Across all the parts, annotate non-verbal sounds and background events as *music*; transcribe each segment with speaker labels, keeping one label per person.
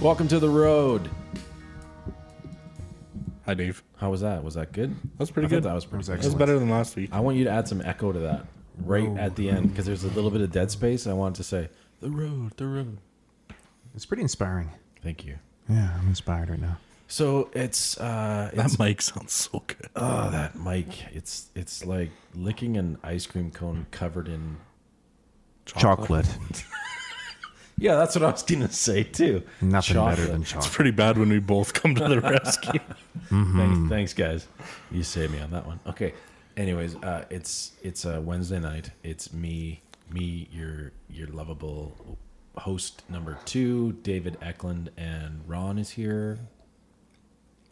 Speaker 1: Welcome to the road.
Speaker 2: Hi, Dave.
Speaker 1: How was that? Was that good?
Speaker 2: That's pretty
Speaker 1: I thought
Speaker 2: good.
Speaker 1: That was pretty
Speaker 2: That was better than last week.
Speaker 1: I want you to add some echo to that right at the end because there's a little bit of dead space. I wanted to say the road, the road.
Speaker 3: It's pretty inspiring.
Speaker 1: Thank you.
Speaker 3: Yeah, I'm inspired right now.
Speaker 1: So it's uh, it's
Speaker 2: That mic sounds so good.
Speaker 1: Oh, that mic. It's it's like licking an ice cream cone covered in
Speaker 3: Chocolate.
Speaker 1: Yeah, that's what I was gonna say too.
Speaker 3: Nothing better than chocolate.
Speaker 2: *laughs* Pretty bad when we both come *laughs* to the rescue.
Speaker 1: Thanks, thanks guys. You saved me on that one. Okay. Anyways, uh, it's it's a Wednesday night. It's me, me, your your lovable host number two, David Eklund, and Ron is here,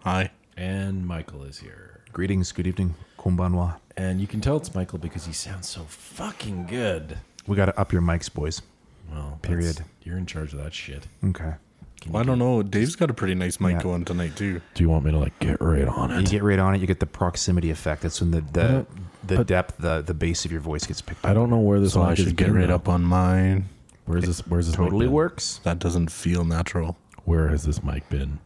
Speaker 2: Hi.
Speaker 1: and Michael is here.
Speaker 3: Greetings, good evening, konbanwa.
Speaker 1: And you can tell it's Michael because he sounds so fucking good.
Speaker 3: We got to up your mics, boys.
Speaker 1: Well, that's-
Speaker 3: Period.
Speaker 1: You're in charge of that shit.
Speaker 3: Okay.
Speaker 2: Well, I don't know. Dave's got a pretty nice mic
Speaker 3: Yeah.
Speaker 2: going tonight too.
Speaker 1: Do you want me to like get right on
Speaker 3: You get right on it, you get the proximity effect. That's when the the, the depth, the, the bass of your voice gets picked up.
Speaker 1: I don't know where this
Speaker 2: So I
Speaker 1: mic has
Speaker 2: should get
Speaker 1: been,
Speaker 2: right
Speaker 1: though.
Speaker 2: up on mine.
Speaker 1: Where's this? Where's this? mic
Speaker 3: Totally
Speaker 1: been?
Speaker 3: works.
Speaker 2: That doesn't feel natural.
Speaker 1: Where has this mic been?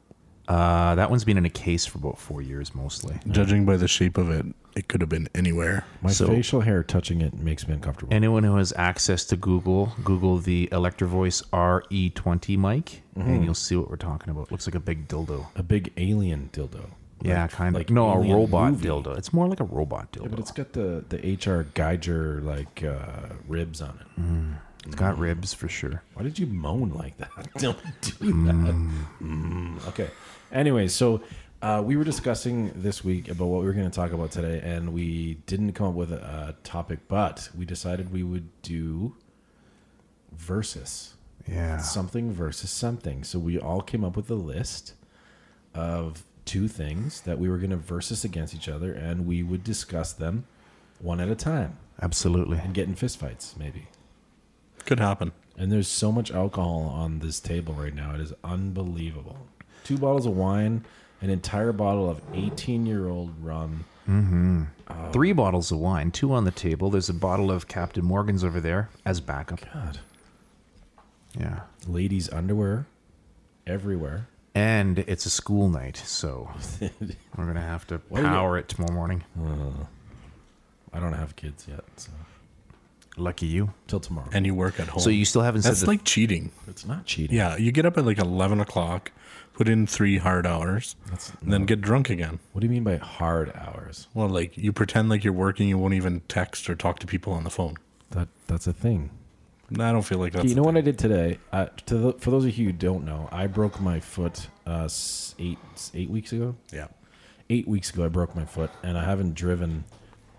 Speaker 3: Uh, that one's been in a case for about four years mostly.
Speaker 2: Judging by the shape of it, it could have been anywhere.
Speaker 1: My
Speaker 3: So-
Speaker 1: facial hair touching it makes me uncomfortable.
Speaker 3: Anyone who has access to Google, Google the Electrovoice RE20 E mic, and you'll see what we're talking about. Looks like a big dildo.
Speaker 1: a big alien dildo.
Speaker 3: Yeah, kind of.
Speaker 1: like
Speaker 3: no, a
Speaker 1: alien
Speaker 3: robot
Speaker 1: movie.
Speaker 3: dildo. It's more like a robot dildo.
Speaker 1: Yeah, but it's got the the HR Geiger like uh, ribs on it.
Speaker 3: it's got ribs for sure.
Speaker 1: Why did you moan like that? *laughs* Don't do that. Mm. Okay. Anyway, so uh, we were discussing this week about what we were going to talk about today, and we didn't come up with a, a topic, but we decided we would do versus.
Speaker 3: Yeah.
Speaker 1: something versus something. So we all came up with a list of two things that we were going to versus against each other, and we would discuss them one at a time
Speaker 3: Absolutely.
Speaker 1: and get in fistfights, maybe.
Speaker 2: Could happen.
Speaker 1: And there's so much alcohol on this table right now; it is unbelievable. Two bottles of wine, an entire bottle of 18-year-old rum. Oh.
Speaker 3: Three bottles of wine, two on the table. There's a bottle of Captain Morgan's over there as backup.
Speaker 1: God,
Speaker 3: Yeah.
Speaker 1: ladies' underwear everywhere. *laughs*
Speaker 3: And it's a school night, so we're going to have to
Speaker 1: are you-
Speaker 3: power it tomorrow morning.
Speaker 1: I don't have kids yet, so
Speaker 3: Lucky you.
Speaker 1: till tomorrow.
Speaker 2: And you work
Speaker 1: Oh.
Speaker 2: at home.
Speaker 3: So you still haven't said
Speaker 2: That's
Speaker 3: the
Speaker 2: like cheating.
Speaker 1: it's not cheating.
Speaker 2: Yeah, you get up at like eleven o'clock, put in three hard hours, and then get drunk again.
Speaker 1: What do you mean by hard hours?
Speaker 2: Well, like you pretend like you're working, you won't even text or talk to people on the phone.
Speaker 1: That that's a thing.
Speaker 2: I don't feel like that's.
Speaker 1: you
Speaker 2: the
Speaker 1: know what I did today? Uh, to the, for those of you who don't know, I broke my foot uh, s- eight eight weeks ago.
Speaker 2: thing. Yeah.
Speaker 1: Eight weeks ago, I broke my foot, and I haven't driven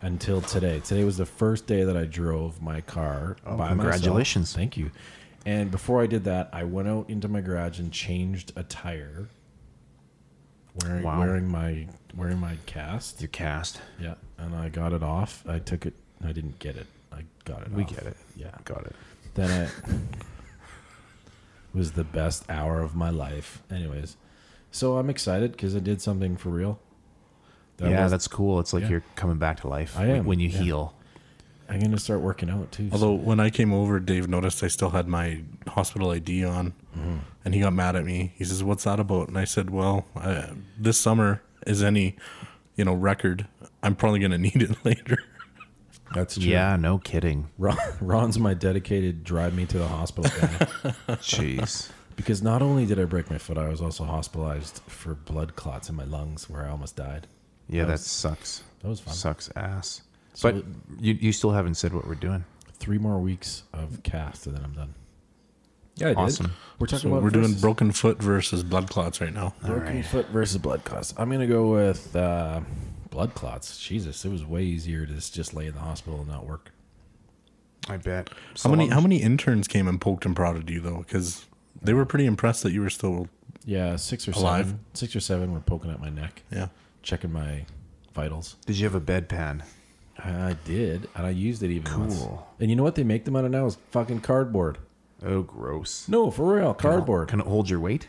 Speaker 1: until today. Today was the first day that I drove my car by myself.
Speaker 3: Oh, congratulations.
Speaker 1: Thank you. And before I did that, I went out into my garage and changed a tire. Wearing
Speaker 3: Wow.
Speaker 1: wearing my wearing my cast.
Speaker 3: your cast.
Speaker 1: Yeah, and I got it off. I took it. I didn't get it. I got it.
Speaker 3: We
Speaker 1: off.
Speaker 3: get it.
Speaker 1: Yeah.
Speaker 3: Got it.
Speaker 1: Then I *laughs* was the best hour of my life. Anyways, so I'm excited because I did something for real. That
Speaker 3: yeah,
Speaker 1: was-
Speaker 3: that's cool. It's like
Speaker 1: yeah.
Speaker 3: you're coming back to life
Speaker 1: I
Speaker 3: when-
Speaker 1: am,
Speaker 3: when you
Speaker 1: yeah.
Speaker 3: heal.
Speaker 1: I'm gonna start working out too.
Speaker 2: Although when I came over, Dave noticed I still had my hospital ID on, and he got mad at me. He says, "What's that about?" And I said, "Well, I, this summer is any, you know, record. I'm probably going to *laughs* need it later."
Speaker 1: that's true.
Speaker 3: Yeah,
Speaker 1: *laughs*
Speaker 3: no kidding.
Speaker 1: Ron, Ron's my dedicated drive me to the hospital
Speaker 3: *laughs*
Speaker 1: guy
Speaker 3: Jeez.
Speaker 1: because not only did I break my foot, I was also hospitalized for blood clots in my lungs where I almost died.
Speaker 3: Yeah, that sucks.
Speaker 1: That was fun.
Speaker 3: Sucks ass.
Speaker 1: So-
Speaker 3: but you, you still haven't said what we're doing.
Speaker 1: Three more weeks of cast and then I'm done. Yeah, I did.
Speaker 3: Awesome.
Speaker 1: We're talking
Speaker 2: So
Speaker 1: about
Speaker 2: we're doing
Speaker 1: versus-
Speaker 2: broken foot versus blood clots right now.
Speaker 3: All
Speaker 1: Broken
Speaker 3: right.
Speaker 1: foot versus blood clots. I'm gonna go with uh, blood clots. Jesus, it was way easier to s- just lay in the hospital and not work.
Speaker 3: I bet.
Speaker 2: How many how many interns came and poked and prodded you though? Because they were pretty impressed that you were still.
Speaker 1: Yeah, six or
Speaker 2: Alive?
Speaker 1: seven. Six or seven were poking at my neck,
Speaker 2: Yeah.
Speaker 1: checking my vitals.
Speaker 3: Did you have a bedpan?
Speaker 1: I did, and I used it even once.
Speaker 3: Cool.
Speaker 1: And you know what they make them out of now is fucking cardboard.
Speaker 3: Oh, gross.
Speaker 1: No, for real, cardboard.
Speaker 3: Can it hold your weight?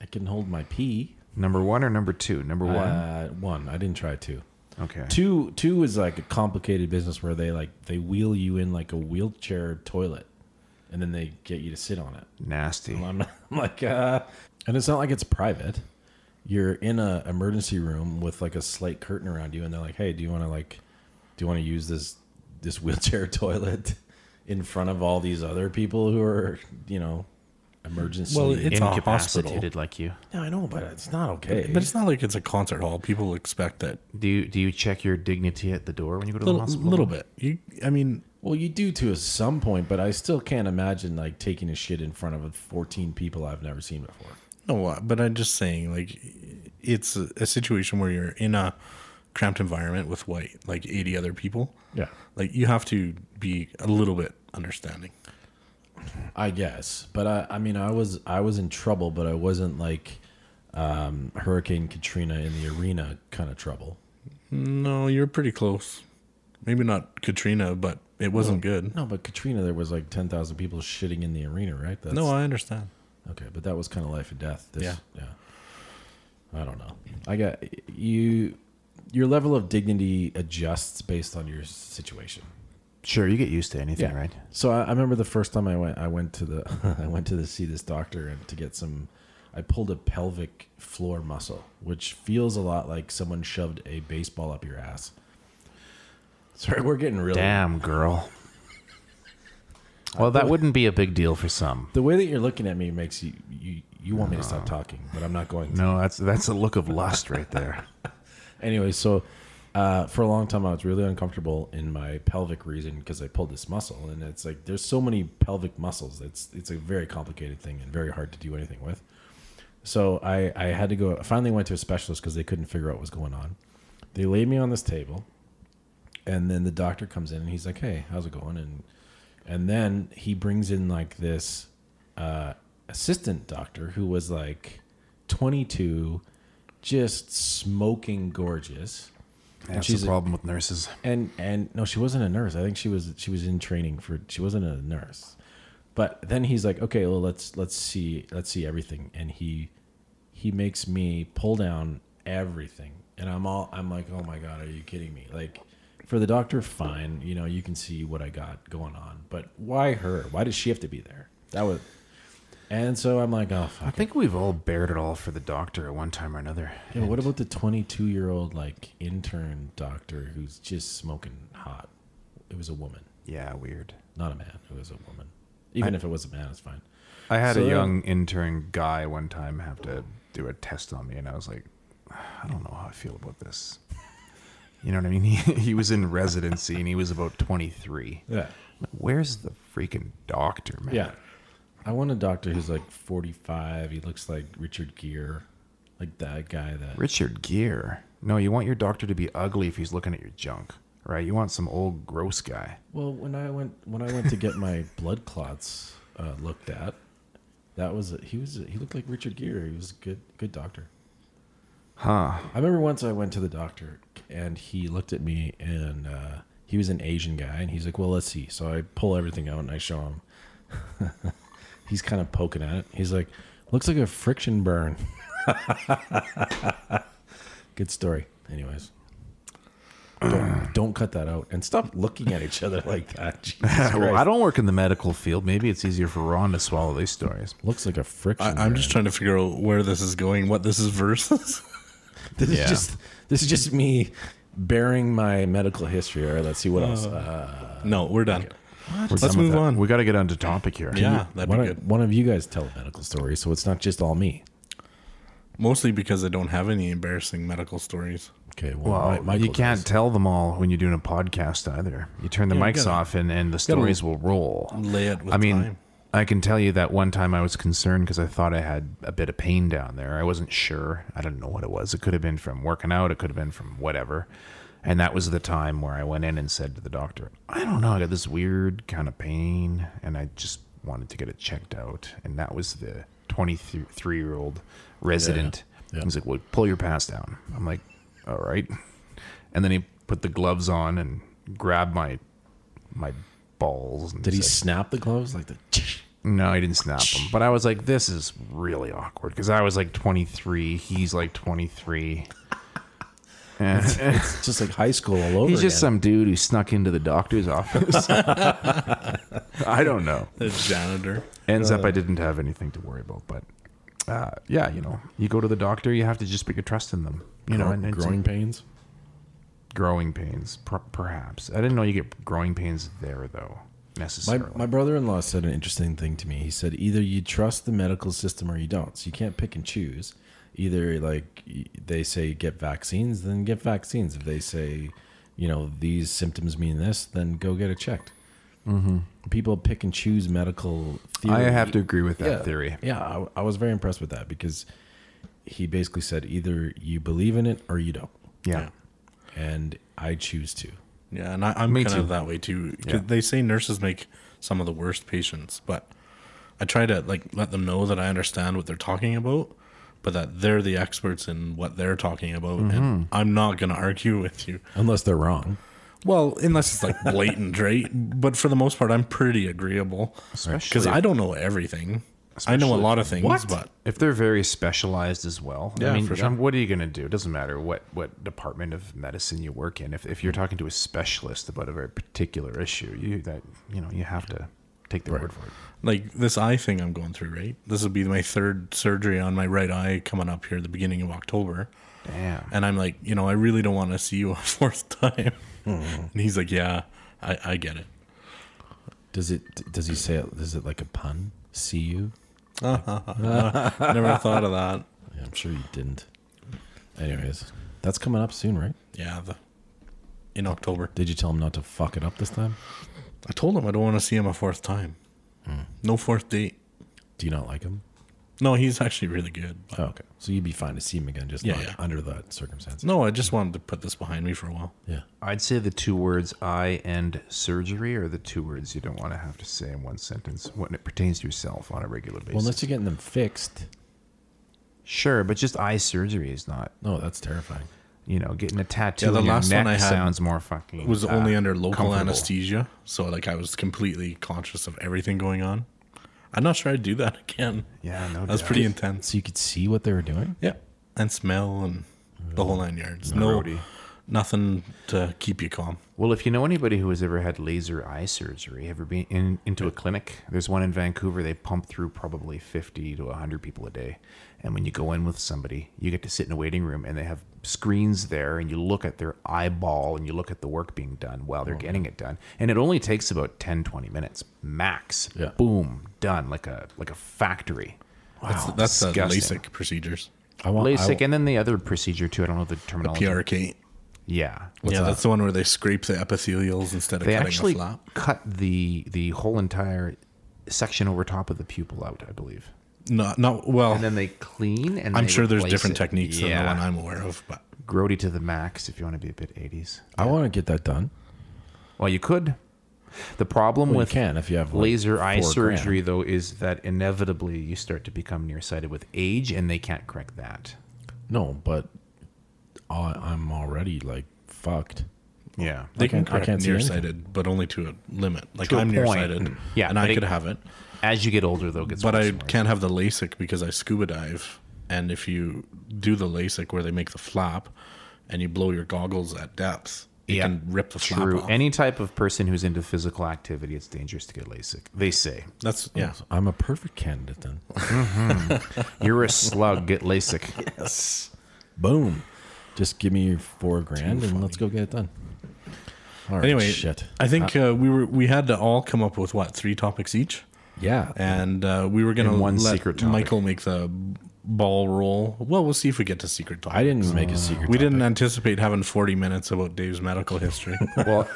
Speaker 1: It can hold my pee.
Speaker 3: Number one or number two? Number one.
Speaker 1: Uh, one. I didn't try two.
Speaker 3: Okay.
Speaker 1: Two two is like a complicated business where they like they wheel you in like a wheelchair toilet, and then they get you to sit on it.
Speaker 2: *laughs*
Speaker 3: Nasty.
Speaker 1: I'm, I'm like, uh, And it's not like it's private. You're in a emergency room with like a slight curtain around you, and they're like, "Hey, do you want to like, do you want to use this this *laughs* wheelchair toilet in front of all these other people who are, you know, emergency?"
Speaker 2: Well, it- It's a
Speaker 3: incapacitated like you.
Speaker 1: no, I know, but it's not okay.
Speaker 2: But it's not like it's a concert hall. People expect that
Speaker 3: Do you do you check your dignity at the door when you go to
Speaker 2: a
Speaker 3: the
Speaker 2: little,
Speaker 3: hospital?
Speaker 2: little bit. You, I mean,
Speaker 1: well, you do to some point, but I still can't imagine like taking a shit in front of 14 people I've never seen before.
Speaker 2: No, uh, but I'm just saying, like, it's a, a situation where you're in a cramped environment with white, like 80 other people.
Speaker 1: Yeah,
Speaker 2: Like, you have to be a little bit understanding.
Speaker 1: I guess. But I, I mean, I was I was in trouble, but I wasn't like um, Hurricane Katrina in the arena kind of trouble.
Speaker 2: No, you're pretty close. Maybe not Katrina, but it wasn't good.
Speaker 1: No, but Katrina, there was like 10,000 people shitting in the arena, right? That's,
Speaker 2: No, I understand.
Speaker 1: okay, but that was kind of life and death. This,
Speaker 2: Yeah.
Speaker 1: yeah. I don't know. I got you. Your level of dignity adjusts based on your situation.
Speaker 3: Sure, you get used to anything, right?
Speaker 1: So I, I remember the first time I went, I went to the, *laughs* I went to the, see this doctor and to get some, I pulled a pelvic floor muscle, which feels a lot like someone shoved a baseball up your ass. Sorry, we're getting really.
Speaker 3: Damn, girl. Well, that wouldn't be a big deal for some.
Speaker 1: The way that you're looking at me makes you, you, you want me to stop talking, but I'm not going. to.
Speaker 3: No, that's that's a look of lust right *laughs* there.
Speaker 1: Anyway, so uh, for a long time, I was really uncomfortable in my pelvic region because I pulled this muscle, and it's like there's so many pelvic muscles. It's it's a very complicated thing and very hard to do anything with. So I I had to go. I finally went to a specialist because they couldn't figure out what was going on. They laid me on this table, and then the doctor comes in and he's like, "Hey, how's it going?" and and then he brings in like this uh, assistant doctor who was like 22, just smoking gorgeous,
Speaker 3: That's
Speaker 1: she's
Speaker 3: the
Speaker 1: a-
Speaker 3: problem with nurses.
Speaker 1: and and no, she wasn't a nurse. I think she was she was in training for she wasn't a nurse. But then he's like, okay, well let's let's see let's see everything, and he he makes me pull down everything, and I'm all I'm like, oh my god, are you kidding me? Like for the doctor, fine, you know, you can see what I got going on, but why her? Why does she have to be there? That was, and so I'm like, oh
Speaker 3: I
Speaker 1: fuck.
Speaker 3: think we've all bared it all for the doctor at one time or another.
Speaker 1: Yeah, what about the 22 year old like intern doctor who's just smoking hot? It was a woman.
Speaker 3: Yeah, weird.
Speaker 1: not a man. It was a woman. Even if it was a man, it's fine.
Speaker 3: I had
Speaker 1: So-
Speaker 3: a young intern guy one time have to do a test on me, and I was like, I don't know how I feel about this. You know what I mean? *laughs* He, he was in residency and he was about 23.
Speaker 1: Yeah,
Speaker 3: Where's the freaking doctor, man?
Speaker 1: yeah. I want a doctor who's like forty-five. He looks like Richard Gere, like that guy. That
Speaker 3: Richard Gere. No, you want your doctor to be ugly if he's looking at your junk, right? You want some old gross guy.
Speaker 1: well, when I went when I went to get my blood clots uh, looked at, that was he was he looked like Richard Gere. He was a good good doctor.
Speaker 3: Huh.
Speaker 1: I remember once I went to the doctor and he looked at me and uh, he was an Asian guy and he's like, "Well, let's see." So I pull everything out and I show him. *laughs* he's kind of poking at it. He's like, "Looks like a friction burn." *laughs* Good story. Anyways, don't, don't cut that out and stop looking at each other like
Speaker 3: *laughs*
Speaker 1: that. Jesus
Speaker 3: Well, I
Speaker 1: Christ.
Speaker 3: don't work in the medical field. Maybe it's easier for Ron to swallow these stories.
Speaker 1: Looks like a friction.
Speaker 2: I, I'm just trying to figure out where this is going, what this is versus. *laughs*
Speaker 1: *laughs* This
Speaker 3: Yeah.
Speaker 1: is just this is just me bearing my medical history. All right, let's see what else. Uh,
Speaker 2: no, we're done.
Speaker 3: We're
Speaker 2: Let's
Speaker 3: done with
Speaker 2: move
Speaker 3: that.
Speaker 2: on.
Speaker 3: We got to get onto topic here.
Speaker 2: Yeah, that'd
Speaker 1: Why
Speaker 2: be
Speaker 1: don't-
Speaker 2: good.
Speaker 1: One of you guys tell a medical story, so it's not just all me.
Speaker 2: Mostly because I don't have any embarrassing medical stories.
Speaker 1: Okay.
Speaker 3: Well,
Speaker 1: Mi- Michael
Speaker 3: you can't
Speaker 1: does.
Speaker 3: tell them all when you're doing a podcast either. You turn the
Speaker 2: Yeah, you
Speaker 3: mics
Speaker 2: gotta-
Speaker 3: off, and, and the stories will roll.
Speaker 2: Lay it with
Speaker 3: I mean,
Speaker 2: time.
Speaker 3: I can tell you that one time I was concerned because I thought I had a bit of pain down there. I wasn't sure. I don't know what it was. It could have been from working out. It could have been from whatever. And that was the time where I went in and said to the doctor, "I don't know. I got this weird kind of pain, and I just wanted to get it checked out." And that was the 23 year old resident.
Speaker 1: Yeah.
Speaker 3: He's like, "Well, pull your pants down." I'm like, "All right." And then he put the gloves on and grabbed my my balls. And
Speaker 1: Did he
Speaker 3: said,
Speaker 1: snap the gloves like the? *laughs*
Speaker 3: no, he didn't snap him. But I was like, this is really awkward because I was like 23. He's like 23. *laughs* And
Speaker 1: It's just like high school all over.
Speaker 3: he's just
Speaker 1: again.
Speaker 3: some dude who snuck into the doctor's office. *laughs* I don't know.
Speaker 2: The janitor.
Speaker 1: Uh.
Speaker 3: Ends up, I didn't have anything to worry about, but uh, yeah, you know, you go to the doctor, you have to just put your trust in them. You know,
Speaker 1: Gro-
Speaker 3: and, and
Speaker 1: growing pains.
Speaker 3: growing pains, per- perhaps. I didn't know you get growing pains there though
Speaker 1: My,
Speaker 3: necessarily.
Speaker 1: my brother-in-law said an interesting thing to me. He said either you trust the medical system or you don't. So you can't pick and choose. Either like y- they say get vaccines, then get vaccines. If they say, you know, these symptoms mean this, then go get it checked. Mm-hmm. People pick and choose medical theory.
Speaker 3: I have to agree with that
Speaker 1: yeah,
Speaker 3: theory.
Speaker 1: Yeah, I, I was very impressed with that because he basically said either you believe in it or you don't,
Speaker 3: Yeah.
Speaker 1: and I choose to.
Speaker 2: Yeah, and I, I'm
Speaker 3: Me
Speaker 2: kind
Speaker 3: too.
Speaker 2: of that way too. 'Cause
Speaker 3: Yeah.
Speaker 2: They say nurses make some of the worst patients, but I try to like let them know that I understand what they're talking about, but that they're the experts in what they're talking about,
Speaker 3: Mm-hmm.
Speaker 2: and I'm not going to argue with you.
Speaker 1: Unless they're wrong.
Speaker 2: Well, unless it's like blatant, right? But for the most part, I'm pretty agreeable
Speaker 3: Especially
Speaker 2: because I don't know everything. I know a
Speaker 3: Especially-
Speaker 2: lot of things, but
Speaker 3: If they're very specialized as well, I
Speaker 2: Yeah,
Speaker 3: mean,
Speaker 2: for sure.
Speaker 3: um, what are you going to do? It doesn't matter what, what department of medicine you work in. If, if
Speaker 2: Mm.
Speaker 3: you're talking to a specialist about a very particular issue, you that you know you have to take their word for it.
Speaker 2: like this eye thing I'm going through, right? This will be my third surgery on my right eye coming up here at the beginning of October.
Speaker 3: Damn.
Speaker 2: And I'm like, you know, I really don't want to see you *laughs* a fourth time.
Speaker 3: Hmm.
Speaker 2: And he's like, yeah, I, I get it.
Speaker 1: Does it? Does he say it? Is it like a pun? See you?
Speaker 2: Never thought of that.
Speaker 1: Yeah, I'm sure you didn't. Anyways, that's coming up soon, right?
Speaker 2: Yeah, the, in October.
Speaker 1: Did you tell him not to fuck it up this time?
Speaker 2: I told him I don't want to see him a fourth time.
Speaker 3: Hmm.
Speaker 2: No fourth date.
Speaker 1: Do you not like him?
Speaker 2: No, he's actually really good.
Speaker 1: Oh, okay. So you'd be fine to see him again, just
Speaker 2: Yeah,
Speaker 1: not
Speaker 2: yeah.
Speaker 1: under that circumstance.
Speaker 2: No, I just wanted to put this behind me for a while.
Speaker 1: Yeah.
Speaker 3: I'd say the two words "I" and "surgery" are the two words you don't want to have to say in one sentence when it pertains to yourself on a regular basis.
Speaker 1: Well, unless you're getting them fixed.
Speaker 3: sure, but just eye surgery is not.
Speaker 1: No, that's terrifying.
Speaker 3: You know, getting a tattoo
Speaker 2: Yeah, the
Speaker 3: on your
Speaker 2: last
Speaker 3: neck
Speaker 2: one I had
Speaker 3: sounds more fucking.
Speaker 2: It was
Speaker 3: uh,
Speaker 2: only under local
Speaker 3: comfortable.
Speaker 2: anesthesia, so like I was completely conscious of everything going on. I'm not sure I'd do that *laughs* again.
Speaker 3: Yeah, no
Speaker 2: That was
Speaker 3: doubt.
Speaker 2: pretty intense.
Speaker 1: So you could see what they were doing.
Speaker 2: Yeah, and smell and the whole nine yards. No,
Speaker 3: Grody.
Speaker 2: nothing to keep you calm.
Speaker 3: Well, if you know anybody who has ever had laser eye surgery, ever been in, into a clinic, there's one in Vancouver. They pump through probably 50 to 100 people a day. And when you go in with somebody, you get to sit in a waiting room and they have screens there and you look at their eyeball and you look at the work being done while they're getting it done. And it only takes about 10, 20 minutes max.
Speaker 1: Yeah.
Speaker 3: Boom, done like a like a factory.
Speaker 2: That's
Speaker 3: Wow,
Speaker 2: that's the
Speaker 3: disgusting.
Speaker 2: LASIK procedures.
Speaker 1: I want. I,
Speaker 3: LASIK and then the other procedure too. I don't know the terminology.
Speaker 2: PRK.
Speaker 3: Yeah.
Speaker 2: yeah, that's the one where they scrape the epithelials instead of
Speaker 3: they
Speaker 2: cutting
Speaker 3: actually
Speaker 2: the flap.
Speaker 3: cut the the whole entire section over top of the pupil out, I believe.
Speaker 2: No, not well.
Speaker 3: And then they clean and
Speaker 2: I'm
Speaker 3: they
Speaker 2: sure there's
Speaker 3: replace
Speaker 2: different
Speaker 3: it.
Speaker 2: techniques
Speaker 3: yeah.
Speaker 2: than the one I'm aware of, but
Speaker 3: Grody to the max if you want to be a bit 80s.
Speaker 1: I want to get that done.
Speaker 3: Well, you could. The problem
Speaker 1: Well,
Speaker 3: with
Speaker 1: you can if you have like,
Speaker 3: laser eye
Speaker 1: four
Speaker 3: surgery though is that inevitably you start to become nearsighted with age and they can't correct that.
Speaker 1: grand. No, but I, I'm already like fucked.
Speaker 3: Yeah.
Speaker 2: they
Speaker 1: I
Speaker 2: can
Speaker 1: can't- I
Speaker 2: correct
Speaker 1: can't see anything.
Speaker 2: nearsighted, but only to a limit. Like
Speaker 3: To a
Speaker 2: I'm
Speaker 3: point.
Speaker 2: nearsighted,
Speaker 3: Yeah,
Speaker 2: and
Speaker 3: but
Speaker 2: I
Speaker 3: it-
Speaker 2: could have it,
Speaker 3: As you get older though, it gets
Speaker 2: but
Speaker 3: worse
Speaker 2: I
Speaker 3: and worse.
Speaker 2: can't have the LASIK because I scuba dive. And if you do the LASIK where they make the flap, and you blow your goggles at depth, you
Speaker 3: Yeah,
Speaker 2: can rip the flap
Speaker 3: True.
Speaker 2: off.
Speaker 3: Any type of person who's into physical activity, it's dangerous to get LASIK. They say.
Speaker 2: That's yeah.
Speaker 1: I'm a perfect candidate then.
Speaker 3: You're a slug, get LASIK.
Speaker 1: Boom. Just give me your four grand and let's go get it done. All right.
Speaker 2: Anyway,
Speaker 1: shit.
Speaker 2: I think uh, we were we had to all come up with what three topics each,
Speaker 1: Yeah.
Speaker 2: and uh, we were gonna
Speaker 3: And one
Speaker 2: let
Speaker 3: secret topic.
Speaker 2: Michael make the ball roll. Well, we'll see if we get to secret topics.
Speaker 1: I didn't make a secret.
Speaker 2: We
Speaker 1: topic.
Speaker 2: didn't anticipate having forty minutes about Dave's medical history.
Speaker 3: Well,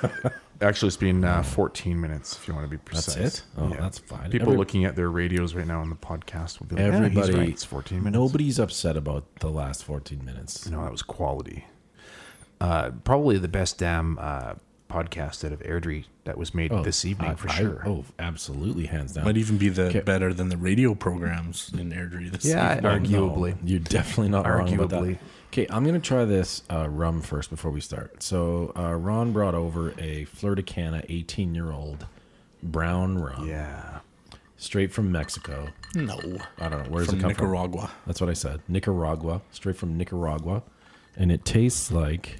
Speaker 3: actually, it's been uh, 14 minutes if you want to be
Speaker 1: That's
Speaker 3: precise.
Speaker 1: it. Oh,
Speaker 3: Yeah.
Speaker 1: that's fine.
Speaker 3: People
Speaker 1: Every-
Speaker 3: looking at their radios right now on the podcast will be like, everybody,
Speaker 1: everybody,
Speaker 3: it's 14 minutes.
Speaker 1: Nobody's upset about the last 14 minutes.
Speaker 3: No, that was quality. Uh, probably the best damn uh, podcast out of Airdrie that was made this evening
Speaker 1: Oh, I-
Speaker 3: for
Speaker 1: I-
Speaker 3: sure.
Speaker 1: Oh, absolutely, hands down.
Speaker 2: Might even be the
Speaker 1: Okay.
Speaker 2: better than the radio programs in Airdrie this
Speaker 3: yeah,
Speaker 2: evening.
Speaker 3: arguably.
Speaker 1: No, you're definitely not wrong about
Speaker 3: Arguably.
Speaker 1: that. Okay, I'm gonna try this uh, rum first before we start. So uh, Ron brought over a Flirticana 18 year old brown rum,
Speaker 3: Yeah.
Speaker 1: straight from Mexico.
Speaker 2: No,
Speaker 1: I don't know where's
Speaker 2: from
Speaker 1: it come from.
Speaker 2: Nicaragua.
Speaker 1: That's what I said. Nicaragua, straight from Nicaragua, and it tastes like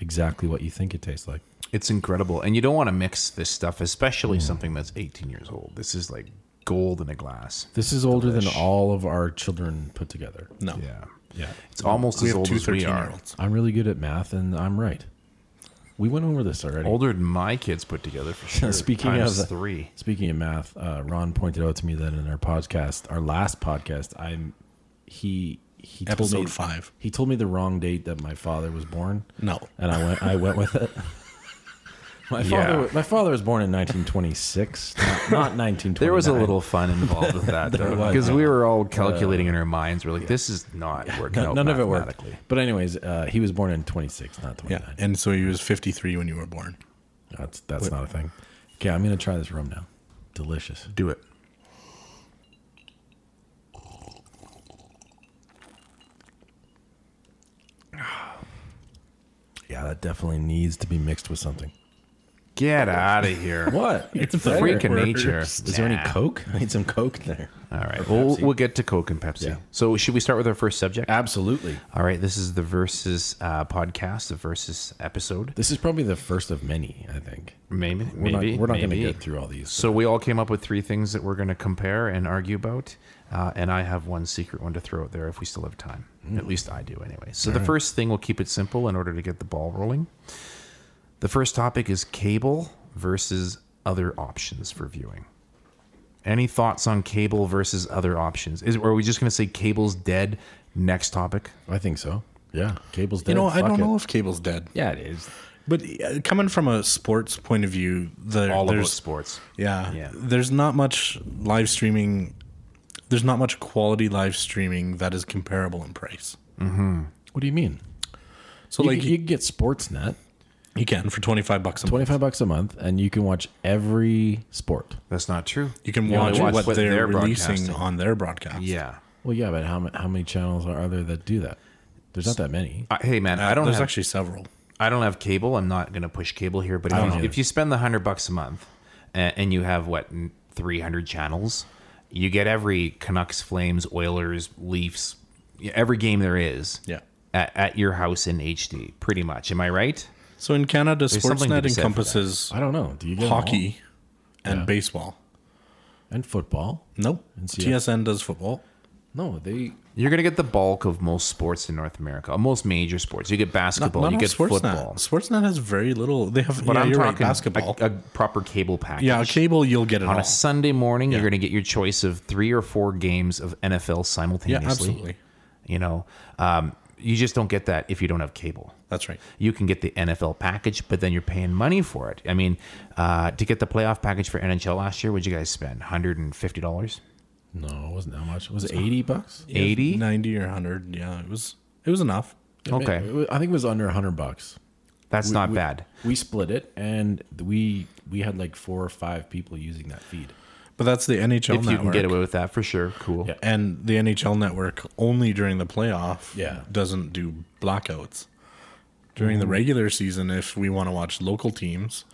Speaker 1: exactly what you think it tastes like.
Speaker 3: It's incredible. And you don't want to mix this stuff, especially something that's 18 years old. This is like gold in a glass.
Speaker 1: This is older than all of our children put together.
Speaker 2: No.
Speaker 3: Yeah.
Speaker 1: Yeah.
Speaker 3: It's almost
Speaker 2: We
Speaker 3: as
Speaker 2: have
Speaker 3: old
Speaker 2: two
Speaker 3: as we
Speaker 2: 13 year
Speaker 3: are.
Speaker 2: olds.
Speaker 1: I'm really good at math, and I'm right. We went over this already.
Speaker 3: Older than my kids put together for *laughs* sure.
Speaker 1: Speaking
Speaker 3: Times
Speaker 1: of the-
Speaker 3: three.
Speaker 1: Speaking of math, uh, Ron pointed out to me that in our podcast, our last podcast, I'm he he told
Speaker 2: Episode
Speaker 1: me
Speaker 2: five.
Speaker 1: he told me the wrong date that my father was born,
Speaker 2: No.
Speaker 1: and I went I went with it. *laughs* My
Speaker 3: Yeah.
Speaker 1: father my father was born in 1926, not, not *laughs* 1929.
Speaker 3: There was a little fun involved
Speaker 1: *laughs*
Speaker 3: with that though,
Speaker 1: was. Uh,
Speaker 3: because we were all calculating in our minds. We're like, this is not working out.
Speaker 1: none of it worked.
Speaker 3: mathematically.
Speaker 1: But anyways, uh, he was born in 26, not 29.
Speaker 2: Yeah. And so he was 53 when you were born.
Speaker 1: That's that's not a thing. Okay, I'm gonna try this rum now. Delicious.
Speaker 3: Do it.
Speaker 1: Yeah, that definitely needs to be mixed with something.
Speaker 3: Get out of here. *laughs*
Speaker 1: What? It's
Speaker 3: The
Speaker 1: better.
Speaker 3: freak of nature.
Speaker 1: Is there
Speaker 3: Nah.
Speaker 1: any Coke? I need some Coke there.
Speaker 3: All right. We'll, we'll get to Coke and Pepsi.
Speaker 1: Yeah.
Speaker 3: So, should we start with our first subject?
Speaker 1: Absolutely.
Speaker 3: All right. This is the Versus uh, podcast, the Versus episode.
Speaker 1: This is probably the first of many, I think.
Speaker 3: Maybe.
Speaker 1: We're
Speaker 3: maybe.
Speaker 1: not, we're not going to
Speaker 3: maybe.
Speaker 1: get through all these.
Speaker 3: So, we all came up with three things that we're going to compare and argue about. Uh, and I have one secret one to throw out there if we still have time. At least I do, anyway. So, the first thing, we'll keep it simple in order to get the ball rolling. The first topic is cable versus other options for viewing. Any thoughts on cable versus other options? Is are we just going to say cable's dead? Next topic.
Speaker 1: I think so. Yeah. Cable's dead.
Speaker 2: You know, I
Speaker 1: Fuck
Speaker 2: don't
Speaker 1: it.
Speaker 2: know if cable's dead.
Speaker 1: Yeah, it is.
Speaker 2: But uh, coming from a sports point of view, the,
Speaker 3: All about
Speaker 2: there's
Speaker 3: sports.
Speaker 2: Yeah.
Speaker 3: Yeah.
Speaker 2: There's not much live streaming. There's not much quality live streaming that is comparable in price.
Speaker 1: What do you mean?
Speaker 2: So
Speaker 1: you,
Speaker 2: like
Speaker 1: you,
Speaker 2: you,
Speaker 1: can get Sportsnet,
Speaker 2: you can for 25 bucks a month.
Speaker 1: 25 bucks a month, and you can watch every sport.
Speaker 3: That's not true.
Speaker 2: You can
Speaker 3: You only
Speaker 2: watch
Speaker 3: watch
Speaker 2: what,
Speaker 3: what
Speaker 2: they're,
Speaker 3: they're
Speaker 2: releasing
Speaker 3: broadcasting.
Speaker 2: on their broadcast.
Speaker 3: Yeah.
Speaker 1: Well, yeah, but how, ma- how many channels are there that do that? There's not that many.
Speaker 3: I, hey man,
Speaker 2: Uh,
Speaker 3: I don't
Speaker 2: There's
Speaker 3: have
Speaker 2: actually several.
Speaker 3: I don't have cable. I'm not going to push cable here. But
Speaker 1: don't
Speaker 3: if, you-
Speaker 1: either.
Speaker 3: if you spend the hundred bucks a month and, and you have what 300 channels, you get every Canucks, Flames, Oilers, Leafs, every game there is.
Speaker 2: Yeah.
Speaker 3: At, at your house in HD, pretty much. Am I right?
Speaker 2: So in Canada,
Speaker 3: something to
Speaker 2: Sportsnet
Speaker 3: be said for that.
Speaker 2: encompasses
Speaker 1: I don't know. Do you get 'em all?
Speaker 2: hockey and baseball.
Speaker 1: and football?
Speaker 2: Nope.
Speaker 1: CF.
Speaker 2: TSN does football.
Speaker 1: No, they
Speaker 3: You're going to get the bulk of most sports in North America, most major sports. You get basketball,
Speaker 2: Not
Speaker 3: you
Speaker 2: on
Speaker 3: get
Speaker 2: Sportsnet.
Speaker 3: football.
Speaker 2: Sportsnet has very little. They have.
Speaker 3: But
Speaker 2: yeah,
Speaker 3: I'm
Speaker 2: you're
Speaker 3: talking
Speaker 2: right. Basketball.
Speaker 3: A, a proper cable package.
Speaker 2: yeah, cable. You'll get it
Speaker 3: on
Speaker 2: all.
Speaker 3: a Sunday morning, you're going to get your choice of three or four games of NFL
Speaker 2: Yeah,
Speaker 3: simultaneously.
Speaker 2: absolutely.
Speaker 3: You know, um, you just don't get that if you don't have cable.
Speaker 2: That's right.
Speaker 3: You can get the NFL package, but then you're paying money for it. I mean, uh, to get the playoff package for NHL last year, would you guys spend? Hundred and fifty dollars,
Speaker 1: no, it wasn't that much. Was it 80 bucks?
Speaker 3: eighty?
Speaker 2: 90 or 100. Yeah, it was. It was enough.
Speaker 3: Okay.
Speaker 1: It wa- I think it was under 100 bucks.
Speaker 3: That's not
Speaker 1: we-
Speaker 3: bad.
Speaker 1: We split it, and we we had like four or five people using that feed.
Speaker 2: But that's the NHL
Speaker 3: If
Speaker 2: network.
Speaker 3: you can get away with that, for sure. Cool.
Speaker 1: Yeah.
Speaker 2: and the NHL network only during the playoff
Speaker 1: Yeah.
Speaker 2: doesn't do blackouts. During
Speaker 3: Mm.
Speaker 2: the regular season, if we want to watch local teams,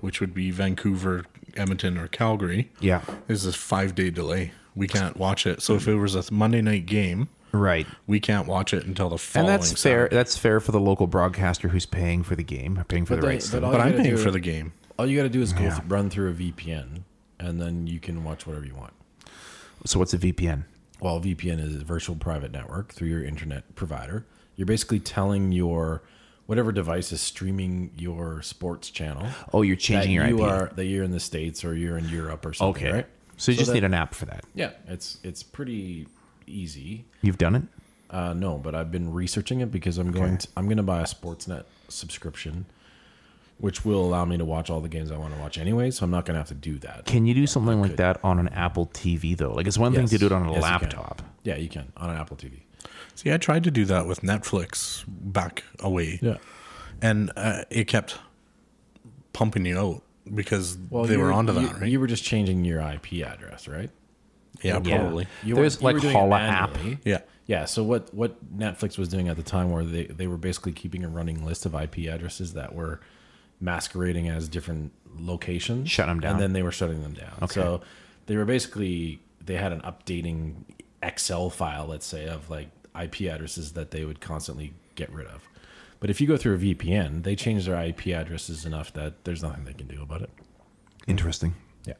Speaker 2: which would be Vancouver, Edmonton, or Calgary,
Speaker 3: Yeah.
Speaker 2: is a five day delay. We can't watch it. So if it was a Monday night game,
Speaker 3: Right.
Speaker 2: we can't watch it until the following.
Speaker 3: And that's fair. That's fair for the local broadcaster who's paying for the game, or paying for the
Speaker 1: they-
Speaker 3: rights.
Speaker 1: but
Speaker 3: to it.
Speaker 2: Saturday.
Speaker 1: All
Speaker 2: But
Speaker 1: you
Speaker 2: I'm
Speaker 1: gotta
Speaker 2: paying
Speaker 1: do-
Speaker 2: for the game.
Speaker 1: All you got to do is go th- run through a VPN, and then you can watch whatever you want.
Speaker 3: So what's a VPN?
Speaker 1: Well, VPN is a virtual private network through your internet provider. You're basically telling your whatever device is streaming your sports channel
Speaker 3: Oh, you're
Speaker 1: that
Speaker 3: changing your
Speaker 1: you
Speaker 3: IP.
Speaker 1: are that you're in the states or you're in Europe or something.
Speaker 3: okay.
Speaker 1: right?
Speaker 3: So you just
Speaker 1: that-
Speaker 3: need an app for that.
Speaker 1: Yeah, it's it's pretty easy.
Speaker 3: You've done it.
Speaker 1: Uh, no, but I've been researching it because I'm going to I'm going to buy a Sportsnet subscription, which will allow me to watch all the games I want to watch anyway. So I'm not going to have to do that.
Speaker 3: Can you do something like that on an Apple TV though? Like it's one thing to
Speaker 1: Yes.
Speaker 3: do it on a
Speaker 1: Yes, you can.
Speaker 3: laptop.
Speaker 1: Yeah, you can on an Apple TV.
Speaker 2: See, I tried to do that with Netflix back away. And uh, it kept pumping you out because they
Speaker 1: you
Speaker 2: were
Speaker 1: were-
Speaker 2: onto
Speaker 1: you-
Speaker 2: that, right?
Speaker 1: You were just changing your IP address, right?
Speaker 2: yeah, probably.
Speaker 1: You
Speaker 3: There's
Speaker 1: weren't-
Speaker 3: like
Speaker 1: you were doing it
Speaker 3: Holla app.
Speaker 1: manually.
Speaker 2: Yeah.
Speaker 1: Yeah. So what what Netflix was doing at the time, where they they were basically keeping a running list of IP addresses that were masquerading as different locations,
Speaker 3: Shut 'em down.
Speaker 1: and then they were shutting them down. So they were basically they had an updating Excel file, let's say, of like IP addresses that they would constantly get rid of. But if you go through a VPN, they change their IP addresses enough that there's nothing they can do about it.
Speaker 3: Interesting.
Speaker 1: Yeah.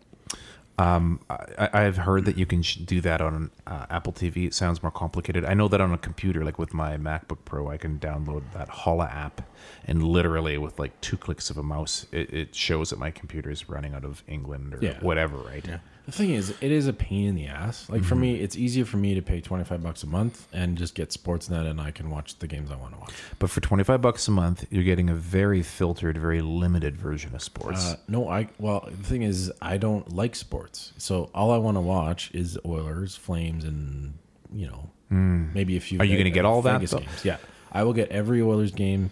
Speaker 3: Um, I, I've heard that you can sh- do that on uh, Apple TV. It sounds more complicated. I know that on a computer, like with my MacBook Pro, I can download that Holla app, and literally with like two clicks of a mouse, it, it shows that my computer is running out of England or
Speaker 1: Yeah.
Speaker 3: whatever, right? Yeah.
Speaker 1: The thing is, it is a pain in the ass. Like
Speaker 3: Mm-hmm.
Speaker 1: for me, it's easier for me to pay twenty five bucks a month and just get Sportsnet, and I can watch the games I want to watch.
Speaker 3: But for twenty five bucks a month, you're getting a very filtered, very limited version of sports.
Speaker 1: Uh, no, I well the thing is, I don't like sports, so all I want to watch is Oilers, Flames, and you know maybe a few.
Speaker 3: Mm. Are you gonna get all that,
Speaker 1: Vegas
Speaker 3: though?
Speaker 1: games. Yeah, I will get every Oilers game,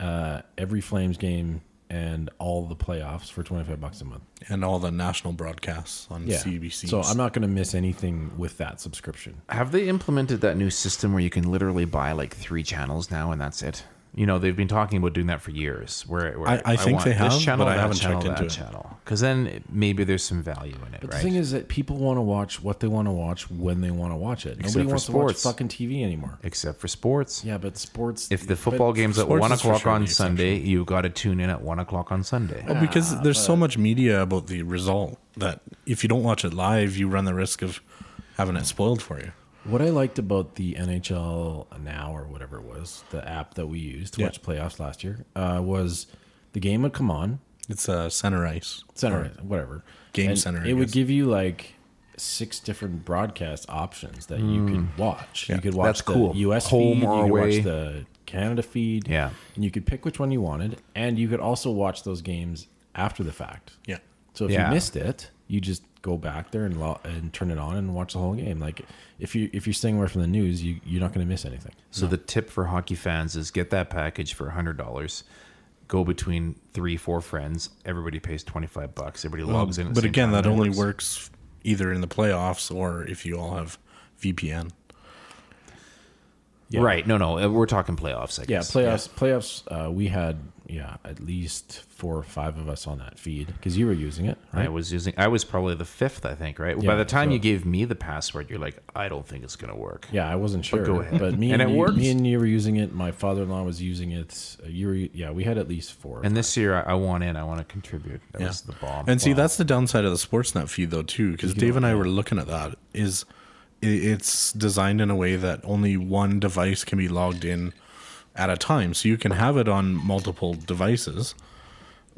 Speaker 1: uh, every Flames game, and all the playoffs for twenty five bucks a month.
Speaker 2: and all the national broadcasts on
Speaker 1: Yeah,
Speaker 2: CBC.
Speaker 1: so I'm not going to miss anything with that subscription.
Speaker 3: Have they implemented that new system where you can literally buy like three channels now and that's it? You know, they've been talking about doing that for years. Where, where
Speaker 2: I- I think
Speaker 3: want
Speaker 2: they have,
Speaker 3: this channel,
Speaker 2: but I
Speaker 3: that
Speaker 2: haven't
Speaker 3: channel,
Speaker 2: checked
Speaker 3: that
Speaker 2: into it.
Speaker 3: channel. Because then it- maybe there's some value in it,
Speaker 1: But
Speaker 3: right?
Speaker 1: the thing is that people want to watch what they want to watch when they want to watch it.
Speaker 3: Except
Speaker 1: Nobody
Speaker 3: for
Speaker 1: wants
Speaker 3: sports.
Speaker 1: to watch fucking TV anymore.
Speaker 3: Except for sports.
Speaker 1: Yeah, but sports.
Speaker 3: If the football
Speaker 1: but-
Speaker 3: game's at
Speaker 2: sports
Speaker 3: one
Speaker 2: is for
Speaker 3: o'clock
Speaker 2: sure
Speaker 3: on
Speaker 2: the exception.
Speaker 3: Sunday, you got to tune in at one o'clock on Sunday.
Speaker 2: Well, because there's so much media about the result that if you don't watch it live, you run the risk of having it spoiled for you.
Speaker 1: What I liked about the NHL Now or whatever it was, the app that we used to
Speaker 2: Yeah.
Speaker 1: watch playoffs last year, uh, was the game would come on,
Speaker 2: It's uh, center ice.
Speaker 1: center, whatever.
Speaker 2: Game
Speaker 1: and
Speaker 2: center, I
Speaker 1: It would
Speaker 2: guess.
Speaker 1: give you like six different broadcast options that you could watch. You could watch
Speaker 3: That's
Speaker 1: the
Speaker 3: cool.
Speaker 1: US
Speaker 3: Home
Speaker 1: feed,
Speaker 3: or
Speaker 1: you could
Speaker 3: away.
Speaker 1: watch the Canada feed.
Speaker 3: Yeah.
Speaker 1: And you could pick which one you wanted. And you could also watch those games after the fact.
Speaker 2: Yeah.
Speaker 1: So if
Speaker 3: Yeah.
Speaker 1: you missed it, you just go back there and lo- and turn it on and watch the whole game. Like if you if you're staying away from the news, you you're not going to miss anything.
Speaker 3: So the tip for hockey fans is get that package for hundred dollars. Go between three, four friends. Everybody pays twenty five bucks. Everybody logs in. At the
Speaker 2: But
Speaker 3: same
Speaker 2: again,
Speaker 3: time.
Speaker 2: that only works either in the playoffs or if you all have VPN.
Speaker 1: Yeah.
Speaker 3: Right? No, no. uh, We're talking playoffs. I
Speaker 1: Yeah,
Speaker 3: guess.
Speaker 1: playoffs. Playoffs. Uh, we had yeah at least four or five of us on that feed because you were using it, right?
Speaker 3: I was using. I was probably the fifth, I think. Right. By
Speaker 1: Yeah,
Speaker 3: the time
Speaker 1: so-
Speaker 3: you gave me the password, you're like, I don't think it's gonna work.
Speaker 1: Yeah, I wasn't sure. But,
Speaker 3: go ahead.
Speaker 1: me
Speaker 3: And
Speaker 1: and,
Speaker 3: it
Speaker 1: you,
Speaker 3: worked.
Speaker 1: me and you were using it. My father-in-law was using it. Uh, you were yeah. We had at least four.
Speaker 3: And this year, I, I want in. I want to contribute. That
Speaker 2: Yeah.
Speaker 3: was the bomb.
Speaker 2: And see,
Speaker 3: Wow.
Speaker 2: that's the downside of the Sportsnet feed, though, too, because Dave and I were looking at that. Is i- it's designed in a way that only one device can be logged in at a time, so you can have it on multiple devices,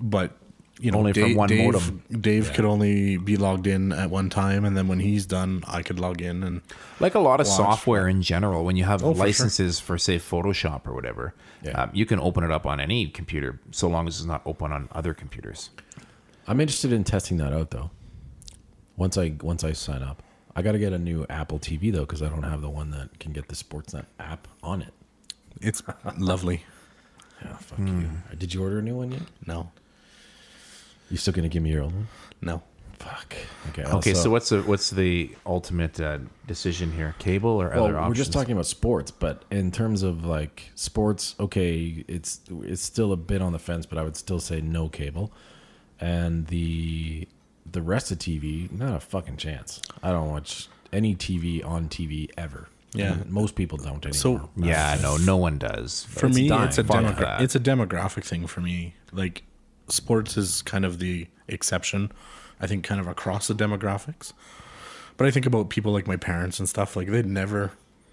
Speaker 2: but you know,
Speaker 3: Only from
Speaker 2: Da-
Speaker 3: one
Speaker 2: Dave,
Speaker 3: modem.
Speaker 2: Dave could only be logged in at one time, and then when he's done, I could log in, and
Speaker 3: like a lot of
Speaker 2: Watch.
Speaker 3: software in general. When you have
Speaker 2: Oh, for sure.
Speaker 3: licenses for, say, Photoshop or whatever,
Speaker 1: Yeah.
Speaker 3: um, you can open it up on any computer, so long as it's not open on other computers.
Speaker 1: I'm interested in testing that out though. Once I once I sign up, I got to get a new Apple TV though because I don't have the one that can get the Sportsnet app on it.
Speaker 2: it's lovely.
Speaker 1: Yeah, fuck
Speaker 3: Hmm.
Speaker 1: you. Did you order a new one yet?
Speaker 2: No,
Speaker 1: You still gonna give me your old one?
Speaker 2: no,
Speaker 1: Fuck. Okay.
Speaker 3: Okay, so,
Speaker 1: also-
Speaker 3: what's the what's the ultimate uh, decision here? Cable or
Speaker 1: Well,
Speaker 3: other options?
Speaker 1: we're just talking about sports, but in terms of like sports, okay, it's it's still a bit on the fence, but I would still say no cable, and the the rest of TV, not a fucking chance. I don't watch any TV on TV ever.
Speaker 2: Yeah.
Speaker 1: And most people don't anymore.
Speaker 2: So-
Speaker 3: Yeah, no, no one does.
Speaker 2: for me
Speaker 1: dying.
Speaker 2: it's a
Speaker 3: Fuck
Speaker 2: demogra-
Speaker 3: that.
Speaker 2: it's a demographic thing for me like sports is kind of the exception i think kind of across the demographics but i think about people like my parents and stuff like they'd never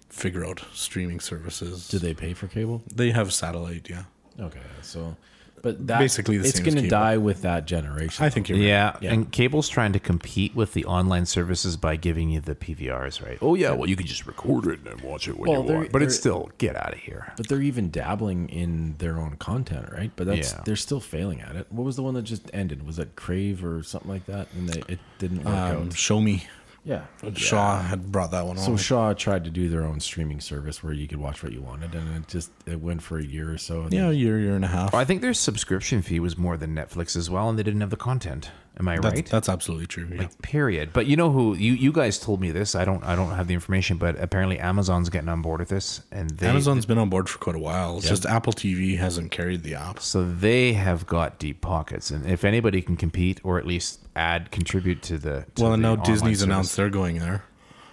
Speaker 2: figure out streaming services
Speaker 1: do they pay for cable?
Speaker 2: they have satellite yeah
Speaker 1: Okay, so but that,
Speaker 2: Basically the
Speaker 1: it's
Speaker 2: same as
Speaker 1: going to
Speaker 2: cable.
Speaker 1: die with that generation.
Speaker 2: i think you're right.
Speaker 3: Yeah,
Speaker 1: Yeah.
Speaker 3: and cable's trying to compete with the online services by giving you the PVRs, right? Oh yeah, well you can just record it and watch it when
Speaker 1: Well, they're- they're-
Speaker 3: still get out of here.
Speaker 1: But they're even dabbling in their own content, right? But that's
Speaker 3: Yeah.
Speaker 1: they're still failing at it. What was the one that just ended? Was that Crave or something like that? And they, it didn't work
Speaker 2: um,
Speaker 1: out.
Speaker 2: show me
Speaker 1: Yeah.
Speaker 2: shaw had brought that one
Speaker 1: So
Speaker 2: on
Speaker 1: Shaw tried to do their own streaming service where you could watch what you wanted, and it just it went for a year or so. and
Speaker 2: yeah
Speaker 1: then-
Speaker 2: a year year and a half
Speaker 3: Oh, I think their subscription fee was more than Netflix as well, and they didn't have the content. Am I
Speaker 2: that's,
Speaker 3: right?
Speaker 2: that's absolutely true yeah.
Speaker 3: Period. But you know who you, you guys told me this. I don't I don't have the information, but apparently Amazon's getting on board with this, and they
Speaker 2: amazon's been on board for quite a while it's just apple tv hasn't carried the app
Speaker 3: So they have got deep pockets, and if anybody can compete or at least add contribute to the to
Speaker 2: well
Speaker 3: the
Speaker 2: and now
Speaker 3: online
Speaker 2: disney's
Speaker 3: service-
Speaker 2: announced they're going there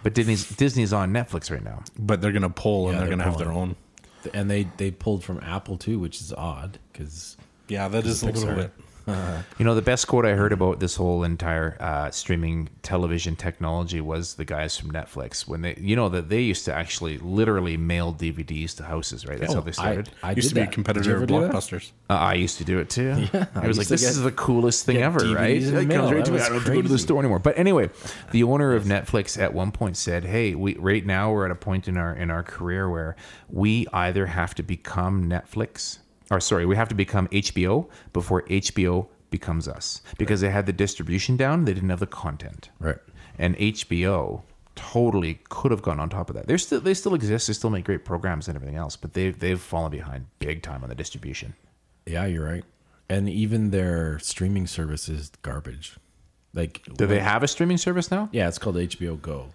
Speaker 3: But Disney's Disney's on Netflix right now.
Speaker 2: but they're going to pull and
Speaker 1: Yeah,
Speaker 2: they're,
Speaker 1: they're
Speaker 2: going to have their
Speaker 1: pulling.
Speaker 2: own
Speaker 1: and they they pulled from Apple too, which is odd because
Speaker 2: Yeah, that is a
Speaker 1: Pixar.
Speaker 2: little bit.
Speaker 3: You know, the best quote I heard about this whole entire uh, streaming television technology was the guys from Netflix when they, you know, that they used to actually literally mail DVDs to houses, right? That's how they started.
Speaker 1: Oh, I, I did
Speaker 2: used to be a
Speaker 1: that. Did you
Speaker 2: competitor
Speaker 1: ever
Speaker 2: of
Speaker 1: do that?
Speaker 2: Blockbusters.
Speaker 3: Uh, I used to do it
Speaker 1: *laughs*
Speaker 3: too. I was
Speaker 1: used
Speaker 3: like,
Speaker 1: to
Speaker 3: "This
Speaker 1: get-
Speaker 3: is the coolest thing ever,
Speaker 1: DVDs
Speaker 3: right?"
Speaker 1: in the
Speaker 3: It comes
Speaker 1: mail.
Speaker 3: right
Speaker 1: That
Speaker 3: to me.
Speaker 1: was
Speaker 3: I don't have to go to the
Speaker 1: crazy.
Speaker 3: store anymore. But anyway, the owner of Netflix at one point said, "Hey, we right now we're at a point in our in our career where we either have to become Netflix, or sorry, we have to become HBO before HBO becomes us because they had the distribution down, they didn't have the content,
Speaker 1: Right.
Speaker 3: and HBO." Totally could have gone on top of that. They're still they still exist. They still make great programs and everything else, but they've they've fallen behind big time on the distribution.
Speaker 1: Yeah, you're right. And even their streaming service is garbage. Like,
Speaker 3: Do they have a streaming service now?
Speaker 1: yeah, it's called HBO Go.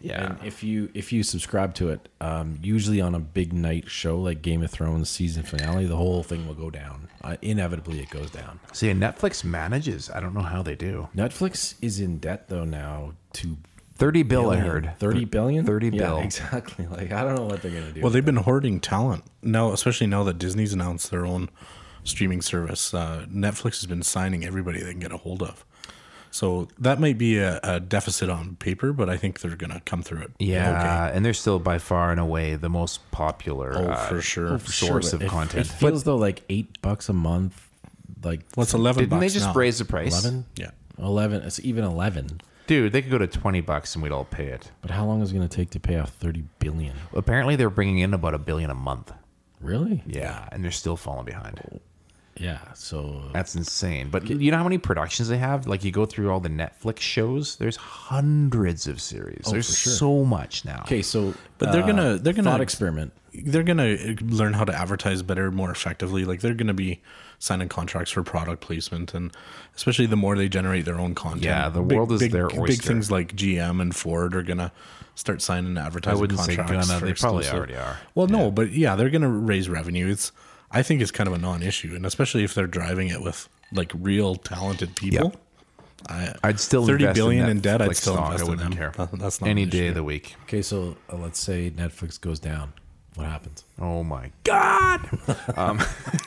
Speaker 3: Yeah.
Speaker 1: And if you if you subscribe to it, um, usually on a big night show like Game of Thrones season finale, the whole thing will go down. Uh, inevitably, it goes down.
Speaker 3: See, and Netflix manages. I don't know how they do.
Speaker 1: Netflix is in debt though now to
Speaker 3: Thirty bill, I heard.
Speaker 1: thirty billion.
Speaker 3: 30
Speaker 1: yeah,
Speaker 3: bill.
Speaker 1: exactly. *laughs* Like I don't know what they're gonna do.
Speaker 2: Well, they've been hoarding talent now, especially now that Disney's announced their own streaming service. Uh, Netflix has been signing everybody they can get a hold of. So that might be a, a deficit on paper, but I think they're going to come through it.
Speaker 3: Yeah, and they're still by far and away the most popular.
Speaker 2: okay. Oh,
Speaker 3: uh,
Speaker 2: for sure.
Speaker 3: source of
Speaker 1: It-
Speaker 3: content.
Speaker 1: It feels though like eight bucks a month, like
Speaker 2: What's eleven?
Speaker 3: didn't they
Speaker 2: bucks
Speaker 3: just
Speaker 2: now?
Speaker 3: raise the price?
Speaker 1: eleven.
Speaker 2: Yeah,
Speaker 1: Eleven. It's even eleven.
Speaker 3: Dude, they could go to twenty bucks and we'd all pay it.
Speaker 1: But how long is it gonna take to pay off thirty billion?
Speaker 3: Apparently, they're bringing in about a billion a month.
Speaker 1: Really?
Speaker 3: Yeah, and they're still falling
Speaker 2: Oh.
Speaker 3: behind.
Speaker 1: Yeah. So
Speaker 3: That's insane. But you know how many productions they have? Like you go through all the Netflix shows. There's hundreds of series.
Speaker 2: Oh,
Speaker 3: there's
Speaker 1: for sure.
Speaker 3: so much now.
Speaker 1: okay. So uh,
Speaker 2: But they're gonna- they're gonna-
Speaker 1: thought experiment.
Speaker 2: they're going to learn how to advertise better, more effectively. Like they're going to be signing contracts for product placement, and especially the more they generate their own content.
Speaker 3: Yeah, the world is their
Speaker 2: Big
Speaker 3: oyster.
Speaker 2: things like GM and Ford are going to start signing
Speaker 3: I
Speaker 2: advertising
Speaker 3: wouldn't say
Speaker 2: contracts.
Speaker 3: gonna.
Speaker 2: for
Speaker 3: They probably
Speaker 2: exclusive-
Speaker 3: already are.
Speaker 2: Well, no, but yeah, they're going to raise revenue. It's I think it's kind of a non-issue, and especially if they're driving it with like real talented people. I,
Speaker 3: I'd still
Speaker 2: thirty
Speaker 3: invest
Speaker 2: billion
Speaker 3: in,
Speaker 2: in, debt.
Speaker 3: Netflix
Speaker 2: I'd still
Speaker 3: stock.
Speaker 2: invest
Speaker 3: I
Speaker 2: in
Speaker 3: wouldn't
Speaker 2: them.
Speaker 3: care.
Speaker 2: That- *laughs* That's not
Speaker 3: Any
Speaker 2: an issue.
Speaker 3: day of the week.
Speaker 1: Okay. So uh, let's say Netflix goes down. What
Speaker 2: *laughs*
Speaker 1: happens?
Speaker 3: Oh my god.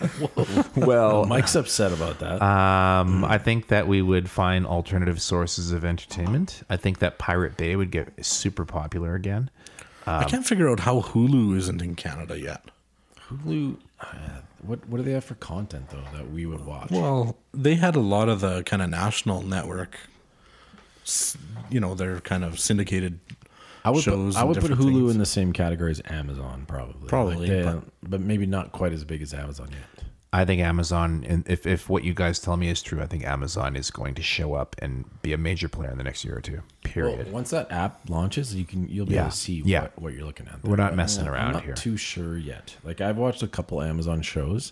Speaker 3: um,
Speaker 2: Oh
Speaker 3: well,
Speaker 1: Mike's upset about that.
Speaker 2: Mm.
Speaker 3: um, I think that we would find alternative sources of entertainment. I think that Pirate Bay would get super popular again. um,
Speaker 2: I can't figure out how Hulu isn't in Canada yet.
Speaker 1: Hulu. Uh, what What do they have for content though that we would watch?
Speaker 2: Well, they had a lot of the kind of national network, s- you know, their kind of syndicated.
Speaker 1: I would
Speaker 2: shows
Speaker 1: put, I
Speaker 2: and
Speaker 1: would put
Speaker 2: different
Speaker 1: Hulu
Speaker 2: things.
Speaker 1: in the same category as Amazon, probably. Like,
Speaker 2: Probably,
Speaker 1: they- but, maybe not quite as big as Amazon yet.
Speaker 3: I think Amazon, and if, if what you guys tell me is true, I think Amazon is going to show up and be a major player in the next year or two.
Speaker 1: Well,
Speaker 3: Period.
Speaker 1: once that app launches, you can you'll be
Speaker 3: Yeah,
Speaker 1: able to see
Speaker 3: yeah.
Speaker 1: what, what you're looking at.
Speaker 3: We're not
Speaker 1: But I'm
Speaker 3: messing around
Speaker 1: I'm not
Speaker 3: here.
Speaker 1: Too sure yet. Like I've watched a couple Amazon shows,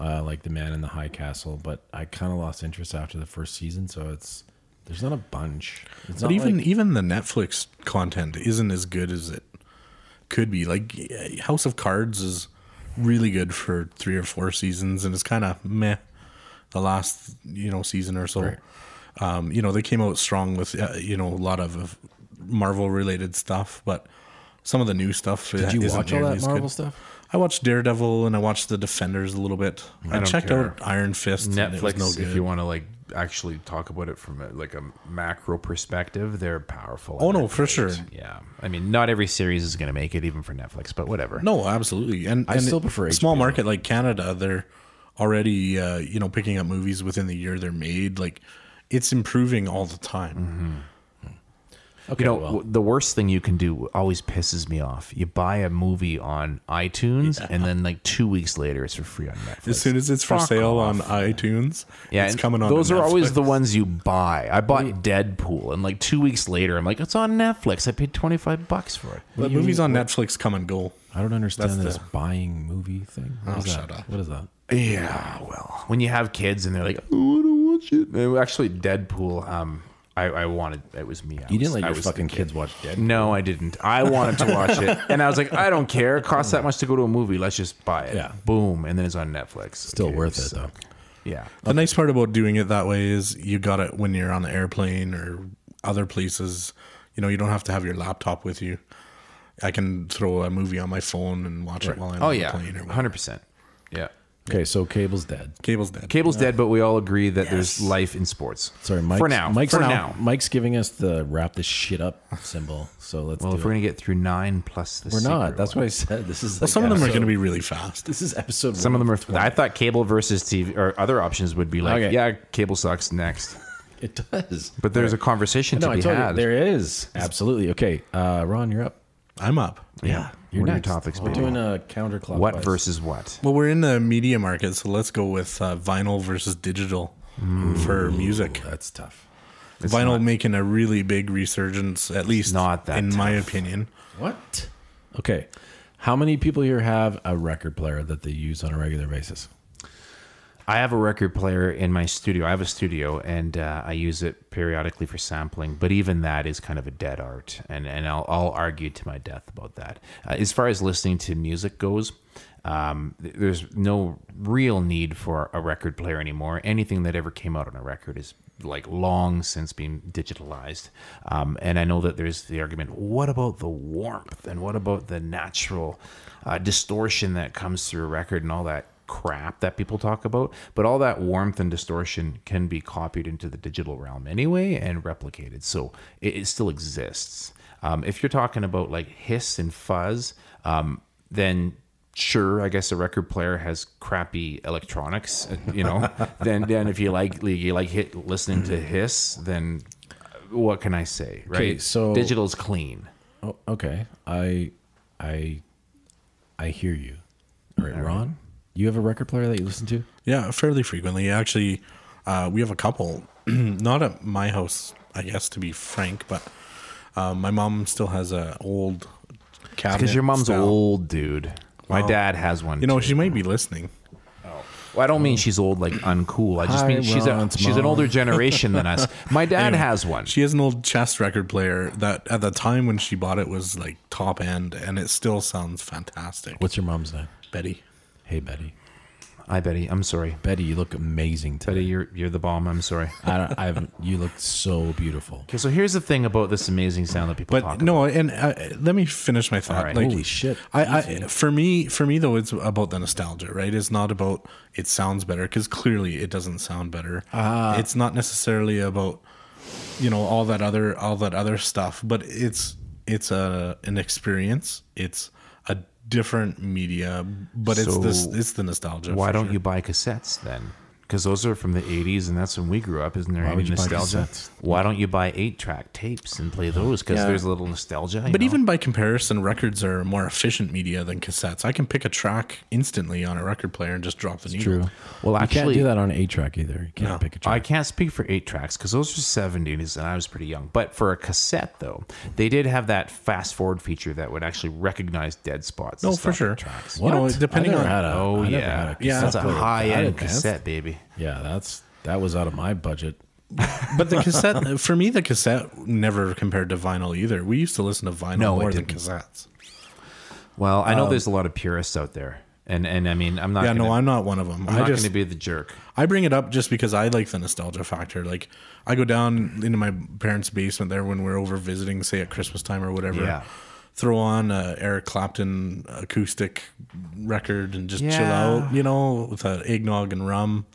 Speaker 1: uh, like The Man in the High Castle, but I kind of lost interest after the first season. So it's there's not a bunch. It's
Speaker 2: But
Speaker 1: not
Speaker 2: even
Speaker 1: like,
Speaker 2: even the Netflix content isn't as good as it could be. Like eh, House of Cards is really good for three or four seasons, and it's kind of meh the last you know season or so. Um, you know they came out strong with uh, you know a lot of Marvel related stuff, but some of the new stuff.
Speaker 1: did you watch all that Marvel stuff?
Speaker 2: I watched Daredevil and I watched The Defenders a little bit. I,
Speaker 3: don't
Speaker 2: checked
Speaker 3: care.
Speaker 2: out Iron Fist. and it was
Speaker 3: Netflix,
Speaker 2: no
Speaker 3: if
Speaker 2: good.
Speaker 3: you want to like actually talk about it from a, like a macro perspective, they're powerful.
Speaker 2: Oh,
Speaker 3: at
Speaker 2: no,
Speaker 3: it,
Speaker 2: for
Speaker 3: right?
Speaker 2: sure.
Speaker 3: Yeah, I mean, not every series is going to make it, even for Netflix, but whatever.
Speaker 2: No, absolutely. And I
Speaker 1: still prefer
Speaker 2: a small
Speaker 1: HBO.
Speaker 2: market like Canada. They're already uh, you know picking up movies within the year they're made. Like it's improving all the time.
Speaker 3: Mm-hmm.
Speaker 1: Okay,
Speaker 3: You know,
Speaker 1: well,
Speaker 3: w- the worst thing you can do always pisses me off. You buy a movie on iTunes, and then like two weeks later, it's for free on Netflix.
Speaker 2: As soon as it's for
Speaker 3: Fuck
Speaker 2: sale
Speaker 3: off.
Speaker 2: on iTunes,
Speaker 3: yeah,
Speaker 2: it's
Speaker 3: and
Speaker 2: coming on.
Speaker 3: Those
Speaker 2: to
Speaker 3: are always
Speaker 2: Netflix.
Speaker 3: the ones you buy. I bought Deadpool, and like two weeks later, I'm like, it's on Netflix. I paid twenty five bucks for it.
Speaker 2: But movies on Netflix come and go.
Speaker 1: I don't understand
Speaker 2: That's
Speaker 1: this buying movie thing.
Speaker 3: Oh,
Speaker 1: What is
Speaker 2: shut
Speaker 1: that?
Speaker 2: up.
Speaker 1: What is that?
Speaker 3: Yeah, well, when you have kids and they're like, I want to watch it. Uh, Actually, Deadpool. Um, I, I wanted. It was me. I
Speaker 1: You
Speaker 3: was,
Speaker 1: didn't let
Speaker 3: I
Speaker 1: your
Speaker 3: was
Speaker 1: fucking
Speaker 3: the kid.
Speaker 1: kids watch Dead.
Speaker 3: No, I didn't. I wanted to watch it, and I was like, I don't care. It costs that much to go to a movie. Let's just buy it.
Speaker 1: Yeah.
Speaker 3: Boom, and then it's on Netflix.
Speaker 1: Still
Speaker 3: Okay,
Speaker 1: worth
Speaker 3: so-
Speaker 1: it though.
Speaker 3: Yeah.
Speaker 2: The nice part about doing it that way is you got it when you're on the airplane or other places. You know, you don't have to have your laptop with you. I can throw a movie on my phone and watch it while I'm
Speaker 3: Oh
Speaker 2: on
Speaker 3: yeah.
Speaker 2: the plane. Or whatever.
Speaker 3: Hundred percent. Yeah.
Speaker 1: Okay, so Cable's dead.
Speaker 2: Cable's dead.
Speaker 3: Cable's dead, but we all agree that there's life in sports.
Speaker 1: Sorry, Mike's,
Speaker 3: for now.
Speaker 1: Mike's,
Speaker 3: for now.
Speaker 1: Mike's giving us the wrap this shit up symbol. So let's
Speaker 3: Well,
Speaker 1: do
Speaker 3: if
Speaker 1: it.
Speaker 3: we're gonna get through nine plus the,
Speaker 1: We're not.
Speaker 3: secret
Speaker 1: That's
Speaker 3: one.
Speaker 1: what I said. This is.
Speaker 2: well, some of them are
Speaker 1: episode-
Speaker 2: going to be really fast.
Speaker 1: This is episode.
Speaker 3: Some of them are. I thought cable versus TV or other options would be like,
Speaker 1: Okay.
Speaker 3: yeah, cable sucks next.
Speaker 1: It does.
Speaker 3: But there's a conversation
Speaker 1: No,
Speaker 3: to
Speaker 1: I
Speaker 3: be
Speaker 1: told
Speaker 3: had.
Speaker 1: you there is absolutely okay. Uh, Ron, you're up.
Speaker 2: I'm up.
Speaker 3: yeah.
Speaker 1: You're
Speaker 3: what are your
Speaker 1: next.
Speaker 3: topics?
Speaker 1: We're
Speaker 3: baby?
Speaker 1: doing a counterclockwise.
Speaker 3: what versus what?
Speaker 2: Well, we're in the media market, so let's go with uh, vinyl versus digital for music.
Speaker 1: That's tough.
Speaker 2: vinyl making a really big resurgence, at least
Speaker 3: not that
Speaker 2: in my opinion.
Speaker 1: What? Okay. How many people here have a record player that they use on a regular basis?
Speaker 3: I have a record player in my studio. I have a studio, and uh, I use it periodically for sampling. But even that is kind of a dead art, and and I'll, I'll argue to my death about that. Uh, as far as listening to music goes, um, th- there's no real need for a record player anymore. Anything that ever came out on a record is like long since been digitalized. Um, and I know that there's the argument: what about the warmth, and what about the natural uh, distortion that comes through a record, and all that crap that people talk about, but all that warmth and distortion can be copied into the digital realm anyway and replicated. So it, it still exists. Um, if you're talking about like hiss and fuzz, um, then sure, I guess a record player has crappy electronics, uh,
Speaker 2: *laughs*
Speaker 3: you know. then, then if you like you like hit listening
Speaker 2: Mm-hmm.
Speaker 3: to hiss, then what can I say, right?
Speaker 1: so-
Speaker 3: digital's clean.
Speaker 1: Oh, okay. I, I, I hear you. All right, Ron, you have a record player that you listen to?
Speaker 2: Yeah, fairly frequently. Actually, uh, we have a couple, *clears throat* not at my house, I guess, to be frank, but uh, my mom still has a old cabinet.
Speaker 3: Because your mom's
Speaker 2: style.
Speaker 3: old, dude. My dad has one.
Speaker 2: You know,
Speaker 3: too.
Speaker 2: she might be listening.
Speaker 3: Well, I don't mean she's old like uncool. I just
Speaker 1: Hi,
Speaker 3: mean she's a,
Speaker 1: Ron's
Speaker 3: she's an
Speaker 1: mom.
Speaker 3: older generation than us. My dad
Speaker 2: Anyway,
Speaker 3: has one.
Speaker 2: She has an old chess record player that at the time when she bought it was like top end, and it still sounds fantastic.
Speaker 1: What's your mom's name?
Speaker 2: Betty?
Speaker 1: Hey, Betty.
Speaker 3: Hi Betty. I'm sorry.
Speaker 1: Betty, you look amazing today.
Speaker 3: Betty, you're you're the bomb. I'm sorry.
Speaker 1: I don't, I haven't, you look so beautiful.
Speaker 3: Okay, so here's the thing about this amazing sound that people
Speaker 2: But
Speaker 3: talk about.
Speaker 2: no, and uh, let me finish my thought.
Speaker 3: right.
Speaker 2: Like,
Speaker 1: Holy shit.
Speaker 2: I, I for me for me though, it's about the nostalgia, right? It's not about it sounds better because clearly it doesn't sound better.
Speaker 3: Uh-huh.
Speaker 2: it's not necessarily about you know all that other all that other stuff, but it's it's a an experience. It's a different media, but it's
Speaker 3: So
Speaker 2: this it's the nostalgia.
Speaker 3: Why
Speaker 2: for
Speaker 3: don't
Speaker 2: sure.
Speaker 3: you buy cassettes then? Because those are from the '80s, and that's when we grew up. Isn't there
Speaker 1: would
Speaker 3: any
Speaker 1: you buy
Speaker 3: nostalgia?
Speaker 1: cassettes?
Speaker 3: Why don't you buy eight-track tapes and play those? Because there's a little nostalgia. you
Speaker 2: But
Speaker 3: know?
Speaker 2: even by comparison, records are more efficient media than cassettes. I can pick a track instantly on a record player and just drop the needle.
Speaker 3: well,
Speaker 1: You
Speaker 3: actually,
Speaker 1: can't do that on an eight track either. You can't pick a
Speaker 3: I
Speaker 1: track.
Speaker 3: can't speak for eight tracks because those were 70s and I was pretty young. But for a cassette, though, they did have that fast forward feature that would actually recognize dead spots. and
Speaker 2: No, for
Speaker 3: stop at
Speaker 2: sure.
Speaker 3: Tracks.
Speaker 2: You know,
Speaker 1: What?
Speaker 2: depending
Speaker 1: I never
Speaker 2: on
Speaker 1: had a,
Speaker 3: Oh,
Speaker 1: I never had
Speaker 3: yeah.
Speaker 1: a
Speaker 2: Yeah.
Speaker 3: That's a
Speaker 1: cassette player.
Speaker 3: high end
Speaker 1: Advanced?
Speaker 3: cassette, baby.
Speaker 1: Yeah, that's that was out of my budget.
Speaker 2: but the
Speaker 3: *laughs*
Speaker 2: cassette uh, for me, the cassette never compared to vinyl either. We used to listen to vinyl
Speaker 3: No, it
Speaker 2: more than
Speaker 3: didn't.
Speaker 2: cassettes.
Speaker 3: Well, I know there's a lot of purists out there. And, and I mean, I'm not
Speaker 2: um, Yeah,
Speaker 3: going
Speaker 2: no, I'm not one of them. i
Speaker 3: not
Speaker 2: just
Speaker 3: going to be the jerk.
Speaker 2: I bring it up just because I like the nostalgia factor. Like I go down into my parents' basement there when we're over visiting, say at Christmas time or whatever.
Speaker 3: Yeah.
Speaker 2: Throw on a Eric Clapton acoustic record and just chill
Speaker 3: Yeah.
Speaker 2: out, you know, with a eggnog and rum.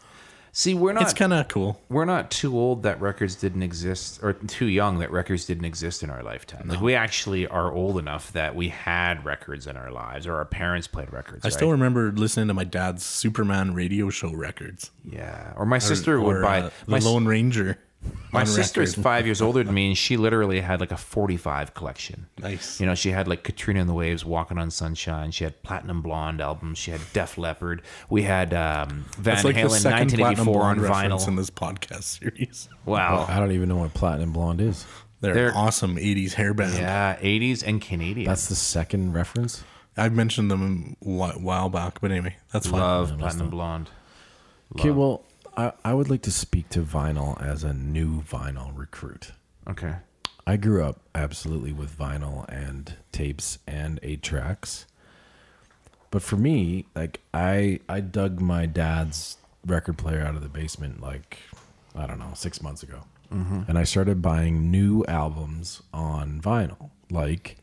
Speaker 3: See, we're not.
Speaker 2: It's kind of cool.
Speaker 3: we're not too old that records didn't exist or too young that records didn't exist in our lifetime. Like we actually are old enough that we had records in our lives or our parents played records.
Speaker 2: I
Speaker 3: right?
Speaker 2: still remember listening to my dad's Superman radio show records.
Speaker 3: Yeah. Or my sister would
Speaker 2: Or,
Speaker 3: buy
Speaker 2: uh, the
Speaker 3: my, s-
Speaker 2: Lone Ranger.
Speaker 3: my
Speaker 2: on
Speaker 3: sister is
Speaker 2: record. *laughs*
Speaker 3: five years older than me and she literally had like a forty five collection.
Speaker 2: Nice.
Speaker 3: You know, she had like Katrina and the Waves, Walking on Sunshine, she had Platinum Blonde albums, she had Def Leppard, we had um Van
Speaker 2: That's like the
Speaker 3: Halen
Speaker 2: second
Speaker 3: nineteen eighty
Speaker 2: platinum
Speaker 3: four on
Speaker 2: blonde reference in
Speaker 3: vinyl.
Speaker 2: this podcast series. *laughs*
Speaker 3: Wow.
Speaker 1: I don't even know what platinum blonde is.
Speaker 2: They're,
Speaker 3: They're-
Speaker 2: awesome '80s hair band.
Speaker 3: Yeah, eighties and Canadian.
Speaker 1: That's the second reference.
Speaker 2: I've mentioned them a whi- while back, but anyway, that's fine.
Speaker 3: Love Platinum Blonde.
Speaker 1: Okay, well, I, I would like to speak to vinyl as a new vinyl recruit.
Speaker 3: Okay.
Speaker 1: I grew up absolutely with vinyl and tapes and eight tracks. But for me, like I I dug my dad's record player out of the basement like I don't know, 6 months ago.
Speaker 3: Mm-hmm.
Speaker 1: And I started buying new albums on vinyl, like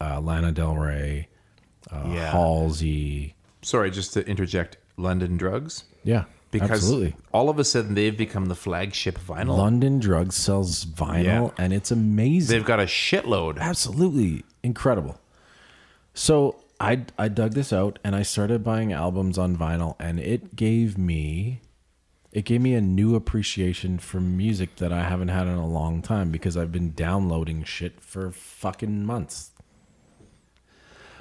Speaker 1: uh, Lana Del Rey, uh,
Speaker 3: Yeah.
Speaker 1: Halsey,
Speaker 3: Sorry, just to interject. London Drugs
Speaker 1: Yeah.
Speaker 3: because
Speaker 1: absolutely.
Speaker 3: all of a sudden they've become the flagship vinyl.
Speaker 1: London Drugs sells vinyl and it's amazing.
Speaker 3: They've got a shitload.
Speaker 1: absolutely incredible. So I I dug this out and I started buying albums on vinyl and it gave me it gave me a new appreciation for music that I haven't had in a long time because I've been downloading shit for fucking months.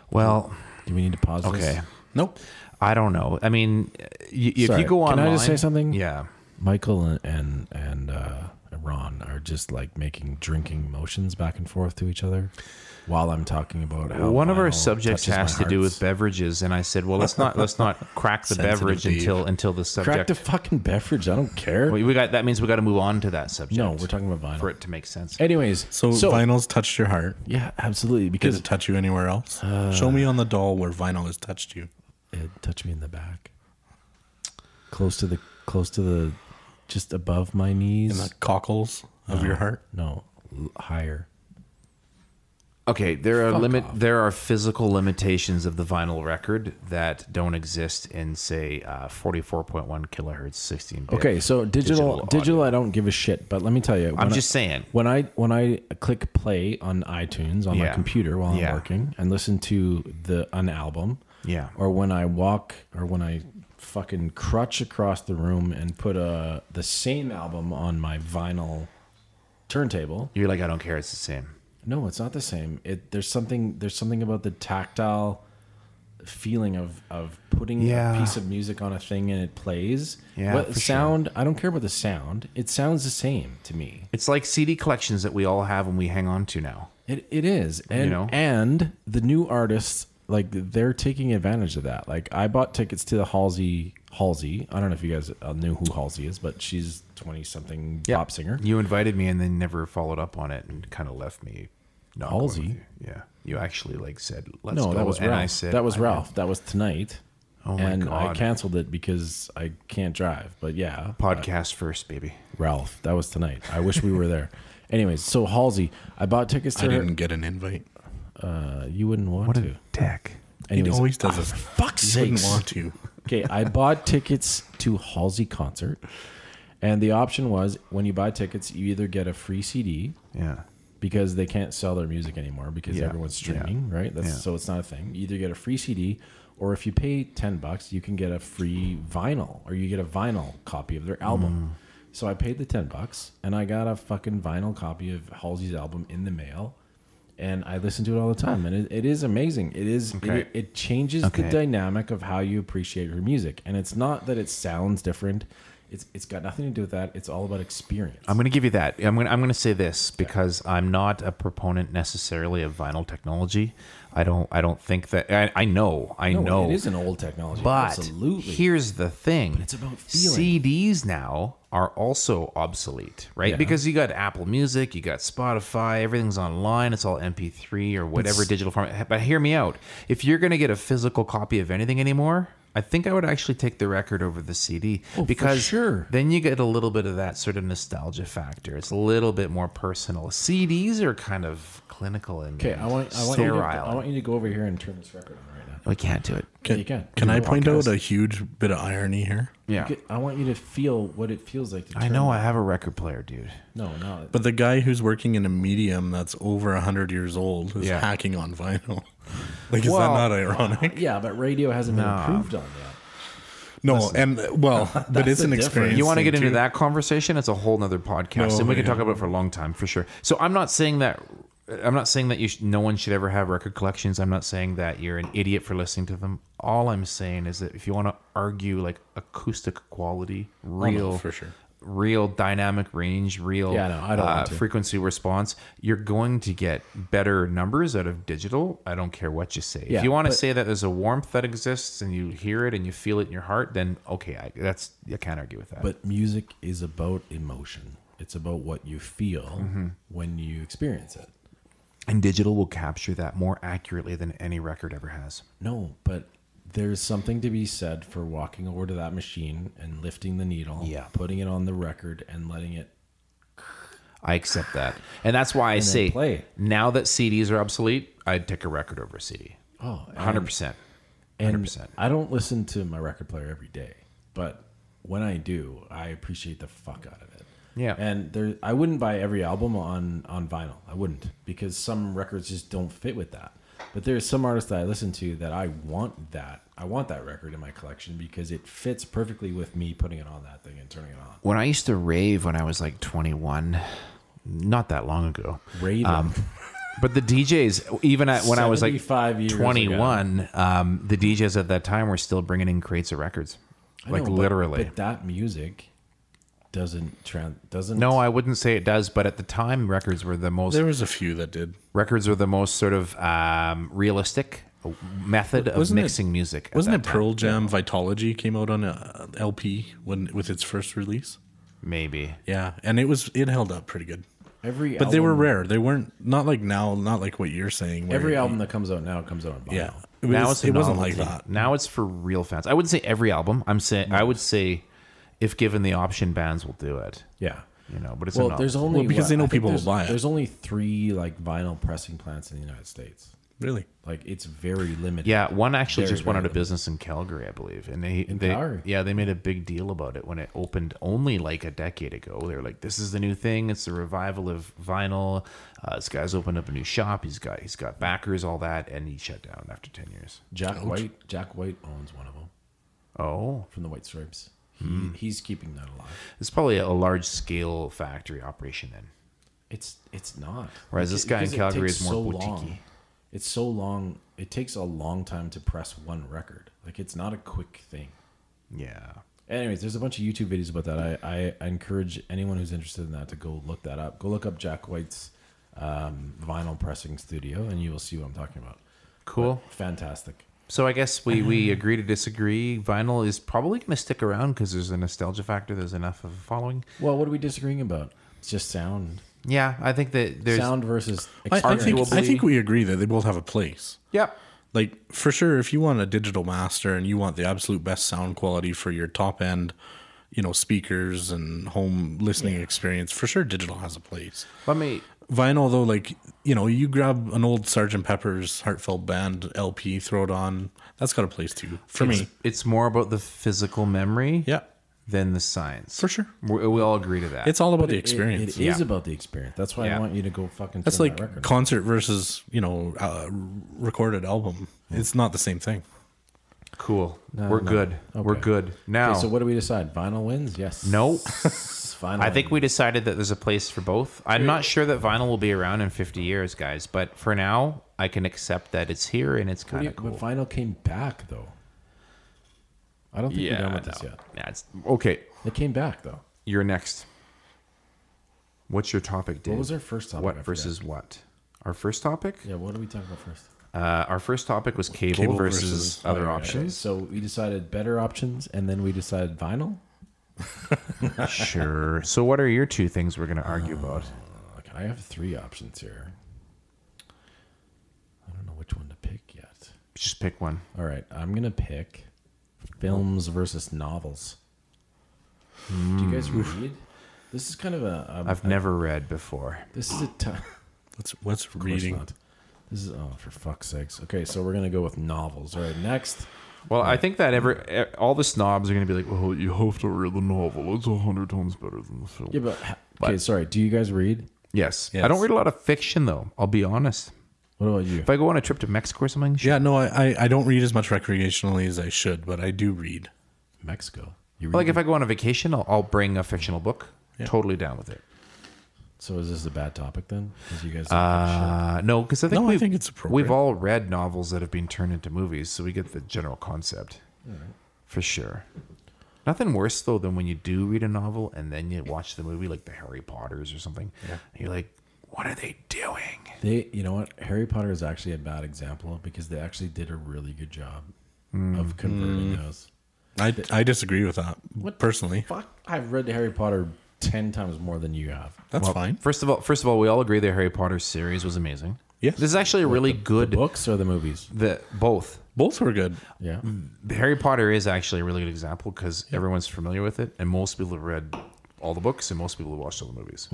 Speaker 3: Well,
Speaker 1: Do we need to pause? this?
Speaker 3: okay.
Speaker 2: Nope.
Speaker 3: I don't know. I mean, y- if
Speaker 1: Sorry,
Speaker 3: you go
Speaker 1: can
Speaker 3: online,
Speaker 1: I just say something?
Speaker 3: Yeah.
Speaker 1: Michael and and, and uh, Ron are just like making drinking motions back and forth to each other while I'm talking about how
Speaker 3: One of our
Speaker 1: vinyl
Speaker 3: subjects
Speaker 1: Oh, touches my
Speaker 3: has to do with
Speaker 1: hearts.
Speaker 3: beverages, and I said, well,
Speaker 1: *laughs*
Speaker 3: let's not let's not crack the
Speaker 2: Sensitive
Speaker 3: beverage
Speaker 2: Dave.
Speaker 3: until until the
Speaker 1: crack
Speaker 3: subject.
Speaker 1: the fucking beverage. I don't care.
Speaker 3: we, we got that means we got to move on to that subject.
Speaker 1: no, we're talking about vinyl.
Speaker 3: for it to make sense.
Speaker 1: Anyways,
Speaker 2: So, vinyl's touched your heart.
Speaker 1: yeah, absolutely
Speaker 2: Did
Speaker 1: because
Speaker 2: it touch you anywhere else?
Speaker 3: Uh,
Speaker 2: Show me on the doll where vinyl has touched you.
Speaker 1: it touched me in the back, close to the close to the just above my
Speaker 2: In
Speaker 1: knees.
Speaker 2: the cockles of your heart.
Speaker 1: no, l- higher.
Speaker 3: Okay, there are limit there are physical limitations of the vinyl record that don't exist in say uh, 44.1 kilohertz 16 bit.
Speaker 1: Okay, so digital
Speaker 3: Digital
Speaker 1: digital, I don't give a shit, but let me tell you. when
Speaker 3: I'm
Speaker 1: I-
Speaker 3: just saying.
Speaker 1: when I when I click play on iTunes on my
Speaker 3: Yeah.
Speaker 1: computer while I'm
Speaker 3: Yeah.
Speaker 1: working and listen to the an album,
Speaker 3: Yeah.
Speaker 1: or when I walk or when I fucking crutch across the room and put a the same album on my vinyl turntable.
Speaker 3: You're like I don't care it's the same.
Speaker 1: No, it's not the same. It there's something there's something about the tactile feeling of of putting a
Speaker 3: Yeah.
Speaker 1: piece of music on a thing and it plays.
Speaker 3: Yeah,
Speaker 1: what
Speaker 3: for sure.
Speaker 1: sound? I don't care about the sound. It sounds the same to me.
Speaker 3: It's like CD collections that we all have and we hang on to now.
Speaker 1: It it is, and
Speaker 3: know?
Speaker 1: and the new artists like they're taking advantage of that. Like I bought tickets to the Halsey Halsey. I don't know if you guys uh, knew who Halsey is, but she's twenty something pop singer.
Speaker 3: You invited me and then never followed up on it and kind of left me. Not going
Speaker 1: Halsey?
Speaker 3: with you. Yeah. You actually like said let's
Speaker 1: No,
Speaker 3: go
Speaker 1: that was
Speaker 3: and I
Speaker 1: Ralph.
Speaker 3: said
Speaker 1: that was
Speaker 3: I-
Speaker 1: Ralph. That was tonight.
Speaker 3: Oh my
Speaker 1: and I
Speaker 3: God.
Speaker 1: canceled it because I can't drive. But yeah,
Speaker 3: Podcast first, baby.
Speaker 1: Ralph. That was tonight. I wish we were
Speaker 3: *laughs*
Speaker 1: there. Anyways, so Halsey, I bought tickets
Speaker 2: I
Speaker 1: to her.
Speaker 2: didn't get an invite.
Speaker 1: Uh, you wouldn't want to.
Speaker 3: Deck.
Speaker 1: Anyways,
Speaker 2: he always does
Speaker 3: Ah,
Speaker 2: this.
Speaker 1: fuck's
Speaker 2: He wouldn't
Speaker 1: sakes.
Speaker 2: want to.
Speaker 1: Okay, I bought tickets to Halsey concert, and the option was when you buy tickets, you either get a free CD
Speaker 3: Yeah.
Speaker 1: because they can't sell their music anymore because
Speaker 3: Yeah,
Speaker 1: everyone's
Speaker 3: yeah,
Speaker 1: streaming, right? That's
Speaker 3: yeah.
Speaker 1: so it's not a thing. You either get a free CD, or if you pay ten bucks, you can get a free vinyl, or you get a vinyl copy of their album.
Speaker 3: Mm.
Speaker 1: So I paid the ten bucks, and I got a fucking vinyl copy of Halsey's album in the mail. And I listen to it all the time, and it, it is amazing. It is
Speaker 3: Okay.
Speaker 1: it, it changes the
Speaker 3: Okay.
Speaker 1: dynamic of how you appreciate your music, and it's not that it sounds different. It's it's got nothing to do with that. It's all about experience.
Speaker 3: I'm going to give you that. I'm going to I'm going to say this because I'm not a proponent necessarily of vinyl technology. I don't I don't think that I, I know. I
Speaker 1: no,
Speaker 3: know.
Speaker 1: it is an old technology.
Speaker 3: but
Speaker 1: absolutely,
Speaker 3: here's the thing.
Speaker 1: it's about feeling.
Speaker 3: CDs now are also obsolete, right? Because you got Apple Music, you got Spotify, everything's online, it's all MP3 or whatever digital format. But hear me out. If you're going to get a physical copy of anything anymore, I think I would actually take the record over the CD because
Speaker 1: Oh, sure.
Speaker 3: then you get a little bit of that sort of nostalgia factor. It's a little bit more personal. CDs are kind of clinical and
Speaker 1: Okay, I want I want, you to,
Speaker 3: sterile.
Speaker 1: I want you to go over here and turn this record on right now.
Speaker 3: we can't do it.
Speaker 1: you can.
Speaker 2: Can
Speaker 1: Do
Speaker 2: I
Speaker 1: it.
Speaker 2: point out a huge bit of irony here?
Speaker 3: Yeah.
Speaker 1: Okay, I want you to feel what it feels like to turn.
Speaker 3: I know I have a record player, dude.
Speaker 1: No, no.
Speaker 2: But the guy who's working in a medium that's over 100 years old is
Speaker 3: Yeah.
Speaker 2: hacking on *laughs* vinyl. Like, is
Speaker 3: Well-
Speaker 2: that not ironic?
Speaker 1: yeah, but radio hasn't been improved on yet.
Speaker 2: No, and uh, *laughs* well, but it's an
Speaker 1: difference.
Speaker 2: experience.
Speaker 3: You want to
Speaker 2: thing,
Speaker 3: get into
Speaker 2: too.
Speaker 3: that conversation? It's a whole nother podcast,
Speaker 2: No,
Speaker 3: and we can
Speaker 2: yeah.
Speaker 3: talk about it for a long time for sure. So I'm not saying that. I'm not saying that you sh- no one should ever have record collections. I'm not saying that you're an idiot for listening to them. All I'm saying is that if you want to argue like acoustic quality,
Speaker 1: Oh,
Speaker 3: real
Speaker 2: for sure.
Speaker 3: real dynamic range, real uh,
Speaker 1: Yeah, no, I don't want to.
Speaker 3: frequency response, you're going to get better numbers out of digital. I don't care what you say.
Speaker 1: Yeah,
Speaker 3: if you want to
Speaker 1: but-
Speaker 3: say that there's a warmth that exists and you hear it and you feel it in your heart, then okay, I, that's I can't argue with that.
Speaker 1: But music is about emotion. It's about what you feel
Speaker 3: Mm-hmm.
Speaker 1: when you experience it.
Speaker 3: and digital will capture that more accurately than any record ever has.
Speaker 1: No, but there's something to be said for walking over to that machine and lifting the needle,
Speaker 3: Yeah.
Speaker 1: putting it on the record and letting it
Speaker 3: I accept that, and that's why I say
Speaker 1: play.
Speaker 3: now that CDs are obsolete, I'd take a record over a CD.
Speaker 1: Oh, and-
Speaker 3: hundred percent.
Speaker 1: And
Speaker 3: 100%.
Speaker 1: I don't listen to my record player every day, but when I do, I appreciate the fuck out of it.
Speaker 3: Yeah.
Speaker 1: And there I wouldn't buy every album on on vinyl. I wouldn't because some records just don't fit with that. But there's some artists that I listen to that I want that. I want that record in my collection because it fits perfectly with me putting it on that thing and turning it on.
Speaker 3: When I used to rave when I was like 21, not that long ago,
Speaker 1: Raven.
Speaker 3: Um, but the DJs, even at, when I was like
Speaker 1: 75 years ago.
Speaker 3: 21, um, the DJs at that time were still bringing in crates of records,
Speaker 1: I
Speaker 3: like
Speaker 1: know, but-
Speaker 3: literally.
Speaker 1: But that music doesn't trans doesn't
Speaker 3: no, I wouldn't say it does, but at the time, records were the most
Speaker 2: There was a few that did.
Speaker 3: records were the most sort of um, realistic method of
Speaker 2: Wasn't it-
Speaker 3: mixing music. at
Speaker 2: Wasn't
Speaker 3: that
Speaker 2: it Pearl Jam Vitology came out on a a LP when with its first release?
Speaker 3: time. maybe?
Speaker 2: Yeah, and it was it held up pretty good.
Speaker 1: every
Speaker 2: But they were
Speaker 1: album-
Speaker 2: rare. They weren't not like now, not like what you're saying. where
Speaker 1: every
Speaker 2: you-
Speaker 1: album that comes out now comes out on vinyl.
Speaker 2: Yeah, it,
Speaker 3: now
Speaker 2: was,
Speaker 3: it's a
Speaker 2: it wasn't like
Speaker 3: novelty.
Speaker 2: that.
Speaker 3: Now it's for real fans. I wouldn't say every album. I'm saying I would say if given the option, bands will do it.
Speaker 1: Yeah.
Speaker 3: You know, but it's
Speaker 1: Well,
Speaker 3: a
Speaker 1: there's
Speaker 3: novelty.
Speaker 1: only
Speaker 2: Well, because they
Speaker 1: I
Speaker 2: know
Speaker 1: think
Speaker 2: people will
Speaker 1: there's,
Speaker 2: buy it.
Speaker 1: There's only three like vinyl pressing plants in the United States.
Speaker 2: Really,
Speaker 1: Like it's very limited.
Speaker 3: yeah. One actually
Speaker 1: Very
Speaker 3: just went out of
Speaker 1: random.
Speaker 3: business in Calgary, I believe, and they, they
Speaker 1: Calgary?
Speaker 3: yeah they made a big deal about it when it opened only like a decade ago. They were like, "This is the new thing. It's the revival of vinyl." Uh, this guy's opened up a new shop. He's got he's got backers, all that, and he shut down after ten years.
Speaker 1: Jack White. Jack White owns one of them
Speaker 3: Oh,
Speaker 1: from the White Stripes. He,
Speaker 3: Hmm.
Speaker 1: He's keeping that alive.
Speaker 3: it's probably a large scale factory operation then.
Speaker 1: It's it's not.
Speaker 3: Whereas this guy in
Speaker 1: because it
Speaker 3: Calgary
Speaker 1: takes
Speaker 3: is more
Speaker 1: Long.
Speaker 3: boutique-y.
Speaker 1: It's so long. It takes a long time to press one record. Like it's not a quick thing.
Speaker 3: Yeah.
Speaker 1: Anyways, there's a bunch of YouTube videos about that. I, I encourage anyone who's interested in that to go look that up. Go look up Jack White's um, vinyl pressing studio, and you will see what I'm talking about.
Speaker 3: Cool.
Speaker 1: Fantastic.
Speaker 3: So I guess we,
Speaker 1: *laughs*
Speaker 3: we agree to disagree. Vinyl is probably going to stick around because there's a nostalgia factor. There's enough of a following.
Speaker 1: Well, what are we disagreeing about? It's just sound.
Speaker 3: Yeah, I think that there's.
Speaker 1: sound versus
Speaker 2: I, I
Speaker 1: experience.
Speaker 2: think I
Speaker 3: Arguably-
Speaker 2: think we agree that they both have a place.
Speaker 3: Yep.
Speaker 2: Like for sure, if you want a digital master and you want the absolute best sound quality for your top end, you know, speakers and home listening experience, for sure, digital has a place.
Speaker 3: Let me.
Speaker 2: Vinyl though, like you know, you grab an old Sgt. Pepper's Heartfelt Band LP, throw it on. That's got a place too for me.
Speaker 3: It's more about the physical memory
Speaker 2: Yeah,
Speaker 3: than the science.
Speaker 2: for sure.
Speaker 3: We, we all agree to that.
Speaker 2: It's all about the
Speaker 1: It- It
Speaker 2: experience.
Speaker 1: is
Speaker 3: Yeah.
Speaker 1: about the experience. That's why I
Speaker 3: Yeah.
Speaker 1: want you to go fucking.
Speaker 2: That's
Speaker 1: turn that
Speaker 2: like
Speaker 1: record.
Speaker 2: concert versus you know uh, r- recorded album. It's not the same thing.
Speaker 3: cool. We're good. We're
Speaker 1: Okay.
Speaker 3: good. Now,
Speaker 1: Okay, so what do we decide? Vinyl wins? Yes. *laughs*
Speaker 3: no.
Speaker 1: Vinyl.
Speaker 3: I think we decided that there's a place for both. I'm not sure that vinyl will be around in 50 years, guys, but for now, I can accept that it's here and it's kind
Speaker 1: wins.
Speaker 3: of cool.
Speaker 1: But vinyl came back though. I don't think we're done with this
Speaker 3: no.
Speaker 1: yet.
Speaker 3: Yeah, it's, okay.
Speaker 1: It came back though.
Speaker 3: You're next. What's your topic, Dave?
Speaker 1: What was our first topic? I
Speaker 3: What
Speaker 1: forget.
Speaker 3: versus what? Our first topic?
Speaker 1: Yeah, what do we talk about first?
Speaker 3: Uh, our first topic was cable,
Speaker 2: Cable
Speaker 3: versus,
Speaker 2: versus-
Speaker 3: other
Speaker 1: Okay,
Speaker 3: options.
Speaker 1: So we decided better options, and then we decided vinyl.
Speaker 3: sure. So, what are your two things we're going to argue
Speaker 2: Uh.
Speaker 3: about?
Speaker 1: Okay, I have three options here. I don't know which one to pick yet.
Speaker 3: Just pick one.
Speaker 1: All right, I'm gonna pick films versus novels. Do you guys read? This is kind of a. a
Speaker 3: Hmm. I've never read before.
Speaker 1: this is a tough.
Speaker 2: What's what's reading?
Speaker 1: This is oh for fuck's sakes. Okay, so we're gonna go with novels. All right, next.
Speaker 3: Well, I think that ever e- all the snobs are going to be like, well,
Speaker 4: you have to read the novel. It's a hundred times better than the film.
Speaker 1: Yeah, but okay. Sorry. Do you guys read?
Speaker 3: yes.
Speaker 2: Yes.
Speaker 3: I don't read a lot of fiction, though. I'll be honest.
Speaker 1: What about you?
Speaker 3: If I go on a trip to Mexico or something, sure.
Speaker 2: Yeah, no, I, I I don't read as much recreationally as I should, but I do read.
Speaker 1: Mexico. You read?
Speaker 3: like if I go on a vacation, I'll, I'll bring a fictional book. Totally down with it.
Speaker 1: so is this a bad topic then? Because you guys.
Speaker 3: Uh, no, because I think
Speaker 2: No, I
Speaker 3: we've,
Speaker 2: think it's appropriate.
Speaker 3: We've all read novels that have been turned into movies, so we get the general concept for sure. Nothing worse though than when you do read a novel and then you watch the movie, like the Harry Potter's or something. And you're like, what are they doing?
Speaker 1: They, you know what? Harry Potter is actually a bad example because they actually did a really good job
Speaker 3: Mm-hmm.
Speaker 1: of converting those.
Speaker 2: I I disagree with that
Speaker 1: What the
Speaker 2: personally.
Speaker 1: Fuck, I've read Harry Potter ten times more than you have.
Speaker 2: That's fine.
Speaker 3: First of all, first of all, we all agree the Harry Potter series was amazing.
Speaker 2: Yes.
Speaker 3: this is actually a really good. The,
Speaker 1: Books or the movies?
Speaker 3: both
Speaker 2: Both were good.
Speaker 1: Yeah.
Speaker 3: The Harry Potter is actually a really good example because everyone's familiar with it, and most people have read all the books, and most people have watched all the movies,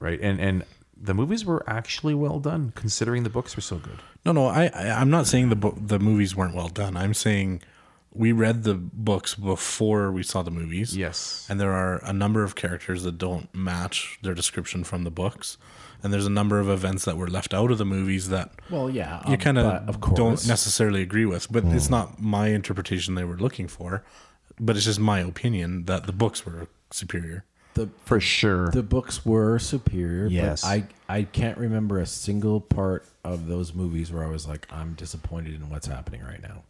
Speaker 3: right? And and the movies were actually well done, considering the books were so good.
Speaker 2: No, no, I, I I'm not saying the book, the movies weren't well done. I'm saying we read the books before we saw the movies.
Speaker 3: Yes.
Speaker 2: And there are a number of characters that don't match their description from the books. And there's a number of events that were left out of the movies that
Speaker 1: Well, yeah. um,
Speaker 2: you kind
Speaker 1: but
Speaker 2: of don't necessarily agree with. But it's not my interpretation they were looking for. But it's just my opinion that the books were superior.
Speaker 1: The,
Speaker 3: For sure.
Speaker 1: the books were superior.
Speaker 3: Yes.
Speaker 1: But I, I can't remember a single part of those movies where I was like, I'm disappointed in what's happening right now.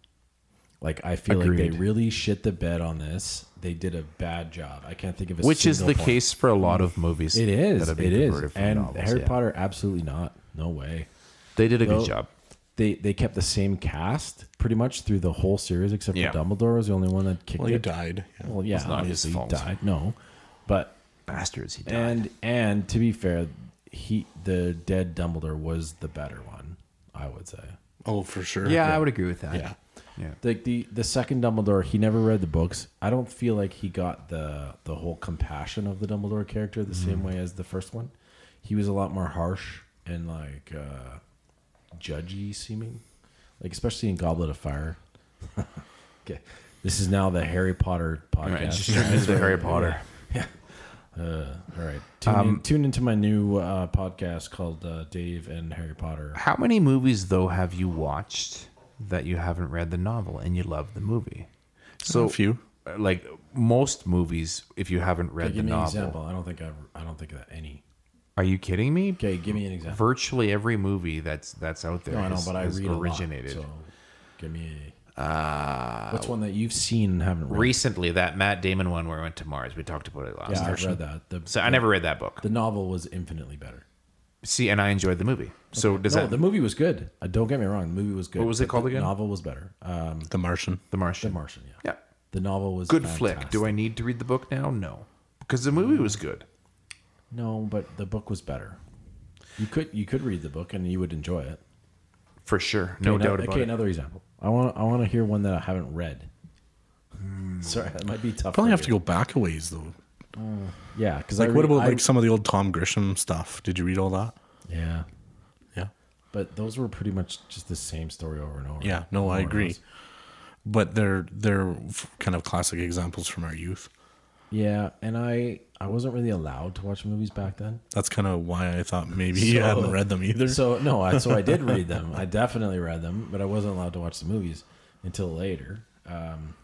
Speaker 1: Like, I feel like they
Speaker 3: Agreed.
Speaker 1: really shit the bed on this. They did a bad job. I can't think of a
Speaker 3: Which is the
Speaker 1: single point.
Speaker 3: case for a lot of movies.
Speaker 1: It is.
Speaker 3: that have
Speaker 1: It
Speaker 3: been
Speaker 1: is.
Speaker 3: converted from
Speaker 1: And
Speaker 3: novels,
Speaker 1: Harry
Speaker 3: yeah.
Speaker 1: Potter, absolutely not. No way.
Speaker 3: They did a
Speaker 1: Though-
Speaker 3: good job.
Speaker 1: They they kept the same cast pretty much through the whole series, except
Speaker 3: Yeah.
Speaker 1: for Dumbledore was the only one that kicked
Speaker 2: Well, you
Speaker 1: it.
Speaker 2: died. Yeah.
Speaker 1: Well, yeah,
Speaker 3: It's not his
Speaker 1: obviously he
Speaker 3: fault.
Speaker 1: died. No, but
Speaker 3: Bastards, he died.
Speaker 1: and and to be fair, he the dead Dumbledore was the better one. I would say.
Speaker 2: Oh, for sure.
Speaker 3: yeah, I would agree with that.
Speaker 2: Yeah.
Speaker 3: Yeah.
Speaker 1: Like the the second Dumbledore, he never read the books. I don't feel like he got the the whole compassion of the Dumbledore character the same
Speaker 3: Mm-hmm.
Speaker 1: way as the first one. He was a lot more harsh and like uh judgy seeming. Like especially in Goblet of Fire. *laughs* okay. This is now the Harry Potter
Speaker 3: All right,
Speaker 1: podcast.
Speaker 3: just turn into Harry Potter.
Speaker 1: Uh, all right. Tune,
Speaker 3: Um,
Speaker 1: in, tune into my new uh, podcast called uh, Dave and Harry Potter.
Speaker 3: How many movies though have you watched that you haven't read the novel and you love the movie? So
Speaker 2: A few.
Speaker 3: like most movies, if you haven't read the
Speaker 1: give me an
Speaker 3: novel,
Speaker 1: example. I don't think I've, I don't think of that any.
Speaker 3: are you kidding me?
Speaker 1: Okay, give me an example.
Speaker 3: Virtually every movie that's that's out there
Speaker 1: No, I know,
Speaker 3: is-
Speaker 1: but I
Speaker 3: is
Speaker 1: read
Speaker 3: originated.
Speaker 1: A lot, so give me. Uh, What's one that you've seen and haven't read?
Speaker 3: Recently, that Matt Damon one where I went to Mars, we talked about it last.
Speaker 1: yeah,
Speaker 3: time.
Speaker 1: I've read that. The,
Speaker 3: So I never read that book.
Speaker 1: the novel was infinitely better.
Speaker 3: See, and I enjoyed the movie. So does
Speaker 1: no,
Speaker 3: that
Speaker 1: the
Speaker 3: the,
Speaker 1: movie was good. Uh, don't get me wrong, the movie was good.
Speaker 3: What was it
Speaker 1: but
Speaker 3: called
Speaker 1: the
Speaker 3: again?
Speaker 1: Novel was better. Um,
Speaker 2: The Martian.
Speaker 1: The
Speaker 3: Martian?
Speaker 1: Martian. Yeah.
Speaker 3: yeah,
Speaker 1: The novel was
Speaker 3: good flick.
Speaker 1: fantastic.
Speaker 3: Do I need to read the book now? No, because the movie was good.
Speaker 1: No, but the book was better. You could you could read the book and you would enjoy it.
Speaker 3: For sure, no
Speaker 1: okay,
Speaker 3: doubt
Speaker 1: ano-
Speaker 3: about
Speaker 1: okay,
Speaker 3: it.
Speaker 1: another example. I want I want to hear one that I haven't read. *laughs* Sorry, that might be tough.
Speaker 2: Probably
Speaker 1: for
Speaker 2: have to
Speaker 1: you.
Speaker 2: go back a ways though.
Speaker 1: Yeah, because
Speaker 2: Like, what about like some of the old Tom Grisham stuff? Did you read all that?
Speaker 1: yeah,
Speaker 2: Yeah.
Speaker 1: but those were pretty much just the same story over and over.
Speaker 2: Yeah. No, I
Speaker 1: More or
Speaker 2: agree.
Speaker 1: less.
Speaker 2: But they're they're f- kind of classic examples from our youth.
Speaker 1: Yeah, and I I wasn't really allowed to watch movies back then.
Speaker 2: That's kind of why I thought maybe you hadn't read them either.
Speaker 1: So no, I, so I did read them. I definitely read them, but I wasn't allowed to watch the movies until later. Um,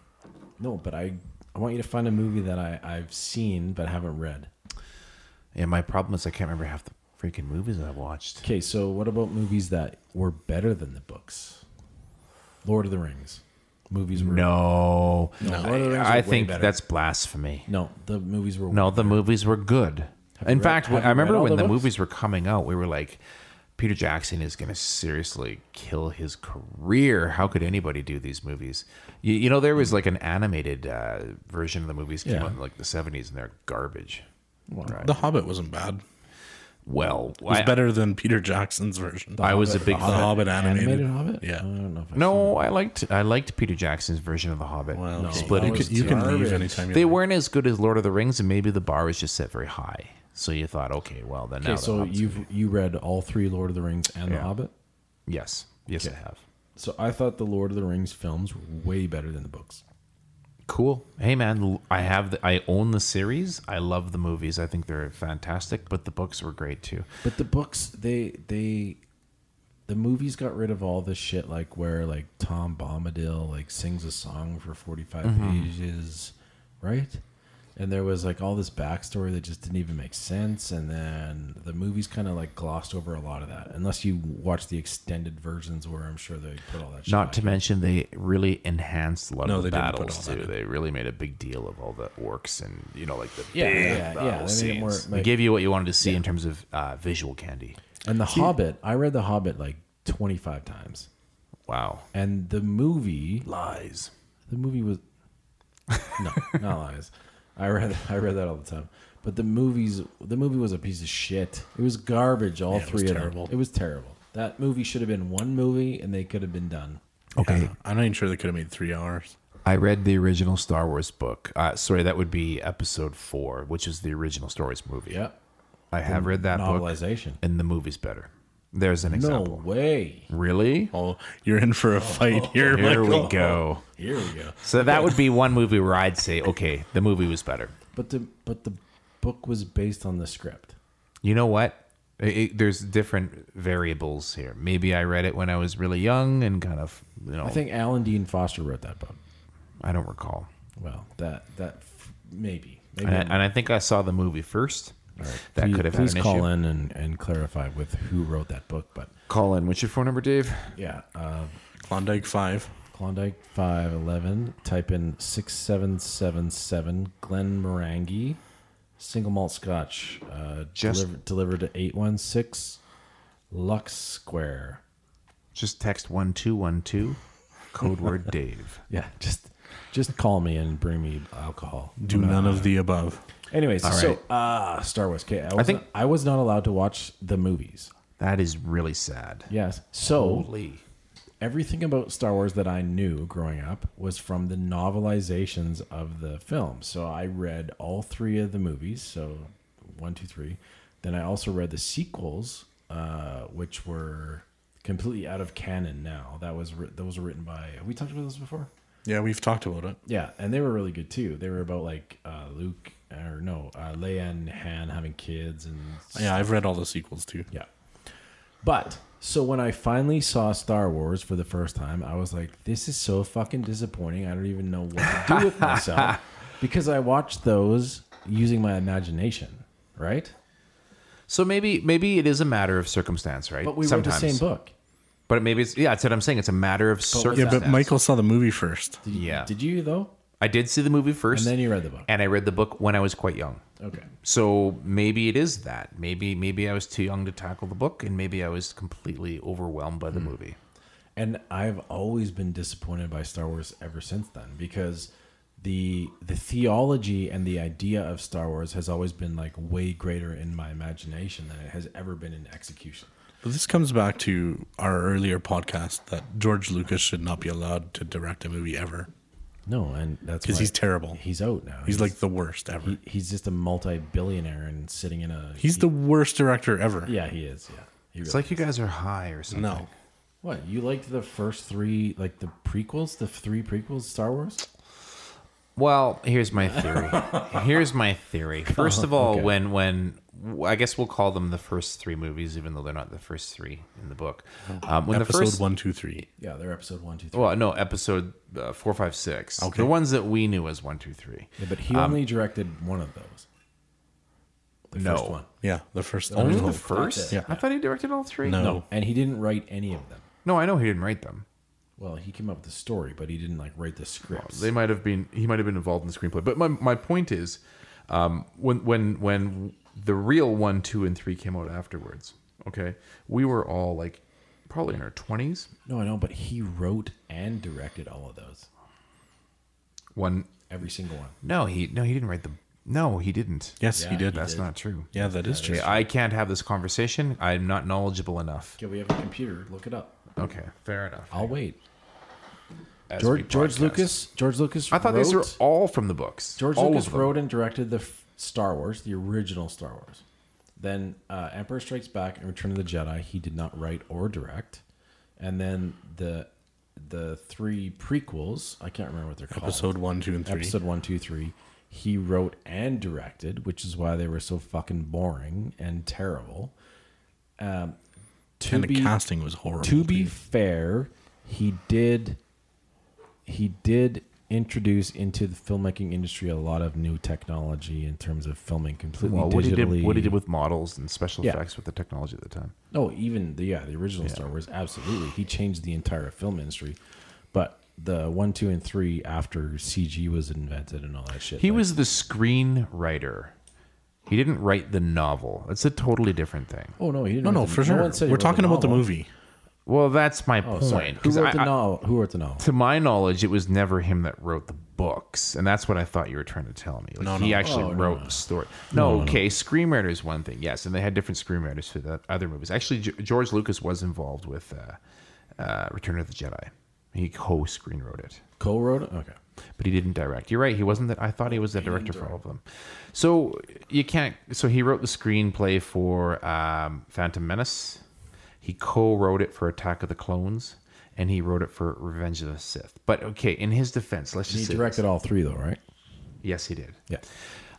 Speaker 1: no, but I I want you to find a movie that I I've seen but haven't read.
Speaker 3: Yeah, my problem is I can't remember half the freaking movies I've watched.
Speaker 1: Okay, so what about movies that were better than the books? Lord of the Rings movies were
Speaker 3: No,
Speaker 1: No, Lord of the Rings
Speaker 3: I
Speaker 1: were way
Speaker 3: think
Speaker 1: better.
Speaker 3: that's blasphemy.
Speaker 1: no the movies were
Speaker 3: No, the movies were good. In
Speaker 1: read-
Speaker 3: fact,
Speaker 1: have you
Speaker 3: I remember
Speaker 1: read all
Speaker 3: when
Speaker 1: the
Speaker 3: the
Speaker 1: books?
Speaker 3: movies were coming out, we were like, Peter Jackson is going to seriously kill his career. How could anybody do these movies? You, you know, there was like an animated uh, version of the movies came
Speaker 1: Yeah.
Speaker 3: out in like the 70s and they're garbage.
Speaker 2: The Hobbit wasn't bad.
Speaker 3: Well,
Speaker 2: It was
Speaker 3: I,
Speaker 2: better than Peter Jackson's version.
Speaker 3: I was a big
Speaker 2: the
Speaker 3: fan.
Speaker 2: Hobbit animated.
Speaker 1: animated Hobbit. Oh, I
Speaker 2: Yeah.
Speaker 1: don't know. If I
Speaker 3: No, I liked I liked Peter Jackson's version of The Hobbit.
Speaker 2: Well, okay.
Speaker 3: Split
Speaker 1: that
Speaker 2: you,
Speaker 3: into
Speaker 1: was
Speaker 2: can, you can leave
Speaker 1: garbage.
Speaker 2: anytime you
Speaker 3: They
Speaker 2: like.
Speaker 3: weren't as good as Lord of the Rings, and maybe the bar was just set very high. So you thought, okay, well then now
Speaker 1: Okay,
Speaker 3: the
Speaker 1: so
Speaker 3: Hobbit's-
Speaker 1: you've you read all three Lord of the Rings and The
Speaker 3: Yeah.
Speaker 1: Hobbit.
Speaker 3: yes, yes, I have.
Speaker 1: So I thought the Lord of the Rings films were way better than the books.
Speaker 3: Cool. Hey man, l- I have the, I own the series. I love the movies. I think they're fantastic, but the books were great too.
Speaker 1: But the books, they they, the movies got rid of all this shit like where like Tom Bombadil like sings a song for forty Mm-hmm. pages, right? And there was like all this backstory that just didn't even make sense, and then the movies kind of like glossed over a lot of that, unless you watch the extended versions where I'm sure they put all that. Shit
Speaker 3: Not to
Speaker 1: back.
Speaker 3: mention they really enhanced a lot
Speaker 2: No,
Speaker 3: of the
Speaker 2: they didn't put
Speaker 3: battles
Speaker 2: all
Speaker 3: too.
Speaker 2: that
Speaker 3: They really made a big deal of all the orcs and you know like the
Speaker 1: Yeah,
Speaker 3: big
Speaker 1: yeah, yeah.
Speaker 3: battle
Speaker 1: They made it
Speaker 3: scenes.
Speaker 1: more,
Speaker 3: they
Speaker 1: like-
Speaker 3: gave you what you wanted to see in terms of uh, visual candy.
Speaker 1: and the Hobbit, I read the Hobbit like twenty five times,
Speaker 3: Wow,
Speaker 1: and the movie
Speaker 3: lies.
Speaker 1: The movie was no, not lies. I read I read that all the time. But the movies the movie was a piece of shit. It was garbage. All
Speaker 2: Yeah, it was
Speaker 1: three of
Speaker 2: terrible.
Speaker 1: them. It was terrible. That movie should have been one movie, and they could have been done.
Speaker 3: Okay,
Speaker 2: I'm not even sure they could have made three hours.
Speaker 3: I read the original Star Wars book. Uh, sorry, that would be episode four, which is the original Star Wars movie.
Speaker 1: Yep.
Speaker 3: I have read that book,
Speaker 1: novelization.
Speaker 3: and the movie's better. There's an
Speaker 1: No
Speaker 3: example.
Speaker 1: way.
Speaker 3: Really?
Speaker 2: Oh, you're in for a fight here.
Speaker 3: Here
Speaker 2: Michael.
Speaker 3: we go.
Speaker 1: Here we go.
Speaker 3: So that would be one movie where I'd say, okay, the movie was better.
Speaker 1: But the but the book was based on the script.
Speaker 3: You know what? It- it- there's different variables here. Maybe I read it when I was really young and kind of, you know, I,
Speaker 1: I think Alan Dean Foster wrote that book.
Speaker 3: don't recall.
Speaker 1: Well, that that f- maybe maybe.
Speaker 3: And I, and I think I saw the movie first. That
Speaker 1: please,
Speaker 3: could have had
Speaker 1: please
Speaker 3: an
Speaker 1: call
Speaker 3: issue.
Speaker 1: in and, and clarify with who wrote that book. But
Speaker 3: Call in. What's your phone number, Dave?
Speaker 1: yeah, uh,
Speaker 2: Klondike Five.
Speaker 1: Klondike five eleven. Type in six seven seven seven. Glen Morangi, single malt Scotch, uh,
Speaker 3: Just-
Speaker 1: delivered delivered to eight one six, Lux Square.
Speaker 3: Just text 1212, code *laughs* word Dave.
Speaker 1: Yeah, *laughs* just just call me and bring me alcohol.
Speaker 2: Do none of the above.
Speaker 1: Anyways, so uh, Star Wars. Okay, I, was
Speaker 3: think-
Speaker 1: not, I was not allowed to watch the movies.
Speaker 3: That is really sad.
Speaker 1: Yes, so
Speaker 3: Holy.
Speaker 1: everything about Star Wars that I knew growing up was from the novelizations of the film. So I read all three of the movies, so one, two, three. Then I also read the sequels, uh, which were completely out of canon now. That was writ- those were written by. Have we talked about those before?
Speaker 2: Yeah, we've talked about it.
Speaker 1: Yeah, and they were really good too. They were about like uh, Luke or no uh, Leia and Han having kids and
Speaker 2: Yeah, I've read all the sequels too.
Speaker 1: yeah. But so when I finally saw Star Wars for the first time, I was like, this is so fucking disappointing. I don't even know what to do with myself because I watched those using my imagination, right?
Speaker 3: So maybe maybe it is a matter of circumstance, right?
Speaker 1: But we read the same book.
Speaker 3: But maybe it's yeah, that's what I'm saying. It's a matter of
Speaker 2: Yeah,
Speaker 3: circumstance.
Speaker 2: but Michael saw the movie first.
Speaker 1: Did you,
Speaker 3: Yeah.
Speaker 1: Did you though?
Speaker 3: I did see the movie first,
Speaker 1: And then you read the book.
Speaker 3: and I read the book when I was quite young.
Speaker 1: Okay.
Speaker 3: So maybe it is that. Maybe maybe I was too young to tackle the book, and maybe I was completely overwhelmed by the movie.
Speaker 1: and I've always been disappointed by Star Wars ever since then because the the theology and the idea of Star Wars has always been like way greater in my imagination than it has ever been in execution.
Speaker 2: But this comes back to our earlier podcast that George Lucas should not be allowed to direct a movie ever
Speaker 1: No, and that's
Speaker 2: because
Speaker 1: why
Speaker 2: he's terrible.
Speaker 1: He's out now.
Speaker 2: He's like the worst ever.
Speaker 1: he's just a multi-billionaire and sitting in a.
Speaker 2: He's the worst director ever.
Speaker 1: yeah, he is. Yeah, he
Speaker 3: It's
Speaker 1: really-
Speaker 3: like you guys are high or something.
Speaker 2: No.
Speaker 1: what you liked the first three, like the prequels, the three prequels, Star Wars.
Speaker 3: Well, here's my theory. here's my theory. First of all,
Speaker 1: Okay.
Speaker 3: when when I guess we'll call them the first three movies, even though they're not the first three in the book. Um, when
Speaker 2: Episode
Speaker 3: the first
Speaker 2: one, two, three.
Speaker 1: Yeah, they're episode one, two, three.
Speaker 3: Well, no, episode uh, four, five, six.
Speaker 2: Okay.
Speaker 3: The ones that we knew as one, two, three.
Speaker 1: yeah, but
Speaker 3: um,
Speaker 1: he only directed one of those. The
Speaker 3: No.
Speaker 1: first one.
Speaker 2: Yeah, the first.
Speaker 3: Only
Speaker 2: no.
Speaker 3: the first?
Speaker 2: Yeah.
Speaker 3: I thought he directed all three.
Speaker 2: No.
Speaker 1: No, and he didn't write any of them.
Speaker 3: No, I know he didn't write them.
Speaker 1: Well, he came up with the story, but he didn't like write the scripts.
Speaker 3: They might have been. He might have been involved in the screenplay. But my, my point is, um, when when when the real one, two, and three came out afterwards. Okay, we were all like probably in our twenties.
Speaker 1: no, I know, but he wrote and directed all of those,
Speaker 3: One.
Speaker 1: every single one.
Speaker 3: No, he no he didn't write the. No, he didn't.
Speaker 2: Yes, he
Speaker 1: Yeah,
Speaker 2: did.
Speaker 3: That's not true.
Speaker 2: Yeah, that is true.
Speaker 3: Okay, I can't have this conversation. I'm not knowledgeable enough.
Speaker 1: Okay, we have a computer. Look it up.
Speaker 3: Okay, fair enough.
Speaker 1: I'll wait.
Speaker 3: As we
Speaker 1: George, George
Speaker 3: podcast.
Speaker 1: Lucas. George Lucas.
Speaker 3: I thought
Speaker 1: wrote,
Speaker 3: these were all from the books.
Speaker 1: George
Speaker 3: all
Speaker 1: Lucas
Speaker 3: of them.
Speaker 1: wrote and directed the f- Star Wars, the original Star Wars. Then uh, Emperor Strikes Back and Return of the Jedi, he did not write or direct. And then the the three prequels, I can't remember what they're called.
Speaker 2: Episode one, two, and three.
Speaker 1: episode one, two, three, he wrote and directed, which is why they were so fucking boring and terrible. Um, to
Speaker 2: and the
Speaker 1: be
Speaker 2: casting was horrible.
Speaker 1: to be
Speaker 2: too.
Speaker 1: fair, he did he did introduce into the filmmaking industry a lot of new technology in terms of filming completely
Speaker 3: Well,
Speaker 1: digitally.
Speaker 3: what he did, what he did with models and special
Speaker 1: Yeah.
Speaker 3: effects with the technology at the time.
Speaker 1: No, even the yeah, the original Star Wars, absolutely. He changed the entire film industry. But the one, two, and three after CG was invented and all that shit.
Speaker 3: He
Speaker 1: like,
Speaker 3: was the screenwriter. He didn't write the novel. That's a totally different thing.
Speaker 1: Oh no, he didn't.
Speaker 2: No,
Speaker 1: write
Speaker 2: no,
Speaker 1: the-
Speaker 2: for sure.
Speaker 1: one said he
Speaker 2: We're
Speaker 1: wrote
Speaker 2: talking about the
Speaker 1: novel.
Speaker 2: movie.
Speaker 3: Well, that's my
Speaker 1: Oh, sorry.
Speaker 3: point.
Speaker 1: Who
Speaker 3: 'cause
Speaker 1: wrote
Speaker 3: I-
Speaker 1: the
Speaker 3: I-
Speaker 1: novel? Who wrote the novel?
Speaker 3: to my knowledge, it was never him that wrote the books, and that's what I thought you were trying to tell me. Like, he actually
Speaker 1: Oh,
Speaker 3: wrote the story. No, okay, screenwriter is one thing, yes, and they had different screenwriters for the other movies. Actually, G- George Lucas was involved with uh, uh, Return of the Jedi. He co-screen wrote it,
Speaker 1: Co-wrote it. Okay.
Speaker 3: but he didn't direct. You're right. He wasn't that. I thought he was the director for all of them. So you can't. So he wrote the screenplay for um, Phantom Menace. He co-wrote it for Attack of the Clones, and he wrote it for Revenge of the Sith. But okay, in his defense, let's
Speaker 1: He
Speaker 3: just say
Speaker 1: directed all three though, right?
Speaker 3: yes, he did.
Speaker 1: Yeah.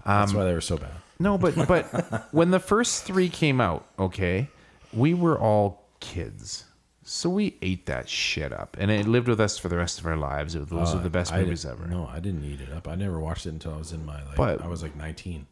Speaker 3: Um,
Speaker 1: That's why they were so bad. *laughs*
Speaker 3: No, but but when the first three came out, okay, we were all kids, so we ate that shit up, and it lived with us for the rest of our lives. It- Those are the best
Speaker 1: Uh, I
Speaker 3: movies
Speaker 1: didn't-
Speaker 3: ever.
Speaker 1: No, I didn't eat it up. I never watched it until I was in my like.
Speaker 3: But-
Speaker 1: I was like 19.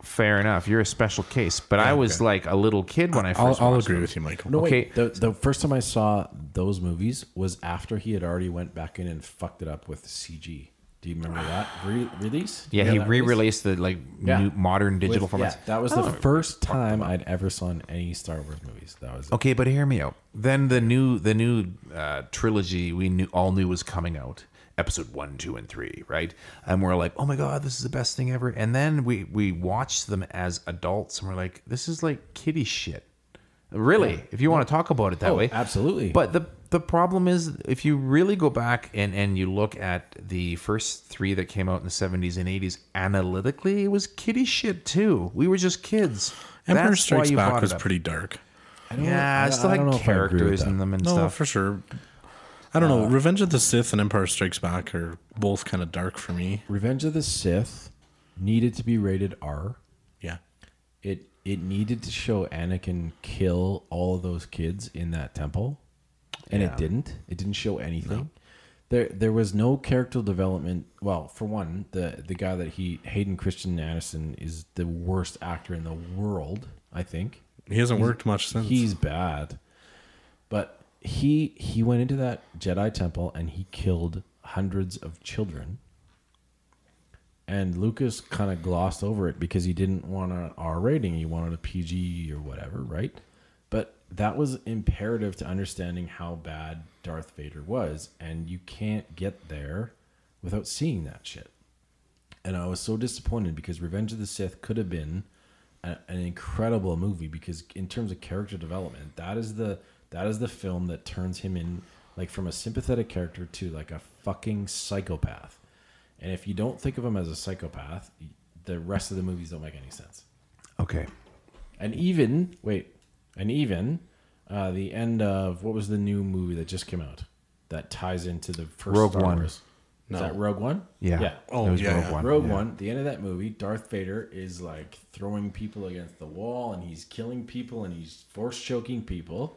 Speaker 3: Fair enough. You're a special case, but I was like a little kid when I 1st
Speaker 2: I'll,
Speaker 3: watched.
Speaker 2: I'll agree with you, Michael.
Speaker 1: No,
Speaker 3: Okay.
Speaker 1: wait. The, the first time I saw those movies was after he had already went back in and fucked it up with CG. Do you remember that re- release?
Speaker 3: yeah, he
Speaker 1: that release?
Speaker 3: re-released the like
Speaker 1: Yeah.
Speaker 3: new modern digital
Speaker 1: With-
Speaker 3: formats. Oh.
Speaker 1: Yeah, that was the first time I'd ever saw in any Star Wars movies. That was it.
Speaker 3: Okay, but hear me out. Then the new the new uh, trilogy we knew all knew was coming out. Episode one, two, and three, right? And we're like, oh my god, this is the best thing ever. And then we we watched them as adults, and we're like, this is like kiddie shit. Really, if you want to talk about it that
Speaker 1: Oh,
Speaker 3: way,
Speaker 1: absolutely.
Speaker 3: But the the problem is, if you really go back and and you look at the first three that came out in the seventies and eighties, analytically, it was kiddie shit too. We were just kids.
Speaker 2: Empire
Speaker 3: That's why
Speaker 2: Strikes
Speaker 3: you
Speaker 2: Back
Speaker 3: brought
Speaker 2: was
Speaker 3: it up.
Speaker 2: pretty dark.
Speaker 1: I don't,
Speaker 3: Yeah,
Speaker 1: I,
Speaker 3: it still
Speaker 1: I don't
Speaker 3: had
Speaker 1: know if I agree with
Speaker 3: characters in
Speaker 1: that.
Speaker 3: them and
Speaker 2: No,
Speaker 3: stuff.
Speaker 2: for sure. I don't know. Revenge of the Sith and Empire Strikes Back are both kind of dark for me.
Speaker 1: Revenge of the Sith needed to be rated R.
Speaker 2: Yeah.
Speaker 1: It it needed to show Anakin kill all of those kids in that temple, and it didn't. It didn't show anything. There there was no character development. Well, for one, the the guy that he Hayden Christian Aniston is the worst actor in the world. I think.
Speaker 2: He hasn't worked much since.
Speaker 1: He's bad. But he he went into that Jedi temple and he killed hundreds of children. And Lucas kind of glossed over it because he didn't want an R rating. He wanted a PG or whatever, right? But that was imperative to understanding how bad Darth Vader was. And you can't get there without seeing that shit and I was so disappointed because Revenge of the Sith could have been a, an incredible movie because in terms of character development, that is the that is the film that turns him in like from a sympathetic character to like a fucking psychopath. And if you don't think of him as a psychopath, the rest of the movies don't make any sense.
Speaker 3: Okay.
Speaker 1: And even wait, and even uh, the end of what was the new movie that just came out that ties into the first
Speaker 3: Rogue
Speaker 1: Star
Speaker 3: One.
Speaker 1: Wars? Is that Rogue One?
Speaker 3: Yeah.
Speaker 1: Yeah.
Speaker 2: Oh,
Speaker 3: That was
Speaker 2: yeah,
Speaker 3: Rogue
Speaker 2: yeah.
Speaker 3: One.
Speaker 1: Rogue
Speaker 3: yeah.
Speaker 1: One, the end of that movie, Darth Vader is like throwing people against the wall and he's killing people and he's force choking people.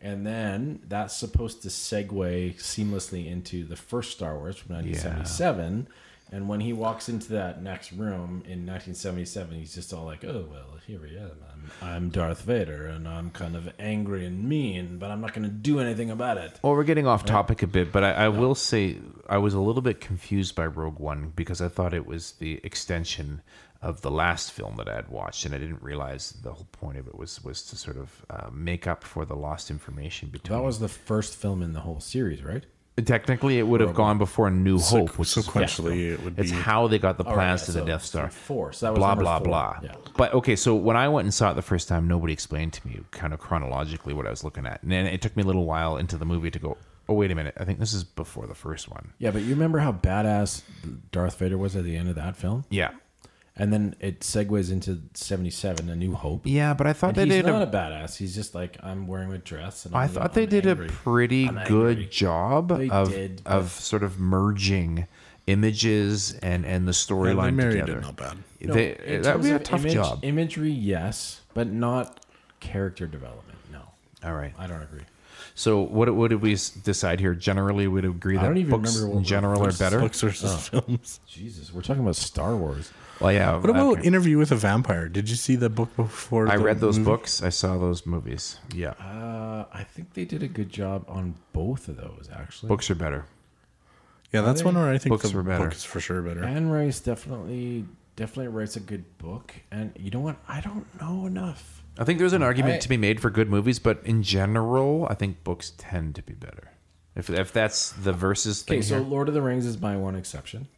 Speaker 1: And then that's supposed to segue seamlessly into the first Star Wars from 1977. And when he walks into that next room in 1977, he's just all like, oh, well, here we am. I'm, I'm Darth Vader and I'm kind of angry and mean, but I'm not going to do anything about it.
Speaker 3: Well, we're getting off topic a bit, but I, I will say I was a little bit confused by Rogue One because I thought it was the extension of the last film that I had watched, and I didn't realize the whole point of it was was to sort of uh, make up for the lost information between.
Speaker 1: That was the first film in the whole series, right?
Speaker 3: Technically, it would have gone before New Hope, which is
Speaker 2: sequentially, it would be.
Speaker 3: It's how they got the
Speaker 1: All right,
Speaker 3: plans
Speaker 1: yeah,
Speaker 3: to the
Speaker 1: so-
Speaker 3: Death Star.
Speaker 1: so Four. So that was
Speaker 3: blah
Speaker 1: number
Speaker 3: blah
Speaker 1: four.
Speaker 3: blah.
Speaker 1: Yeah.
Speaker 3: But okay, so when I went and saw it the first time, nobody explained to me kind of chronologically what I was looking at, and then it took me a little while into the movie to go, oh wait a minute, I think this is before the first one.
Speaker 1: Yeah, but you remember how badass Darth Vader was at the end of that film?
Speaker 3: Yeah,
Speaker 1: And then it segues into 77, A New Hope.
Speaker 3: yeah, but I thought
Speaker 1: And
Speaker 3: they
Speaker 1: he's
Speaker 3: did.
Speaker 1: not a
Speaker 3: A,
Speaker 1: badass. He's just like, I'm wearing a dress. And
Speaker 3: I
Speaker 1: I'm-
Speaker 3: thought they
Speaker 1: I'm
Speaker 3: did
Speaker 1: angry."
Speaker 3: a pretty
Speaker 1: I'm angry.
Speaker 3: good job
Speaker 1: They
Speaker 3: of
Speaker 1: did, but-
Speaker 3: of sort of merging images and and the
Speaker 2: and they
Speaker 3: storyline
Speaker 2: married
Speaker 3: together.
Speaker 2: it not bad.
Speaker 1: No,
Speaker 3: They-
Speaker 1: in
Speaker 3: that
Speaker 1: terms
Speaker 3: would be a
Speaker 1: of
Speaker 3: tough
Speaker 1: image-
Speaker 3: job.
Speaker 1: Imagery, yes, but not character development. No,
Speaker 3: All right.
Speaker 1: I don't agree.
Speaker 3: So what what did we s- decide here? Generally, we'd agree that
Speaker 1: don't even
Speaker 3: books
Speaker 1: remember what
Speaker 3: in
Speaker 1: we-
Speaker 3: general are better.
Speaker 2: Books versus films.
Speaker 1: Jesus, we're talking about Star Wars.
Speaker 3: Well, Oh, yeah.
Speaker 2: What about
Speaker 3: okay.
Speaker 2: Interview with a Vampire? Did you see the book before?
Speaker 3: I
Speaker 2: the
Speaker 3: read those
Speaker 2: movie?
Speaker 3: books. I saw those movies. Yeah.
Speaker 1: Uh, I think they did a good job on both of those, actually.
Speaker 3: Books are better.
Speaker 2: Yeah, that's one where I think
Speaker 3: Books
Speaker 2: the
Speaker 3: were better.
Speaker 2: book is for sure better.
Speaker 1: Anne Rice definitely definitely writes a good book. And you know what? I don't know enough.
Speaker 3: I think there's an argument
Speaker 1: I-
Speaker 3: to be made for good movies, but in general, I think books tend to be better. If, if that's the versus thing,
Speaker 1: Okay, so uh,
Speaker 3: here,
Speaker 1: Lord of the Rings is my one exception.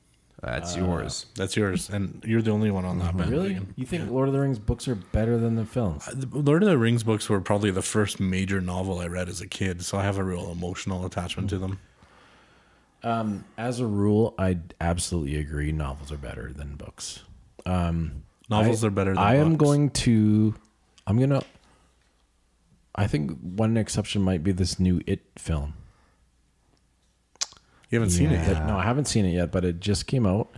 Speaker 3: that's yours.
Speaker 2: That's yours, and you're the only one on that.
Speaker 1: Mm-hmm. Really?
Speaker 2: bandwagon.
Speaker 1: You think Lord of the Rings books are better than the films?
Speaker 2: The Uh, Lord of the Rings books were probably the first major novel I read as a kid, so I have a real emotional attachment to them.
Speaker 1: Um, as a rule, I absolutely agree. Novels are better than books. Um,
Speaker 2: Novels
Speaker 1: I-
Speaker 2: are better than
Speaker 1: I am
Speaker 2: books.
Speaker 1: going to. I'm gonna. I think one exception might be this new It film.
Speaker 2: You haven't seen it yet.
Speaker 1: That- no, I haven't seen it yet, but it just came out,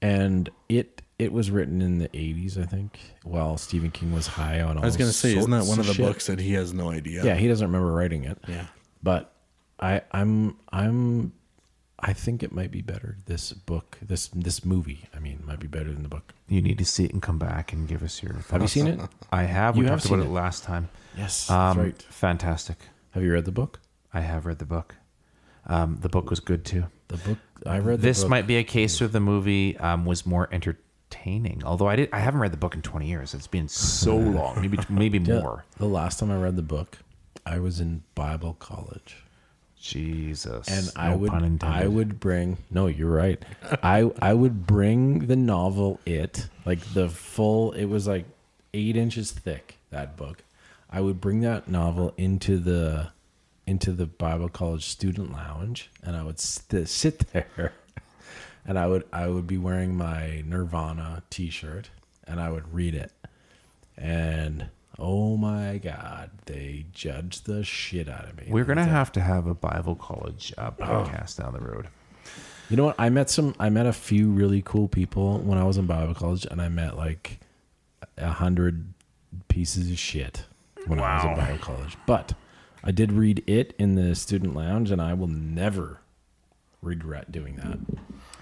Speaker 1: and it it was written in the 80s, I think. While Stephen King was high on.
Speaker 2: I was going to say, isn't that one of the books that he has no idea?
Speaker 1: Yeah, he doesn't remember writing it.
Speaker 2: Yeah.
Speaker 1: but I I'm I'm I think it might be better. This book, this this movie, I mean, might be better than the book.
Speaker 3: You need to see it and come back and give us your thoughts.
Speaker 1: Have you seen it?
Speaker 3: I have. We
Speaker 1: You have
Speaker 3: talked about
Speaker 1: seen
Speaker 3: it
Speaker 1: it.
Speaker 3: last time.
Speaker 1: Yes,
Speaker 3: Um,
Speaker 1: that's right.
Speaker 3: Fantastic.
Speaker 1: Have you read the book?
Speaker 3: I have read the book. Um, the book was good too.
Speaker 1: The book I read. The
Speaker 3: This
Speaker 1: book.
Speaker 3: might be a case where the movie um, was more entertaining. Although I did, I haven't read the book in twenty years. It's
Speaker 1: *laughs*
Speaker 3: been so long, maybe maybe
Speaker 1: Yeah,
Speaker 3: more.
Speaker 1: The last time I read the book, I was in Bible college,
Speaker 3: Jesus,
Speaker 1: and
Speaker 3: no
Speaker 1: I would
Speaker 3: pun intended.
Speaker 1: I would bring. No, you're right. I I would bring the novel. It like the full. It was like eight inches thick. That book. I would bring that novel into the into the Bible college student lounge, and I would st- sit there, *laughs* and I would I would be wearing my Nirvana T-shirt, and I would read it. And oh my God, they judged the shit out of me.
Speaker 3: We're gonna have to have a Bible college uh,
Speaker 1: Oh.
Speaker 3: podcast down the road.
Speaker 1: You know what? I met some. I met a few really cool people when I was in Bible college, and I met like a hundred pieces of shit when I was in Bible college. But I did read it in the student lounge, and I will never regret doing that.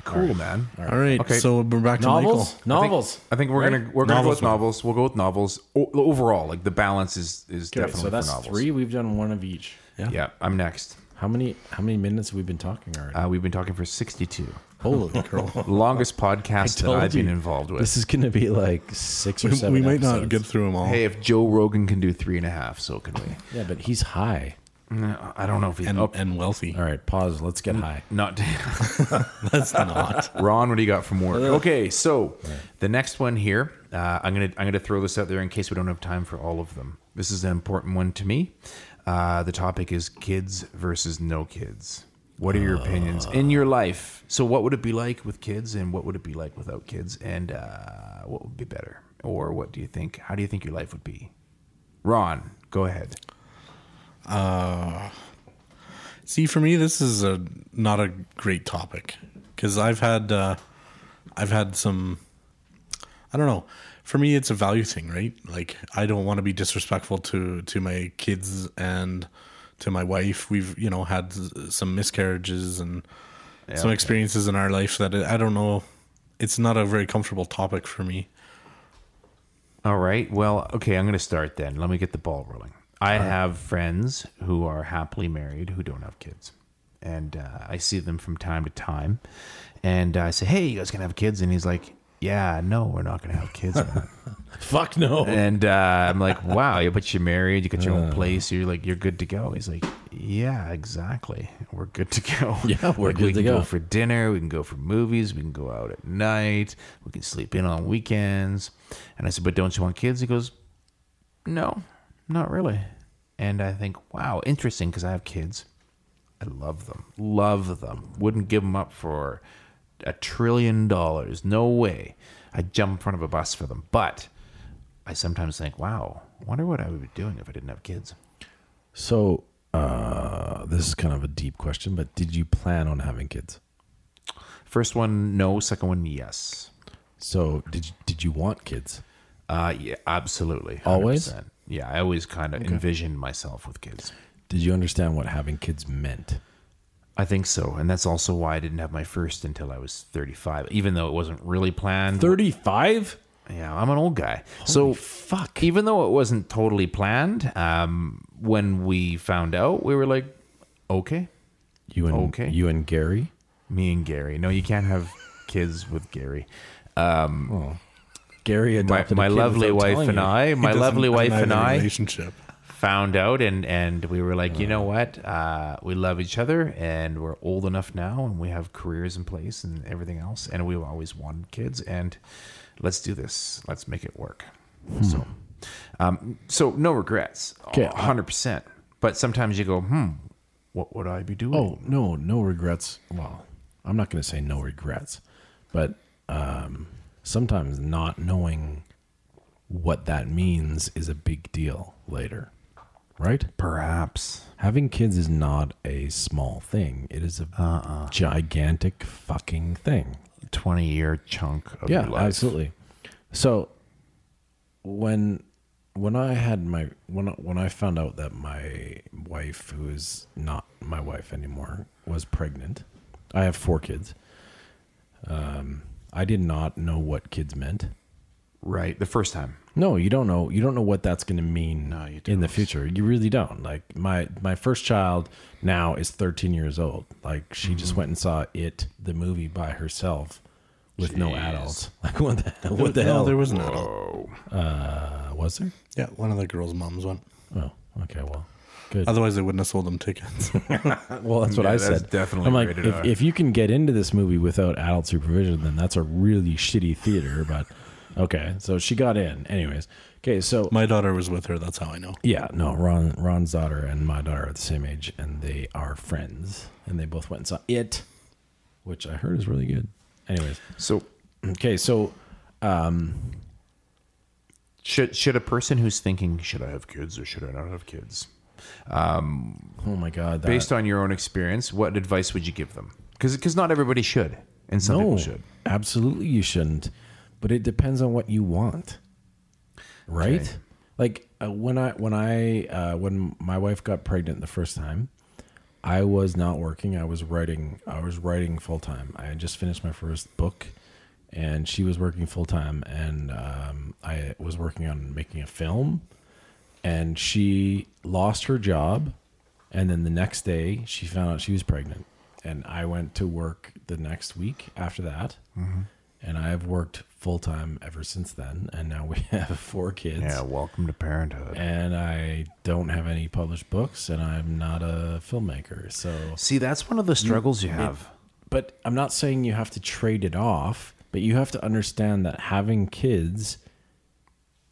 Speaker 3: Cool, man.
Speaker 2: All right.
Speaker 3: Okay.
Speaker 2: So we're back to
Speaker 1: Novels,
Speaker 2: Michael.
Speaker 1: novels.
Speaker 3: I think we're gonna we're gonna go
Speaker 2: Novels
Speaker 3: with novels. We'll go with novels o- overall. Like the balance is is
Speaker 1: Okay,
Speaker 3: definitely
Speaker 1: so that's
Speaker 3: for novels.
Speaker 1: three. We've done one of each.
Speaker 3: Yeah. I'm next.
Speaker 1: How many? How many minutes have we been talking already?
Speaker 3: *laughs* Uh, we've been talking for sixty-two.
Speaker 1: Holy girl!
Speaker 3: Longest podcast that
Speaker 1: told
Speaker 3: I've been
Speaker 1: you.
Speaker 3: involved with.
Speaker 1: This is going to be like six or
Speaker 2: We,
Speaker 1: seven.
Speaker 2: we might not
Speaker 1: episodes.
Speaker 2: get through them all.
Speaker 3: Hey, if Joe Rogan can do three and a half, so can we.
Speaker 1: Yeah, but he's high.
Speaker 3: No, I don't know if he's
Speaker 2: and,
Speaker 1: Oh.
Speaker 3: up.
Speaker 2: and wealthy. *laughs*
Speaker 1: All right, pause. Let's get high.
Speaker 3: Not *laughs*
Speaker 2: That's not.
Speaker 3: Ron, what do you got from work? Okay, so the next one here, uh, I'm gonna I'm gonna throw this out there in case we don't have time for all of them. This is an important one to me. Uh, the topic is kids versus no kids. What are your opinions in your life? So, what would it be like with kids, and what would it be like without kids, and uh, what would be better, or what do you think? How do you think your life would be? Ron, go ahead.
Speaker 2: See, for me, this is a not a great topic because I've had uh, I've had some. I don't know. For me, it's a value thing, right? Like I don't want to be disrespectful to to my kids and to my wife. We've you know had some miscarriages and some experiences in our life that I don't know. It's not a very comfortable topic for me.
Speaker 3: All right. Well, okay, I'm going to start then. Let me get the ball rolling. I have friends who are happily married who don't have kids. And uh, I see them from time to time. And I say, hey, you guys going to have kids? And he's like, yeah, no, we're not going to have kids. man."
Speaker 1: Fuck *laughs* no.
Speaker 3: and uh, I'm like, wow, yeah, but you're married. You got your own place. You're like, you're good to go. He's like, yeah, exactly. We're good to go.
Speaker 1: *laughs* Yeah, we're
Speaker 3: Like,
Speaker 1: good
Speaker 3: we
Speaker 1: to
Speaker 3: can go.
Speaker 1: go.
Speaker 3: for dinner. We can go for movies. We can go out at night. We can sleep in on weekends. And I said, but don't you want kids? He goes, no, not really. And I think, wow, interesting because I have kids. I love them. Love them. Wouldn't give them up for a trillion dollars. No way. I'd jump in front of a bus for them. But I sometimes think, wow, wonder what I would be doing if I didn't have kids.
Speaker 1: So, uh, this is kind of a deep question, but did you plan on having kids?
Speaker 3: First one, no. Second one, yes.
Speaker 1: So, did you, did you want kids?
Speaker 3: Uh, yeah, absolutely. 100%.
Speaker 1: Always?
Speaker 3: Yeah, I always kind of envision myself with kids.
Speaker 1: Did you understand what having kids meant?
Speaker 3: I think so. And that's also why I didn't have my first until I was 35, even though it wasn't really planned.
Speaker 1: 35?
Speaker 3: Yeah, I'm an old guy. so fuck. Even though it wasn't totally planned, um, when we found out, we were like, okay,
Speaker 1: You and
Speaker 3: Okay.
Speaker 1: you and Gary?
Speaker 3: me and Gary. No, you can't have kids with Gary.
Speaker 1: Gary
Speaker 3: Oh. My,
Speaker 1: adopted
Speaker 3: my
Speaker 1: a kid
Speaker 3: lovely
Speaker 1: without
Speaker 3: wife
Speaker 1: telling
Speaker 3: and
Speaker 1: you.
Speaker 3: I, my
Speaker 2: Doesn't-
Speaker 3: lovely
Speaker 2: doesn't
Speaker 3: wife
Speaker 2: have
Speaker 3: and
Speaker 2: any
Speaker 3: I
Speaker 2: relationship.
Speaker 3: found out, and and we were like, you know what? Uh, we love each other, and we're old enough now, and we have careers in place and everything else, and we've always wanted kids, and let's do this. Let's make it work. So, um, so no regrets,
Speaker 1: Hmm. Okay, I-
Speaker 3: hundred percent. But sometimes you go, hmm, what would I be doing?
Speaker 1: Oh no, no regrets. Well, I'm not going to say no regrets, but um, sometimes not knowing what that means is a big deal later, right?
Speaker 3: Perhaps.
Speaker 1: Having kids is not a small thing. It is a
Speaker 3: Uh-uh.
Speaker 1: gigantic fucking thing.
Speaker 3: 20 year chunk of
Speaker 1: yeah,
Speaker 3: your life.
Speaker 1: absolutely. So when when I had my when when I found out that my wife, who is not my wife anymore, was pregnant, I have four kids. Um, I did not know what kids meant.
Speaker 3: Right. The first time.
Speaker 1: No, you don't know. You don't know what that's going to mean uh,
Speaker 3: No, you
Speaker 1: in the
Speaker 3: don't.
Speaker 1: future. You really don't. Like my my first child now is 13 years old. Like she just went and saw it the movie by herself with no adults. *laughs* Like what the hell? What the
Speaker 2: No,
Speaker 1: hell?
Speaker 2: there was an adult.
Speaker 1: Uh, was there?
Speaker 2: Yeah, one of the girls' moms went.
Speaker 1: Oh, okay. Well, good.
Speaker 2: Otherwise, they wouldn't have sold them tickets.
Speaker 1: well, that's what
Speaker 3: Yeah,
Speaker 1: I
Speaker 3: that's
Speaker 1: said.
Speaker 3: definitely
Speaker 1: I'm like,
Speaker 3: rated
Speaker 1: if,
Speaker 3: R.
Speaker 1: if you can get into this movie without adult supervision, then that's a really shitty theater. But okay, so she got in, anyways. Okay, so
Speaker 2: My daughter was with her. That's how I know.
Speaker 1: Yeah, no, Ron Ron's daughter and my daughter are the same age and they are friends. And they both went and saw it, which I heard is really good. Anyways. *clears throat*
Speaker 3: So,
Speaker 1: Okay, so
Speaker 3: should, should a person who's thinking, should I have kids or should I not have kids?
Speaker 1: oh my god, that,
Speaker 3: Based on your own experience, what advice would you give them? Because not everybody should, and some
Speaker 1: no,
Speaker 3: people should.
Speaker 1: absolutely you shouldn't. But it depends on what you want, right?
Speaker 3: Okay.
Speaker 1: Like uh, when I when I uh, when my wife got pregnant the first time, I was not working. I was writing. I was writing full time. I had just finished my first book, and she was working full time. And um, I was working on making a film, and she lost her job. And then the next day, she found out she was pregnant. And I went to work the next week after that.
Speaker 3: Mm-hmm.
Speaker 1: And I have worked full time ever since then. And now we *laughs* have four kids
Speaker 3: Yeah, welcome to parenthood.
Speaker 1: and I don't have any published books, and I'm not a filmmaker. So,
Speaker 3: See, that's one of the struggles you, have.
Speaker 1: but I'm not saying you have to trade it off, but you have to understand that having kids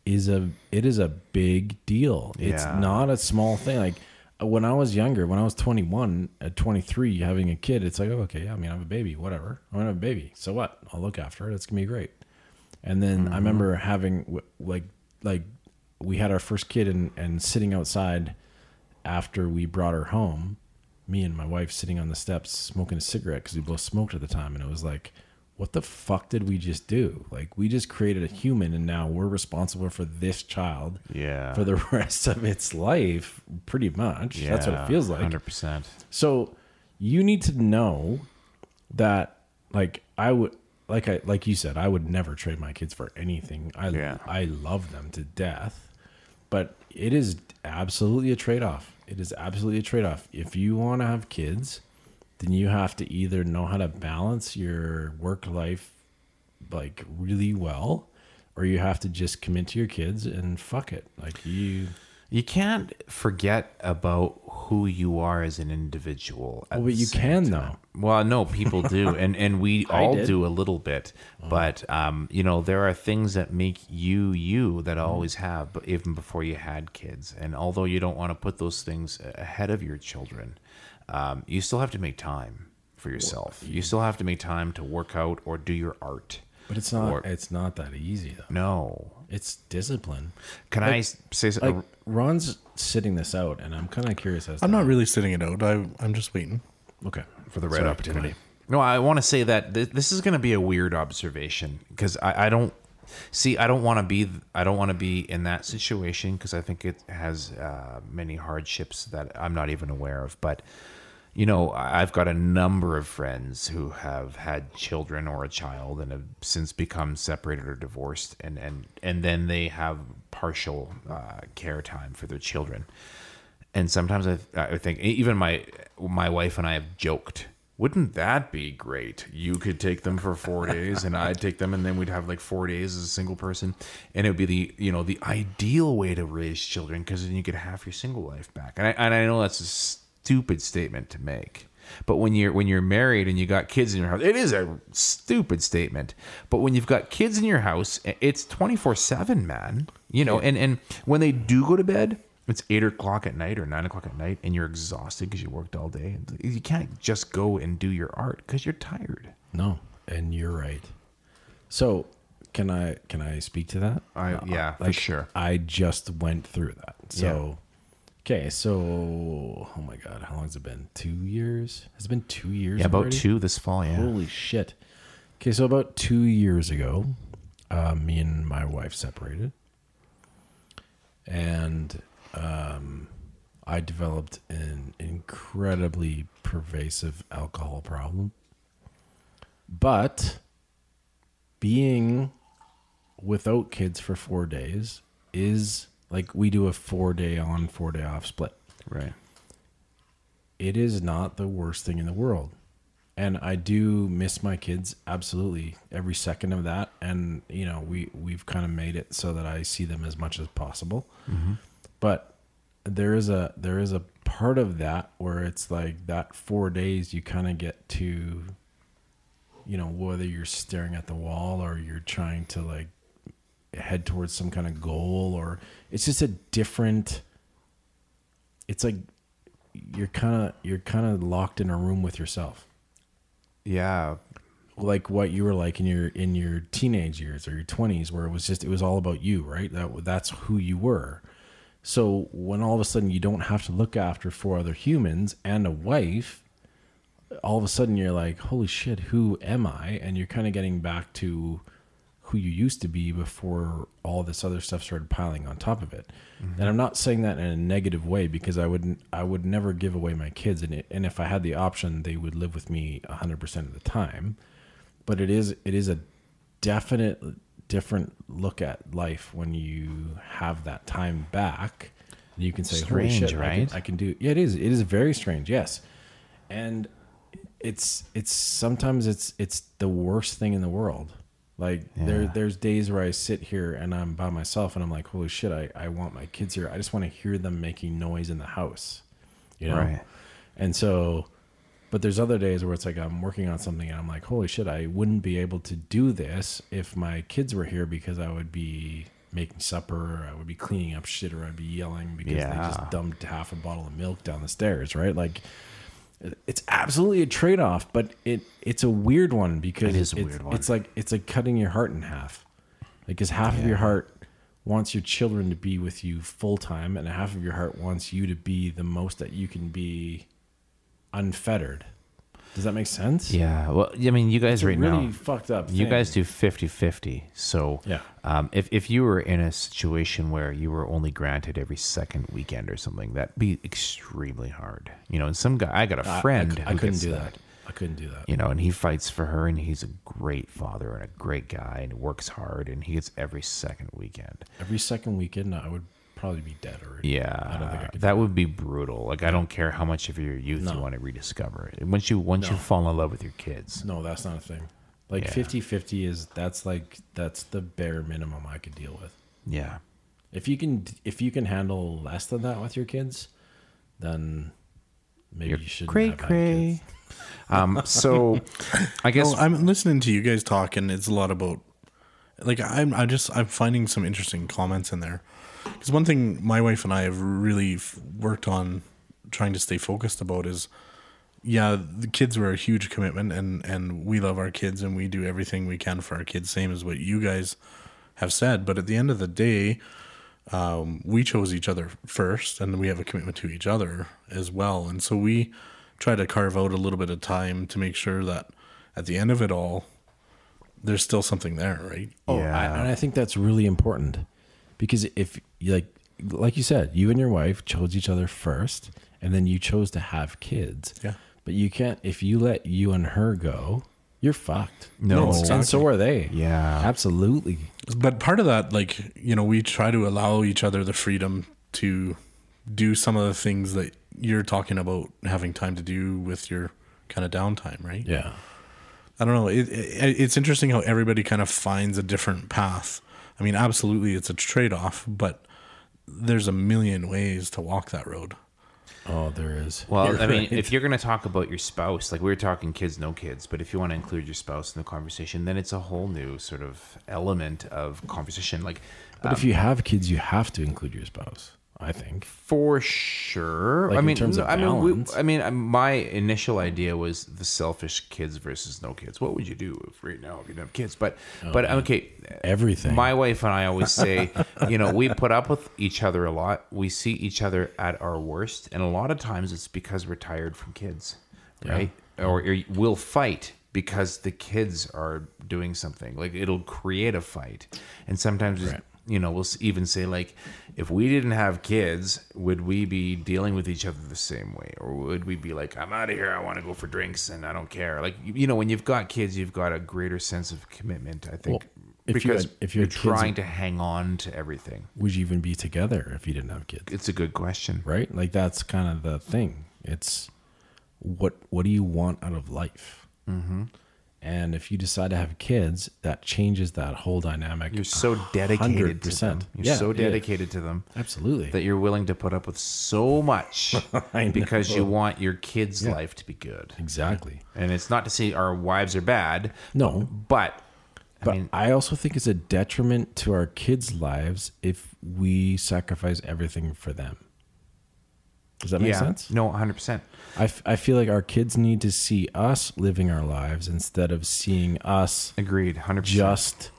Speaker 1: is a it is a big deal. It's
Speaker 3: Yeah.
Speaker 1: not a small thing. Like uh, when I was younger, when I was 21, at 23, having a kid, it's like, oh, okay, yeah, I mean, I have a baby, whatever. I'm gonna have a baby, so what? I'll look after it. It's gonna be great. And then I remember having w- like like we had our first kid and and sitting outside after we brought her home, me and my wife sitting on the steps smoking a cigarette because we both smoked at the time, and it was like, what the fuck did we just do? Like we just created a human, and now we're responsible for this child
Speaker 3: Yeah.
Speaker 1: for the *laughs* rest of its life, pretty much. That's what it feels like.
Speaker 3: 100%.
Speaker 1: So you need to know that like I would like I like you said, I would never trade my kids for anything. I
Speaker 3: Yeah.
Speaker 1: I love them to death. But it is absolutely a trade off. It is absolutely a trade off. If you want to have kids, then you have to either know how to balance your work life like really well, or you have to just commit to your kids and fuck it. Like you
Speaker 3: You can't forget about who you are as an individual. at
Speaker 1: Oh, but
Speaker 3: the
Speaker 1: you
Speaker 3: same
Speaker 1: can
Speaker 3: time.
Speaker 1: though.
Speaker 3: Well, no, people
Speaker 1: *laughs*
Speaker 3: do, and and we
Speaker 1: I
Speaker 3: all
Speaker 1: did. Oh.
Speaker 3: do a little bit. But um, you know, there are things that make you you that I
Speaker 1: Mm-hmm.
Speaker 3: always have, but even before you had kids. And although you don't want to put those things a- ahead of your children, um, you still have to make time for yourself. You still have to make time to work out or do your art.
Speaker 1: But it's not
Speaker 3: Or-
Speaker 1: it's not that easy though.
Speaker 3: No,
Speaker 1: It's discipline.
Speaker 3: can I s- say something?
Speaker 1: Like Ron's sitting this out, and I'm kind of curious as to
Speaker 2: I'm not really sitting it out. I, I'm just waiting.
Speaker 1: okay
Speaker 3: for the right opportunity. No, I want to say that th- this is going to be a weird observation because I, I don't see. I don't want to be. I don't want to be in that situation because I think it has uh, many hardships that I'm not even aware of. But you know, I- I've got a number of friends who have had children or a child and have since become separated or divorced, and and and then they have partial uh, care time for their children and sometimes I, I think e, even my my wife and I have joked. Wouldn't that be great? You could take them for four days, and I'd take them, and then we'd have like four days as a single person, and it would be the you know the ideal way to raise children because then you could have your single life back. And I and I know that's a stupid statement to make, but when you're when you're married and you got kids in your house, it is a stupid statement. But when you've got kids in your house, it's twenty four seven, man. You know, and and when they do go to bed, it's eight o'clock at night or nine o'clock at night, and you're exhausted because you worked all day. You can't just go and do your art because you're tired.
Speaker 1: No, and you're right. So can I can I speak to that?
Speaker 3: I-
Speaker 1: No,
Speaker 3: yeah, for sure.
Speaker 1: I just went through that. So okay, so oh my god, how long's it been? Two years? Has it been two years?
Speaker 3: Yeah, about
Speaker 1: already?
Speaker 3: two this fall. Yeah,
Speaker 1: Holy shit. Okay, so about two years ago, uh, me and my wife separated. And um, I developed an incredibly pervasive alcohol problem. But being without kids for four days is like we do a four day on, four day off split
Speaker 3: right.
Speaker 1: it is not the worst thing in the world. And I do miss my kids absolutely every second of that. And you know, we we've kind of made it so that I see them as much as possible. But there is a there is a part of that where it's like that four days you kind of get to, you know, whether you're staring at the wall or you're trying to like head towards some kind of goal or it's just a different it's like you're kind of you're kind of locked in a room with yourself
Speaker 3: Yeah,
Speaker 1: like what you were like in your in your teenage years or your 20s where it was just it was all about you right that that's who you were so when all of a sudden you don't have to look after four other humans and a wife all of a sudden you're like holy shit who am i and you're kind of getting back to who you used to be before all this other stuff started piling on top of it
Speaker 3: Mm-hmm.
Speaker 1: and i'm not saying that in a negative way because i wouldn't i would never give away my kids and, it, and if i had the option they would live with me 100% of the time but it is it is a definite different look at life when you have that time back and you can say
Speaker 3: Strange,
Speaker 1: holy shit I,
Speaker 3: right?
Speaker 1: can, I can do yeah it is it is very strange yes and it's it's sometimes it's it's the worst thing in the world like there there's days where i sit here and i'm by myself and i'm like holy shit i, I want my kids here i just want to hear them making noise in the house you know
Speaker 3: Right.
Speaker 1: and so but there's other days where it's like i'm working on something and i'm like holy shit i wouldn't be able to do this if my kids were here because i would be making supper or i would be cleaning up shit or i'd be yelling because they
Speaker 3: Yeah.
Speaker 1: just dumped half a bottle of milk down the stairs right like it's absolutely a trade off, but it it's a weird one because
Speaker 3: It is a
Speaker 1: it's,
Speaker 3: weird one.
Speaker 1: It's like it's like cutting your heart in half, like because half of your heart wants your children to be with you full time, and half of your heart wants you to be the most that you can be, unfettered. Does that make sense?
Speaker 3: yeah. Well, I mean, you guys
Speaker 1: It's a
Speaker 3: right
Speaker 1: really
Speaker 3: now,
Speaker 1: fucked up.
Speaker 3: you
Speaker 1: thing.
Speaker 3: guys do 50-50. So
Speaker 1: Yeah.
Speaker 3: um, if if you were in a situation where you were only granted every second weekend or something, that'd be extremely hard. You know, and some guy I got
Speaker 1: I- I
Speaker 3: a
Speaker 1: c-
Speaker 3: friend.
Speaker 1: I,
Speaker 3: who
Speaker 1: couldn't
Speaker 3: gets
Speaker 1: do that. I couldn't do that.
Speaker 3: you know, and he fights for her, and he's a great father and a great guy, and works hard, and he gets every second weekend.
Speaker 1: Every second weekend, I would probably be dead already.
Speaker 3: Yeah,
Speaker 1: I don't think I could.
Speaker 3: that would be brutal. Like, I don't care how much of your youth
Speaker 1: No.
Speaker 3: you want to rediscover. Once you once you fall in love with your kids,
Speaker 1: No, that's not a thing. Like
Speaker 3: Yeah.
Speaker 1: fifty fifty 50-50 is that's like that's the bare minimum I could deal with.
Speaker 3: yeah,
Speaker 1: If you can if you can handle less than that with your kids, then maybe you should
Speaker 3: cray
Speaker 1: have had kids. Oh,
Speaker 3: cray. Um,
Speaker 1: *laughs*
Speaker 3: so I guess
Speaker 2: Well, I'm listening to you guys talk, and it's a lot about like I'm. I just I'm finding some interesting comments in there because one thing my wife and I have really f- worked on trying to stay focused about is yeah the kids were a huge commitment and and we love our kids and we do everything we can for our kids same as what you guys have said but at the end of the day we chose each other first and we have a commitment to each other as well and so we try to carve out a little bit of time to make sure that at the end of it all there's still something there right
Speaker 1: Oh,
Speaker 3: Yeah.
Speaker 1: I, *laughs* and I think that's really important because if like like you said, you and your wife chose each other first, and then you chose to have kids.
Speaker 2: Yeah.
Speaker 1: But you can't if you let you and her go, you're fucked.
Speaker 3: No,
Speaker 1: and, and so are they.
Speaker 3: Yeah.
Speaker 1: absolutely.
Speaker 2: but part of that like you know we try to allow each other the freedom to do some of the things that you're talking about having time to do with your kind of downtime right
Speaker 1: Yeah,
Speaker 2: I don't know. It, it, it's interesting how everybody kind of finds a different path. I mean, absolutely, it's a trade off, but there's a million ways to walk that road.
Speaker 1: Oh, there is.
Speaker 3: Well, I mean, if you're going to talk about your spouse, like we were talking kids, no kids, but if you want to include your spouse in the conversation, then it's a whole new sort of element of conversation. Like, Um,
Speaker 1: but if you have kids, you have to include your spouse. I think.
Speaker 3: For sure.
Speaker 1: Like,
Speaker 3: I
Speaker 1: in
Speaker 3: mean,
Speaker 1: terms of
Speaker 3: I mean, we,
Speaker 1: balance.
Speaker 3: I mean, I- my initial idea was the selfish kids versus no kids. What would you do if, right now if you didn't have kids? But,
Speaker 1: Oh,
Speaker 3: but okay,
Speaker 1: Everything.
Speaker 3: My wife and I always say, you know, we put up with each other a lot. We see each other at our worst, and a lot of times it's because we're tired from kids, right? Or, or we'll fight because the kids are doing something. Like it'll create a fight, and sometimes. it's- You know, we'll s- even say like, if we didn't have kids, would we be dealing with each other the same way, or would we be like, I'm out of here, I want to go for drinks, and I don't care? Like, you you know, when you've got kids, you've got a greater sense of commitment. I think
Speaker 1: Well, if you
Speaker 3: because
Speaker 1: had- if you
Speaker 3: you are
Speaker 1: had kids-
Speaker 3: trying to hang on to everything.
Speaker 1: Would you even be together if you didn't have kids?
Speaker 3: It's a good question.
Speaker 1: Right? Like that's kind of the thing. It's what what do you want out of life? Mm-hmm. And if you decide to have kids, that changes that whole dynamic.
Speaker 3: You're so dedicated to them.
Speaker 1: 100%.
Speaker 3: You're
Speaker 1: Yeah,
Speaker 3: so
Speaker 1: yeah.
Speaker 3: dedicated to them
Speaker 1: Absolutely.
Speaker 3: that you're willing to put up with so much
Speaker 1: *laughs* I
Speaker 3: because
Speaker 1: know.
Speaker 3: you want your kids' life to be good.
Speaker 1: exactly.
Speaker 3: And it's not to say our wives are bad,
Speaker 1: No,
Speaker 3: but
Speaker 1: But I,
Speaker 3: I mean,
Speaker 1: also think it's a detriment to our kids' lives if we sacrifice everything for them. Does that make
Speaker 3: yeah,
Speaker 1: sense?
Speaker 3: no, 100. percent
Speaker 1: I, f- I feel like our kids need to see us living our lives instead of seeing us
Speaker 3: Agreed, 100. percent
Speaker 1: just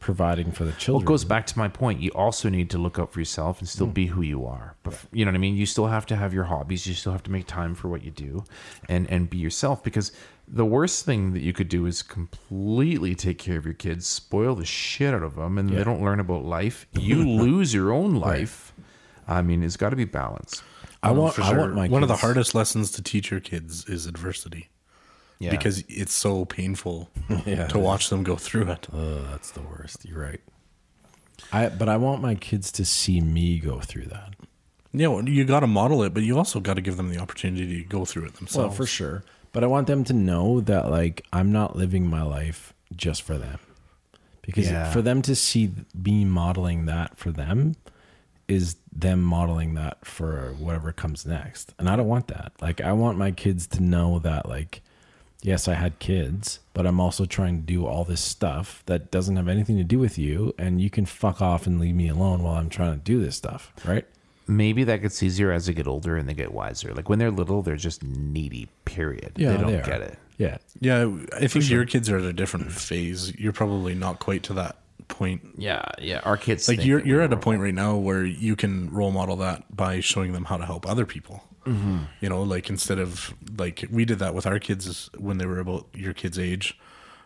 Speaker 1: providing for the
Speaker 3: Well,
Speaker 1: children.
Speaker 3: it goes back to my point. You also need to look out for yourself and still be who you are. But you know what I mean. You still have to have your hobbies. You still have to make time for what you do, and and be yourself. Because the worst thing that you could do is completely take care of your kids, spoil the shit out of them, and they don't learn about life. *laughs* You lose your own life. I mean, it's got to be balanced.
Speaker 1: I want
Speaker 2: For
Speaker 1: I
Speaker 2: sure.
Speaker 1: want my
Speaker 2: one of the
Speaker 1: kids-
Speaker 2: hardest lessons to teach your kids is adversity
Speaker 3: Yeah.
Speaker 2: because it's so painful
Speaker 1: *laughs* Yeah, it
Speaker 2: to watch them go through it.
Speaker 1: Ugh, that's the worst. You're right. I but I want my kids to see me go through that.
Speaker 2: You know, you got to model it, but you also got to give them the opportunity to go through it themselves.
Speaker 1: Well, for sure. But I want them to know that like I'm not living my life just for them. Because
Speaker 3: Yeah.
Speaker 1: for them to see me modeling that for them is them modeling that for whatever comes next. And I don't want that. Like I want my kids to know that like yes, I had kids, but I'm also trying to do all this stuff that doesn't have anything to do with you and you can fuck off and leave me alone while I'm trying to do this stuff, right?
Speaker 3: maybe that gets easier as they get older and they get wiser. Like when they're little, they're just needy. Period.
Speaker 1: Yeah,
Speaker 3: they don't
Speaker 1: they are.
Speaker 3: get it.
Speaker 1: Yeah.
Speaker 2: Yeah, I think your kids are at a different phase. You're probably not quite to that point.
Speaker 3: Yeah, yeah. Our kids
Speaker 2: Like
Speaker 3: think
Speaker 2: you're
Speaker 3: that we
Speaker 2: you're
Speaker 3: were
Speaker 2: at a
Speaker 3: wrong.
Speaker 2: point right now where you can role model that by showing them how to help other people.
Speaker 3: Mm-hmm.
Speaker 2: You know, like instead of like we did that with our kids when they were about your kids' age,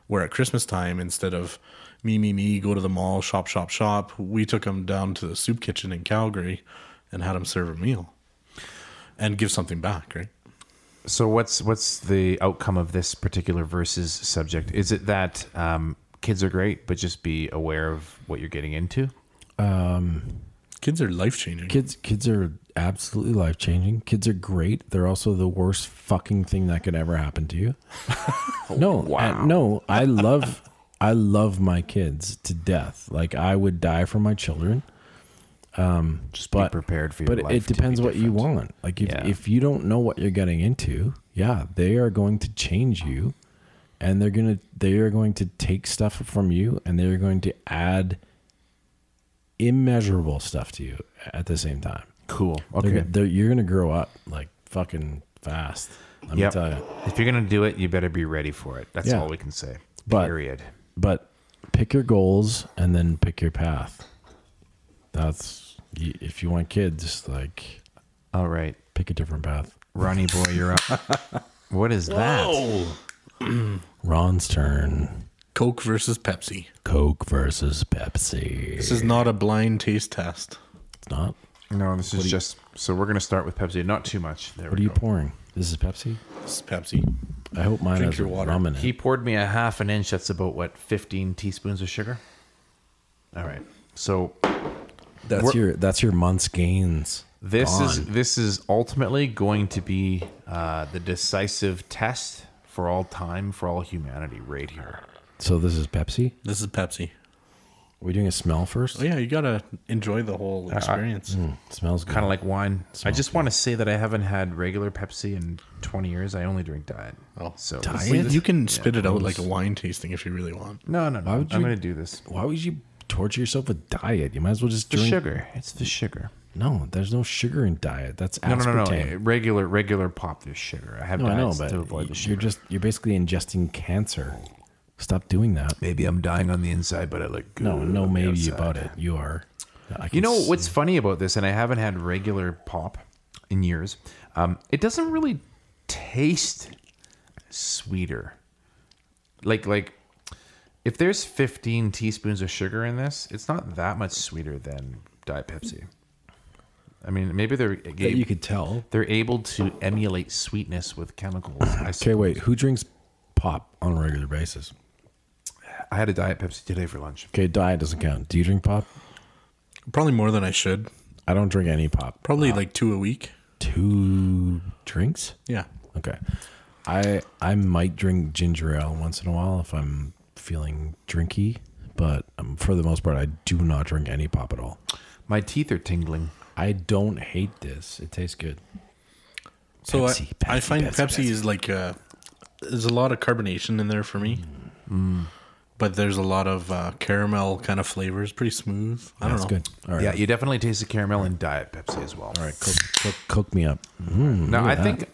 Speaker 2: where at Christmas time instead of me me me go to the mall shop shop shop, we took them down to the soup kitchen in Calgary and had them serve a meal and give something back. Right?
Speaker 3: So what's what's the outcome of this particular versus subject? Is it that um, kids are great, but just be aware of what you're getting into?
Speaker 2: Kids are life changing.
Speaker 1: Kids kids are absolutely life changing. Kids are great. They're also the worst fucking thing that could ever happen to
Speaker 3: *laughs*
Speaker 1: you. no, I- no, I love I love my kids to death. Like I would die for my children.
Speaker 3: Just
Speaker 1: But-
Speaker 3: be prepared for your
Speaker 1: But
Speaker 3: life.
Speaker 1: it
Speaker 3: to be
Speaker 1: depends what you
Speaker 3: different.
Speaker 1: want. Like if,
Speaker 3: Yeah.
Speaker 1: if you don't know what you're getting into, yeah, they are going to change you and they're going to they are going to take stuff from you and they're going to add immeasurable stuff to you at the same time.
Speaker 3: Cool.
Speaker 1: They're
Speaker 3: Okay.
Speaker 1: go- they're- you're gonna grow up like fucking fast. Let
Speaker 3: Yep.
Speaker 1: me tell you.
Speaker 3: If you're gonna do it, you better be ready for it. That's
Speaker 1: Yeah.
Speaker 3: all we can say.
Speaker 1: But-
Speaker 3: Period.
Speaker 1: But pick your goals and then pick your path. That's y- if you want kids, like
Speaker 3: All right,
Speaker 1: pick a different path.
Speaker 3: Ronnie boy, you're up. what is that?
Speaker 1: *laughs* Ron's turn.
Speaker 2: Coke versus Pepsi.
Speaker 1: Coke versus Pepsi.
Speaker 2: This is not a blind taste test.
Speaker 1: It's not.
Speaker 3: No, this is just. So we're gonna start with Pepsi. Not too much. There
Speaker 1: What are
Speaker 3: we
Speaker 1: you
Speaker 3: go.
Speaker 1: pouring? This is Pepsi.
Speaker 2: This is Pepsi.
Speaker 1: I hope mine
Speaker 2: Drink
Speaker 1: has
Speaker 2: your water.
Speaker 1: rum in it.
Speaker 3: He poured me a half an inch. That's about what, 15 teaspoons of sugar? All right. So
Speaker 1: that's
Speaker 3: We're-
Speaker 1: your that's your month's gains.
Speaker 3: this is
Speaker 1: Gone.
Speaker 3: this is ultimately going to be uh, the decisive test for all time, for all humanity, right here.
Speaker 1: so. This is Pepsi. Are
Speaker 2: This is Pepsi.
Speaker 1: we doing a smell first? Hmm,
Speaker 2: Oh yeah, you gotta enjoy the whole
Speaker 1: Ah,
Speaker 2: experience.
Speaker 1: mm. Smells good.
Speaker 3: Kind of like wine. I just want to say that I haven't had regular Pepsi in 20 years. I only drink diet. Oh, so
Speaker 1: diet?
Speaker 2: Wait, you can spit it out like a wine tasting if you really want.
Speaker 3: No, no, no. I'm
Speaker 1: would you-
Speaker 3: going to do this.
Speaker 1: Why would you torture yourself with diet? You might as well just
Speaker 3: The
Speaker 1: drink
Speaker 3: sugar. It's the sugar.
Speaker 1: No, there's no sugar in diet. That's
Speaker 3: No, no,
Speaker 1: aspartame.
Speaker 3: no, no. eh, Regular, regular pop. There's sugar. I have
Speaker 1: No, I know,
Speaker 3: diets
Speaker 1: but
Speaker 3: to avoid the
Speaker 1: you're
Speaker 3: sugar.
Speaker 1: just you're basically ingesting cancer. Stop doing that.
Speaker 3: Maybe I'm dying on the inside, but I look good.
Speaker 1: No, no,
Speaker 3: on the
Speaker 1: maybe
Speaker 3: outside.
Speaker 1: about it. You are. I can
Speaker 3: You know
Speaker 1: s-
Speaker 3: what's funny about this, and I haven't had regular pop in years. Um, it doesn't really taste sweeter. Like like, if there's 15 teaspoons of sugar in this, it's not that much sweeter than Diet Pepsi. I mean, maybe they're
Speaker 1: that you could tell.
Speaker 3: they're able to emulate sweetness with chemicals.
Speaker 1: *sighs*
Speaker 3: I,
Speaker 1: Okay,
Speaker 3: suppose.
Speaker 1: wait. Who drinks pop on a regular basis?
Speaker 3: I had a Diet Pepsi today for lunch.
Speaker 1: Okay, diet doesn't count. Do you drink pop?
Speaker 2: Probably more than I should.
Speaker 1: I don't drink any pop.
Speaker 2: Probably like two a week.
Speaker 1: Two drinks?
Speaker 2: Yeah.
Speaker 1: Okay. I I might drink ginger ale once in a while if I'm feeling drinky, but um, for the most part, I do not drink any pop at all.
Speaker 3: My teeth are tingling.
Speaker 1: I don't hate this. It tastes good.
Speaker 2: So
Speaker 1: Pepsi,
Speaker 2: I, I
Speaker 1: Pepsi,
Speaker 2: find
Speaker 1: Pepsi, Pepsi.
Speaker 2: Pepsi, is like uh there's a lot of carbonation in there for me.
Speaker 1: Mm.
Speaker 2: But there's a lot of uh, caramel kind of flavors, pretty smooth. I don't
Speaker 1: That's
Speaker 2: know.
Speaker 1: good. All right.
Speaker 3: Yeah, you definitely taste the caramel in Diet Pepsi as well.
Speaker 1: All right. Cook, cook, cook me up.
Speaker 3: Now I think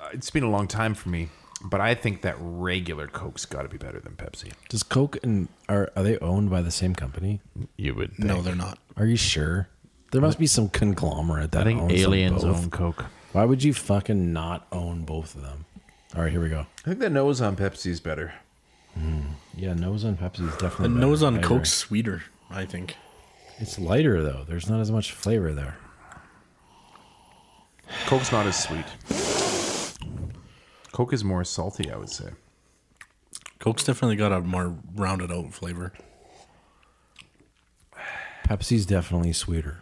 Speaker 3: uh, it's been a long time for me, but I think that regular Coke's got to be better than Pepsi.
Speaker 1: Does Coke and are are they owned by the same company?
Speaker 3: You would.
Speaker 2: No, they're not.
Speaker 1: Are you sure? There must be some conglomerate that
Speaker 3: I think
Speaker 1: owns them
Speaker 3: aliens
Speaker 1: both.
Speaker 3: own Coke.
Speaker 1: Why would you fucking not own both of them? All right, here we go.
Speaker 3: I think the nose on Pepsi's better.
Speaker 1: Yeah, nose on Pepsi is definitely
Speaker 2: The
Speaker 1: better.
Speaker 2: nose
Speaker 1: I
Speaker 2: on
Speaker 1: agree.
Speaker 2: Coke's sweeter, I think.
Speaker 1: It's lighter though. There's not as much flavor there.
Speaker 3: Coke's not as sweet. Coke is more salty, I would say.
Speaker 2: Coke's definitely got a more rounded out flavor.
Speaker 1: Pepsi's definitely sweeter.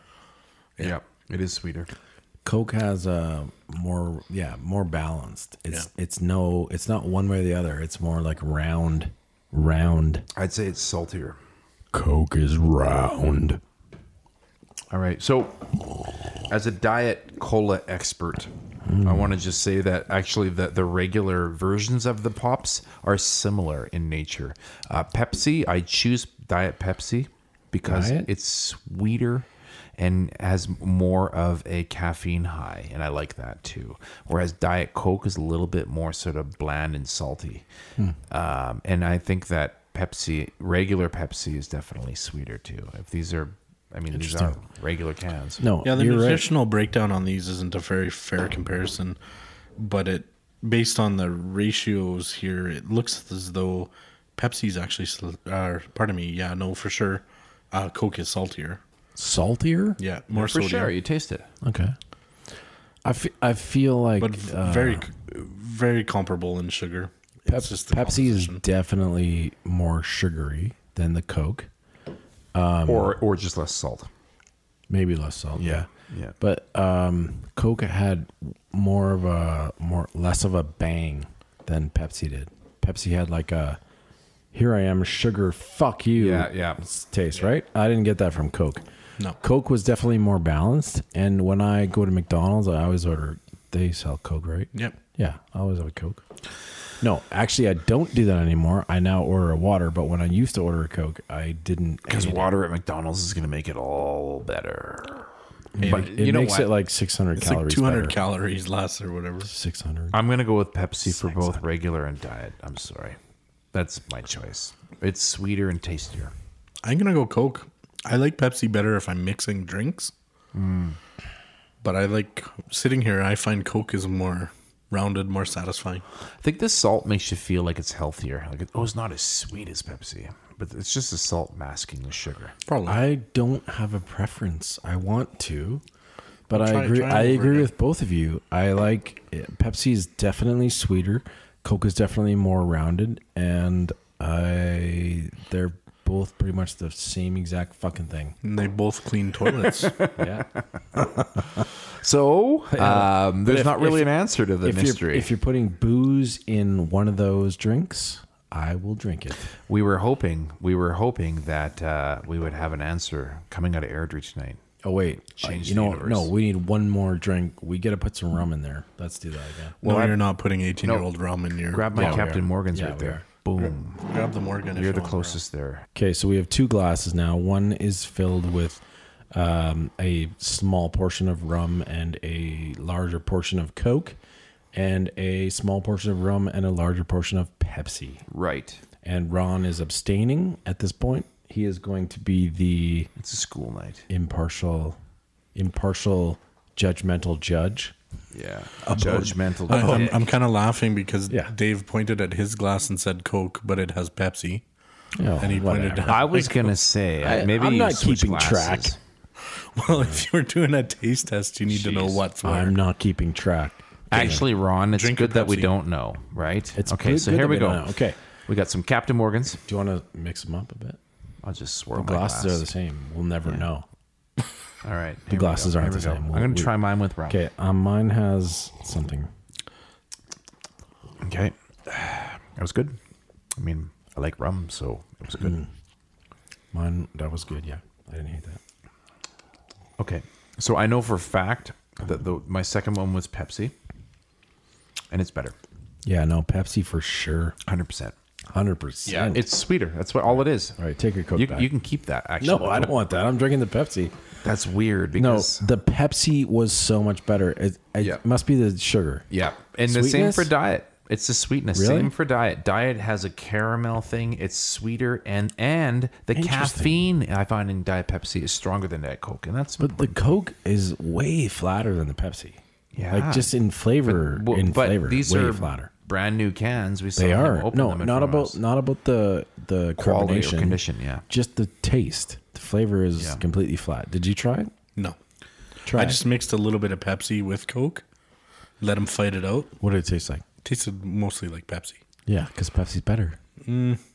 Speaker 3: Yeah, it is sweeter.
Speaker 1: Coke has a more yeah more balanced. It's it's no it's not one way or the other. It's more like round, round.
Speaker 3: I'd say it's saltier.
Speaker 1: Coke is round.
Speaker 3: All right. So, as a diet cola expert, I want to just say that actually the, the regular versions of the pops are similar in nature. Uh, Pepsi, I choose Diet Pepsi because
Speaker 1: Diet?
Speaker 3: it's sweeter and has more of a caffeine high, and I like that too. Whereas Diet Coke is a little bit more sort of bland and salty. Um, and I think that Pepsi, regular Pepsi, is definitely sweeter too. If these are, I mean, these are regular cans.
Speaker 1: No,
Speaker 2: Yeah, the
Speaker 1: you're right.
Speaker 2: nutritional breakdown on these isn't a very fair comparison, but it based on the ratios here, it looks as though Pepsi's actually, sl- uh, pardon me, yeah, no, for sure, uh, Coke is saltier.
Speaker 1: Saltier.
Speaker 2: Yeah, more
Speaker 3: For
Speaker 2: sodium,
Speaker 3: sure, you taste it.
Speaker 1: Okay. I fe- I feel like
Speaker 2: but v-
Speaker 1: uh,
Speaker 2: very, c- very comparable in sugar.
Speaker 1: Pep-
Speaker 2: It's just the
Speaker 1: Pepsi is
Speaker 2: composition.
Speaker 1: definitely more sugary than the Coke.
Speaker 3: or or just less salt.
Speaker 1: Maybe less salt. Yeah.
Speaker 3: Yeah.
Speaker 1: But um, Coke had more of a more less of a bang than Pepsi did. Pepsi had like a here I am sugar fuck you
Speaker 3: Yeah, yeah.
Speaker 1: s- taste, right? I didn't get that from Coke.
Speaker 2: No.
Speaker 1: Coke was definitely more balanced and when I go to McDonald's I always order they sell Coke, right?
Speaker 2: Yep.
Speaker 1: Yeah, I always have a Coke. No, actually, I don't do that anymore. I now order a water, but when I used to order a Coke, I didn't.
Speaker 3: Because water at McDonald's is going to make it all better. but
Speaker 1: It
Speaker 3: you know
Speaker 1: makes
Speaker 3: what?
Speaker 1: it like 600
Speaker 2: It's
Speaker 1: calories.
Speaker 2: like 200
Speaker 1: better.
Speaker 2: calories less or whatever.
Speaker 1: 600.
Speaker 3: I'm going to go with Pepsi for both regular and diet. I'm sorry. That's my choice. It's sweeter and tastier.
Speaker 2: I'm gonna go Coke. I like Pepsi better if I'm mixing drinks. But I like sitting here. I find Coke is more rounded, more satisfying.
Speaker 3: I think the salt makes you feel like it's healthier. Like, it, oh, it's not as sweet as Pepsi, but it's just the salt masking the sugar.
Speaker 2: Probably.
Speaker 1: I don't have a preference. I want to, but
Speaker 2: Well,
Speaker 1: I
Speaker 2: try-
Speaker 1: agree. I
Speaker 2: try it over
Speaker 1: agree
Speaker 2: again.
Speaker 1: with both of you. I like Pepsi is definitely sweeter. Coke is definitely more rounded, and I they're both pretty much the same exact fucking
Speaker 3: *laughs*
Speaker 1: thing.
Speaker 2: and they both clean toilets.
Speaker 1: Yeah.
Speaker 3: So um, there's
Speaker 1: if-
Speaker 3: not really
Speaker 1: if-
Speaker 3: an answer to the
Speaker 1: if
Speaker 3: mystery.
Speaker 1: You're, if you're putting booze in one of those drinks, I will drink it.
Speaker 3: we were hoping, we were hoping that uh, we would have an answer coming out of Airdrie tonight.
Speaker 1: Oh wait,
Speaker 3: Change
Speaker 1: you
Speaker 3: the
Speaker 1: know
Speaker 3: universe.
Speaker 1: no. We need one more drink. We gotta put some rum in there. Let's do that again.
Speaker 2: well, you're not putting 18 year old rum in your.
Speaker 3: Grab my
Speaker 1: we
Speaker 3: Captain
Speaker 1: are.
Speaker 3: Morgan's
Speaker 1: Yeah,
Speaker 3: right
Speaker 1: we
Speaker 3: there. Boom.
Speaker 2: grab the Morgan. if
Speaker 3: You're
Speaker 2: you
Speaker 3: the
Speaker 2: want,
Speaker 3: closest there.
Speaker 1: Okay, so we have two glasses now. One is filled with um, a small portion of rum and a larger portion of Coke, and a small portion of rum and a larger portion of Pepsi.
Speaker 5: Right.
Speaker 1: And Ron is abstaining at this point. He is going to be the
Speaker 3: It's a school night.
Speaker 1: impartial, impartial, judgmental judge.
Speaker 3: Yeah. Judgmental.
Speaker 2: I, am I'm kind of laughing because
Speaker 1: Yeah.
Speaker 2: Dave pointed at his glass and said Coke, but it has Pepsi. *laughs*
Speaker 1: Oh,
Speaker 2: And he pointed
Speaker 1: whatever.
Speaker 2: down.
Speaker 3: I was gonna say uh,
Speaker 1: I-
Speaker 3: maybe
Speaker 1: I'm
Speaker 3: you
Speaker 1: not
Speaker 3: switch
Speaker 1: keeping track.
Speaker 3: glasses.
Speaker 2: Well, if you were doing a taste test, you need to know what's where.
Speaker 1: I'm not keeping track.
Speaker 3: Actually, Ron, it's
Speaker 2: Drink
Speaker 3: good
Speaker 2: your
Speaker 3: that we
Speaker 2: Pepsi.
Speaker 3: don't know, right?
Speaker 1: It's
Speaker 3: okay.
Speaker 1: good-
Speaker 3: so
Speaker 1: good
Speaker 3: here
Speaker 1: that
Speaker 3: we
Speaker 1: we
Speaker 3: go.
Speaker 1: don't know. Okay.
Speaker 3: we got some Captain Morgans.
Speaker 1: Do you want to mix them up a bit?
Speaker 3: I'll just swirl my
Speaker 1: Glasses
Speaker 3: glass.
Speaker 1: are the same. We'll never know.
Speaker 3: All right, here we
Speaker 1: glasses
Speaker 3: go,
Speaker 1: aren't
Speaker 3: here
Speaker 1: the
Speaker 3: we go.
Speaker 1: same.
Speaker 3: I'm gonna
Speaker 1: We-
Speaker 3: try mine with Ron.
Speaker 1: Okay, um, mine has something.
Speaker 3: Okay. *sighs* That was good. I mean, I like rum, so it was
Speaker 1: Hmm.
Speaker 3: good.
Speaker 1: Mine that was good. Yeah, I didn't hate that.
Speaker 3: Okay. So I know for a fact that the, my second one was Pepsi, and it's better.
Speaker 1: Yeah, no Pepsi for sure,
Speaker 3: 100%.
Speaker 1: hundred percent.
Speaker 3: It's sweeter. That's what all it is.
Speaker 1: all right. Take your coke
Speaker 3: You,
Speaker 1: back.
Speaker 3: you can keep that, actually.
Speaker 1: no, I don't want that. I'm drinking the Pepsi.
Speaker 3: *laughs* That's weird
Speaker 1: No,
Speaker 3: because.
Speaker 1: the Pepsi was so much better. It, it
Speaker 3: Yeah.
Speaker 1: must be the sugar.
Speaker 3: Yeah. And the same
Speaker 1: Sweetness?
Speaker 3: for diet. It's the sweetness.
Speaker 1: Really?
Speaker 3: Same for diet. Diet has a caramel thing. It's sweeter and and the
Speaker 1: Interesting.
Speaker 3: caffeine I find in Diet Pepsi is stronger than Diet Coke. And that's
Speaker 1: But the Coke is way flatter than the Pepsi.
Speaker 3: Yeah.
Speaker 1: like just in flavor.
Speaker 3: Well,
Speaker 1: in
Speaker 3: but
Speaker 1: flavor,
Speaker 3: these
Speaker 1: way
Speaker 3: are
Speaker 1: flatter.
Speaker 3: brand new cans. We saw
Speaker 1: They
Speaker 3: him
Speaker 1: are
Speaker 3: open
Speaker 1: no,
Speaker 3: them in
Speaker 1: not
Speaker 3: front of
Speaker 1: about
Speaker 3: us.
Speaker 1: not about the the
Speaker 3: Quality or
Speaker 1: carbonation.
Speaker 3: condition, yeah.
Speaker 1: just the taste. The flavor is
Speaker 3: Yeah.
Speaker 1: completely flat. Did you try it?
Speaker 2: no.
Speaker 1: Try.
Speaker 2: I
Speaker 1: it.
Speaker 2: just mixed a little bit of Pepsi with Coke, let them fight it out.
Speaker 1: what did it taste like?
Speaker 2: Tasted mostly like Pepsi.
Speaker 1: Yeah, because Pepsi's better.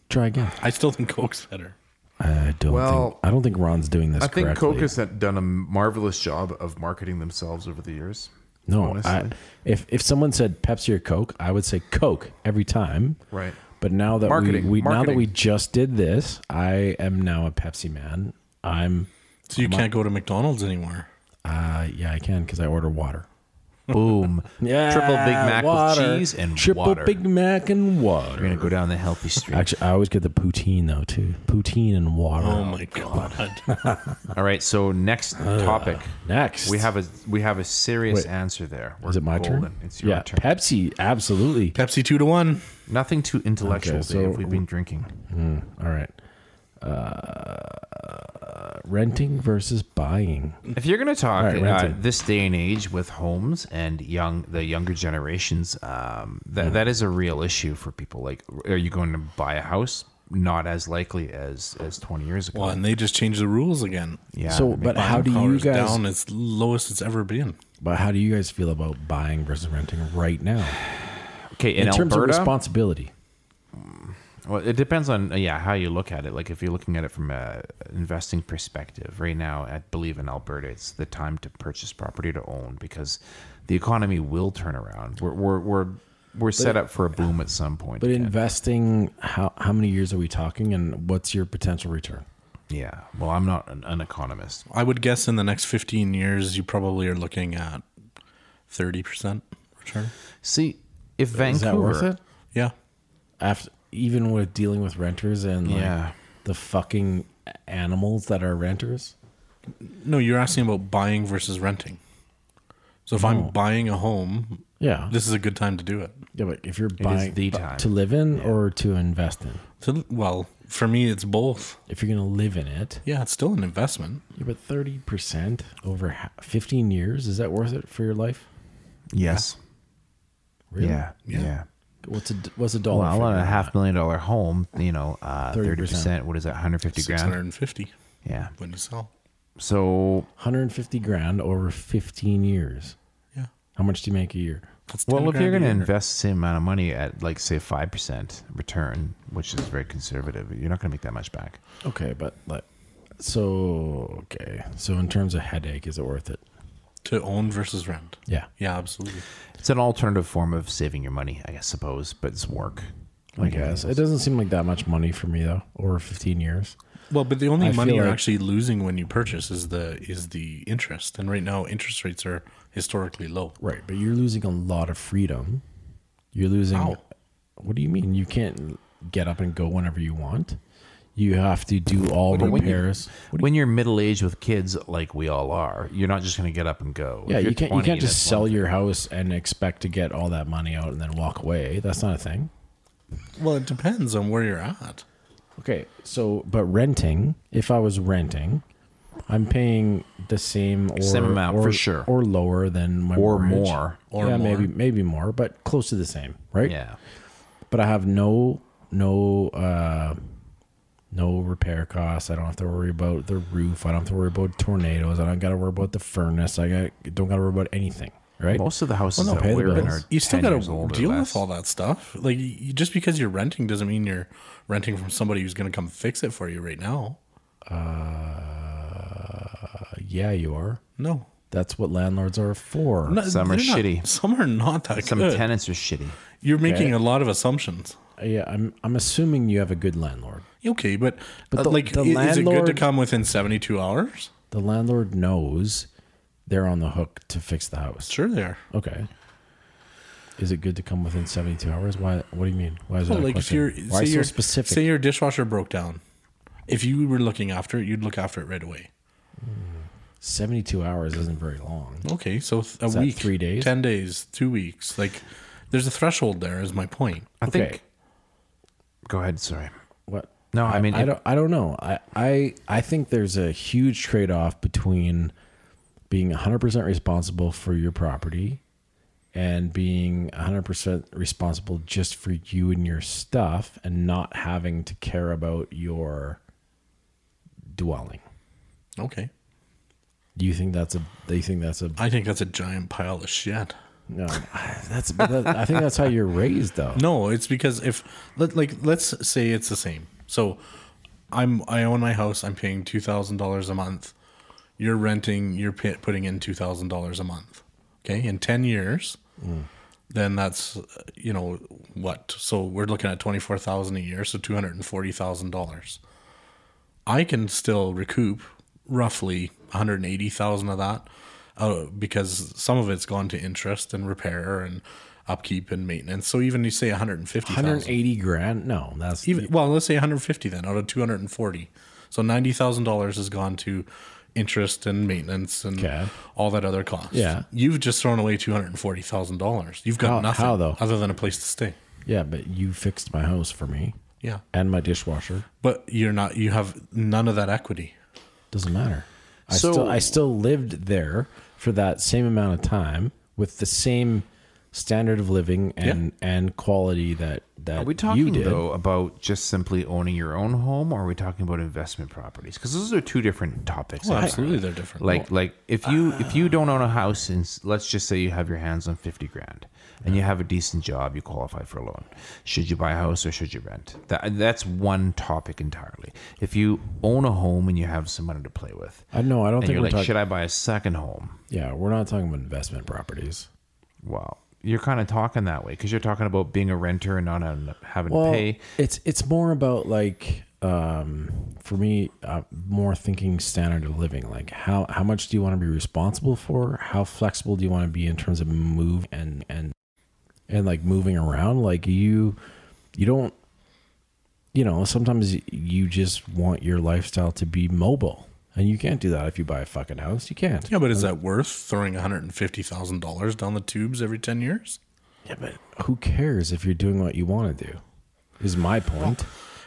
Speaker 1: Try again.
Speaker 2: I still think Coke's better.
Speaker 1: Mm. I don't.
Speaker 3: Well,
Speaker 1: think, I don't think Ron's doing this.
Speaker 3: I think
Speaker 1: correctly.
Speaker 3: Coke has done a marvelous job of marketing themselves over the years.
Speaker 1: No,
Speaker 3: honestly.
Speaker 1: I, if if someone said Pepsi or Coke, I would say Coke every time.
Speaker 3: Right.
Speaker 1: But now that
Speaker 3: Marketing,
Speaker 1: we, we now that
Speaker 3: marketing.
Speaker 1: we just did this, I am now a Pepsi man. I'm.
Speaker 2: So you can't go to McDonald's anymore.
Speaker 1: Uh, yeah, I can because I order water.
Speaker 3: *laughs* Boom.
Speaker 1: Yeah,
Speaker 3: Triple Big Mac
Speaker 1: water.
Speaker 3: with cheese and
Speaker 1: triple
Speaker 3: water.
Speaker 1: Big Mac and water.
Speaker 3: We're gonna go down the healthy street.
Speaker 1: Actually, I always get the poutine though too. Poutine and water.
Speaker 2: Oh, my god. *laughs*
Speaker 3: All right. So next topic.
Speaker 1: Next,
Speaker 3: We have a we have a serious
Speaker 1: uh, Wait.
Speaker 3: answer there. We're
Speaker 1: Is it my turn?
Speaker 3: golden. It's your
Speaker 1: yeah,
Speaker 3: turn.
Speaker 1: Pepsi, absolutely.
Speaker 2: Pepsi two to one.
Speaker 3: Nothing too intellectual.
Speaker 1: Okay, so-
Speaker 3: Dave. We've been drinking.
Speaker 1: All right. Uh, renting versus buying.
Speaker 3: If you're going to talk
Speaker 1: All right,
Speaker 3: uh,
Speaker 1: rented.
Speaker 3: this day and age with homes and young the younger generations, um, that that is a real issue for people. Like, are you going to buy a house? Not as likely as as 20 years ago.
Speaker 2: Well, and they just changed the rules again.
Speaker 3: yeah.
Speaker 1: so,
Speaker 3: I mean,
Speaker 1: but
Speaker 2: Buying
Speaker 1: how do you
Speaker 2: cars
Speaker 1: guys?
Speaker 2: down its lowest it's ever been?
Speaker 1: But how do you guys feel about buying versus renting right now
Speaker 3: okay, in,
Speaker 1: in, terms
Speaker 3: Alberta,
Speaker 1: of responsibility?
Speaker 3: well, it depends on uh, yeah how you look at it. Like, if you're looking at it from a investing perspective, right now, I believe in Alberta, it's the time to purchase property to own because the economy will turn around. We're we're we're, we're set up for a boom at some point.
Speaker 1: But
Speaker 3: again.
Speaker 1: investing, how how many years are we talking, and what's your potential return?
Speaker 3: yeah, well, I'm not an, an economist.
Speaker 2: I would guess in the next 15 years, you probably are looking at 30% return.
Speaker 3: See, if Vancouver,
Speaker 1: Is that worth it?
Speaker 2: Yeah.
Speaker 1: After even with dealing with renters and like
Speaker 3: Yeah.
Speaker 1: the fucking animals that are renters.
Speaker 2: No, you're asking about buying versus renting. So if I'm buying a home,
Speaker 1: Yeah,
Speaker 2: this is a good time to do it.
Speaker 1: yeah. But if you're buying
Speaker 3: the
Speaker 1: bu-
Speaker 3: time.
Speaker 1: to live in or to invest in,
Speaker 2: So, well, for me, it's both.
Speaker 1: if you're gonna live in it,
Speaker 2: Yeah, it's still an investment.
Speaker 1: Yeah, but thirty percent over ha- fifteen years—is that worth it for your life?
Speaker 3: Yes.
Speaker 1: Really?
Speaker 3: Yeah. Yeah.
Speaker 1: What's a what's a
Speaker 3: Well,
Speaker 1: dollar?
Speaker 3: I want a
Speaker 1: figure?
Speaker 3: half million dollar home, you know, uh, 30%.
Speaker 1: 30%.
Speaker 3: What is that? 150 grand?
Speaker 2: 650
Speaker 3: Yeah.
Speaker 2: when you sell.
Speaker 3: So,
Speaker 1: 150 grand over 15 years.
Speaker 2: Yeah.
Speaker 1: How much do you make a year?
Speaker 2: That's 10
Speaker 3: well, if
Speaker 2: grand
Speaker 3: you're
Speaker 2: a
Speaker 3: going to
Speaker 2: year.
Speaker 3: invest the same amount of money at, like, say, 5% return, which is very conservative, you're not going to make that much back.
Speaker 1: Okay, but like, so okay, so in terms of headache, is it worth it?
Speaker 2: to own versus rent.
Speaker 1: Yeah.
Speaker 2: Yeah, absolutely.
Speaker 3: It's an alternative form of saving your money, I guess, suppose, but it's work.
Speaker 1: I guess it doesn't seem like that much money for me though. Over 15 years,
Speaker 2: Well, but the only
Speaker 1: I
Speaker 2: money
Speaker 1: feel
Speaker 2: you're
Speaker 1: like-
Speaker 2: actually losing when you purchase is the is the interest, and right now interest rates are historically low.
Speaker 1: right? But you're losing a lot of freedom. You're losing.
Speaker 2: How?
Speaker 1: What do you mean? You can't get up and go whenever you want. You have to do all
Speaker 3: do you- when you-
Speaker 1: repairs.
Speaker 3: When you're middle aged with kids, like we all are, you're not just going to get up and go. If
Speaker 1: yeah,
Speaker 3: you're
Speaker 1: you can't you
Speaker 3: 20,
Speaker 1: can't
Speaker 3: that's
Speaker 1: just
Speaker 3: one
Speaker 1: sell your house and expect to get all that money out and then walk away. That's not a thing.
Speaker 2: Well, it depends on where you're at.
Speaker 1: Okay, so but renting, if I was renting, I'm paying the same or
Speaker 3: Same amount,
Speaker 1: or,
Speaker 3: for sure.
Speaker 1: or lower than my
Speaker 3: or
Speaker 1: mortgage.
Speaker 3: more.
Speaker 2: Or
Speaker 1: yeah,
Speaker 2: more.
Speaker 1: maybe maybe more, but close to the same, right?
Speaker 3: Yeah.
Speaker 1: But I have no no uh no repair costs. I don't have to worry about the roof. I don't have to worry about tornadoes. I don't got to worry about the furnace. I got, don't got to worry about anything, right?
Speaker 3: Most of the houses
Speaker 1: Well, no, pay
Speaker 3: that
Speaker 1: the
Speaker 3: we're in
Speaker 1: bills.
Speaker 3: are
Speaker 2: You still
Speaker 3: 10
Speaker 2: got
Speaker 3: years
Speaker 2: to
Speaker 3: old or
Speaker 2: deal
Speaker 3: less.
Speaker 2: with all that stuff. Like, you, just because you're renting doesn't mean you're renting from somebody who's going to come fix it for you right now.
Speaker 1: Uh, yeah, you are.
Speaker 2: No.
Speaker 1: That's what landlords are for.
Speaker 2: No,
Speaker 3: Some are
Speaker 2: they're not-
Speaker 3: shitty.
Speaker 2: some are not that
Speaker 3: Some
Speaker 2: good.
Speaker 3: tenants are shitty.
Speaker 2: You're making a lot of assumptions.
Speaker 1: Yeah, I'm I'm assuming you have a good landlord.
Speaker 2: Okay, but,
Speaker 1: But
Speaker 2: uh,
Speaker 1: the-
Speaker 2: like,
Speaker 1: the
Speaker 2: i- is it good to
Speaker 1: landlord-
Speaker 2: come within 72 hours?
Speaker 1: The landlord knows they're on the hook to fix the house.
Speaker 2: Sure, they are.
Speaker 1: Okay. Is it good to come within 72 hours? Why? What do you mean? Why is
Speaker 2: Well,
Speaker 1: that a
Speaker 2: like if
Speaker 1: question?
Speaker 2: you're
Speaker 1: Why
Speaker 2: say
Speaker 1: so
Speaker 2: your-
Speaker 1: specific?
Speaker 2: Say your dishwasher broke down. If you were looking after it, you'd look after it right away.
Speaker 1: 72 hours isn't very long.
Speaker 2: Okay, so th- a
Speaker 1: that
Speaker 2: week,
Speaker 1: three days?
Speaker 2: ten days, two weeks. Like, there's a threshold. There is my point.
Speaker 3: I
Speaker 1: Okay.
Speaker 3: think. Go ahead. Sorry.
Speaker 1: What?
Speaker 3: No, I mean,
Speaker 1: I
Speaker 3: it-
Speaker 1: don't. I don't know. I I I think there's a huge trade off between being 100% responsible for your property and being 100% responsible just for you and your stuff and not having to care about your dwelling.
Speaker 2: Okay,
Speaker 1: Do you think that's a? Do you think that's a?
Speaker 2: I think that's a giant pile of shit.
Speaker 1: No,
Speaker 3: *laughs*
Speaker 1: that's. but that, I think that's how you're raised, though.
Speaker 2: No, it's because if let like let's say it's the same. So, I'm I own my house. I'm paying two thousand dollars a month. You're renting. You're pay, putting in two thousand dollars a month. Okay, in ten years, then that's uh, you know what. So we're looking at twenty four thousand a year. So two hundred and forty thousand dollars. I can still recoup roughly one hundred eighty thousand of that, uh, because some of it's gone to interest and repair and upkeep and maintenance. So even you say one hundred and fifty thousand,
Speaker 1: 180 grand? No, that's
Speaker 2: even well, let's say one hundred fifty then out of two hundred and forty. So ninety thousand dollars has gone to interest and maintenance and
Speaker 1: Okay.
Speaker 2: all that other cost.
Speaker 1: Yeah.
Speaker 2: you've just thrown away two hundred and forty thousand dollars. You've got
Speaker 1: How-
Speaker 2: nothing
Speaker 1: how though?
Speaker 2: other than a place to stay.
Speaker 1: yeah. But you fixed my house for me
Speaker 2: Yeah,
Speaker 1: and my dishwasher.
Speaker 2: but you're not. You have none of that equity.
Speaker 1: Doesn't matter. I
Speaker 3: So-
Speaker 1: still I still lived there for that same amount of time with the same standard of living and and quality that that
Speaker 3: Are we
Speaker 1: you
Speaker 3: talking
Speaker 1: did.
Speaker 3: though about just simply owning your own home, or are we talking about investment properties? Because those are two different topics.
Speaker 2: Well,
Speaker 3: entirely.
Speaker 2: absolutely, they're different.
Speaker 3: Like, like if you if you don't own a house, and s- let's just say you have your hands on fifty grand, and you have a decent job, you qualify for a loan. Should you buy a house or should you rent? That that's one topic entirely. If you own a home and you have some money to play with,
Speaker 1: I know. Uh, I don't
Speaker 3: and
Speaker 1: think
Speaker 3: you're
Speaker 1: we're
Speaker 3: like,
Speaker 1: talking.
Speaker 3: should I buy a second home?
Speaker 1: yeah, we're not talking about investment properties.
Speaker 3: Well, you're kind of talking that way because you're talking about being a renter and not having to- having to
Speaker 1: Well,
Speaker 3: pay.
Speaker 1: it's it's more about like um, for me, uh, more thinking standard of living. Like how how much do you want to be responsible for? How flexible do you want to be in terms of move and and and like moving around? Like you you don't you know sometimes you just want your lifestyle to be mobile, and you can't do that if you buy a fucking house. You can't.
Speaker 2: Yeah, but is that worth throwing one hundred and fifty thousand dollars down the tubes every ten years?
Speaker 1: Yeah, but who cares if you're doing what you want to do? Is my point.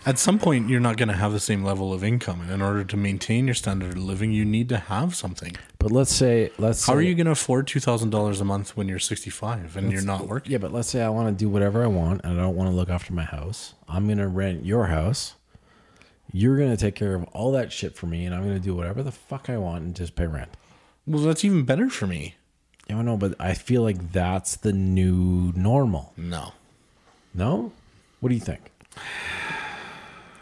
Speaker 2: At some point, you're not going to have the same level of income, and in order to maintain your standard of living, you need to have something.
Speaker 1: But let's say let's
Speaker 2: How are
Speaker 1: say-
Speaker 2: you going to afford two thousand dollars a month when you're sixty-five and you're not working?
Speaker 1: Yeah, but let's say I want to do whatever I want and I don't want to look after my house. I'm going to rent your house. You're going to take care of all that shit for me and I'm going to do whatever the fuck I want and just pay rent.
Speaker 2: Well, that's even better for me.
Speaker 1: I don't know, but I feel like that's the new normal.
Speaker 2: No,
Speaker 1: No? What do you think?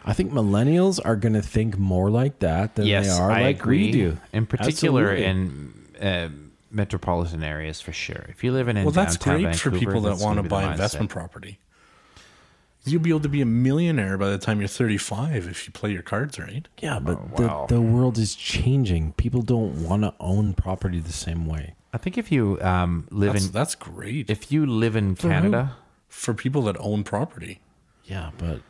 Speaker 1: I think millennials are going to think more like that than they are like we do.
Speaker 3: In particular,
Speaker 1: Absolutely.
Speaker 3: in uh, metropolitan areas for sure. If you live in,
Speaker 2: well, that's
Speaker 3: downtown
Speaker 2: great for
Speaker 3: Vancouver,
Speaker 2: people that
Speaker 3: that's
Speaker 2: want to
Speaker 3: gonna be the
Speaker 2: buy
Speaker 3: mindset.
Speaker 2: investment property. You'll be able to be a millionaire by the time you're thirty-five if you play your cards right.
Speaker 1: yeah, but
Speaker 3: Oh, wow.
Speaker 1: the, the world is changing. People don't want to own property the same way.
Speaker 3: I think if you um, live
Speaker 2: That's,
Speaker 3: in,
Speaker 2: that's great
Speaker 3: if you live in Canada,
Speaker 2: for people that own property.
Speaker 1: Yeah, but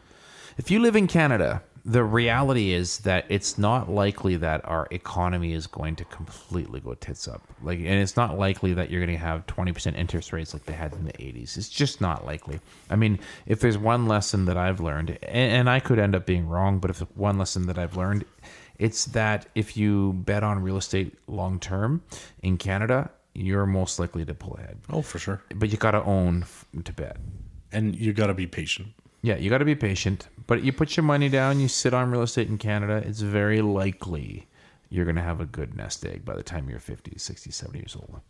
Speaker 3: if you live in Canada, the reality is that it's not likely that our economy is going to completely go tits up. Like, and it's not likely that you're going to have 20% interest rates like they had in the 80s. It's just not likely. I mean, if there's one lesson that I've learned, and, and I could end up being wrong, but if one lesson that I've learned, it's that if you bet on real estate long term in Canada, you're most likely to pull ahead.
Speaker 2: Oh, for sure.
Speaker 3: But you got to own f- to bet.
Speaker 2: And you got to be patient.
Speaker 3: Yeah, you got to be patient. But you put your money down, you sit on real estate in Canada, it's very likely you're going to have a good nest egg by the time you're 50, 60, 70 years old.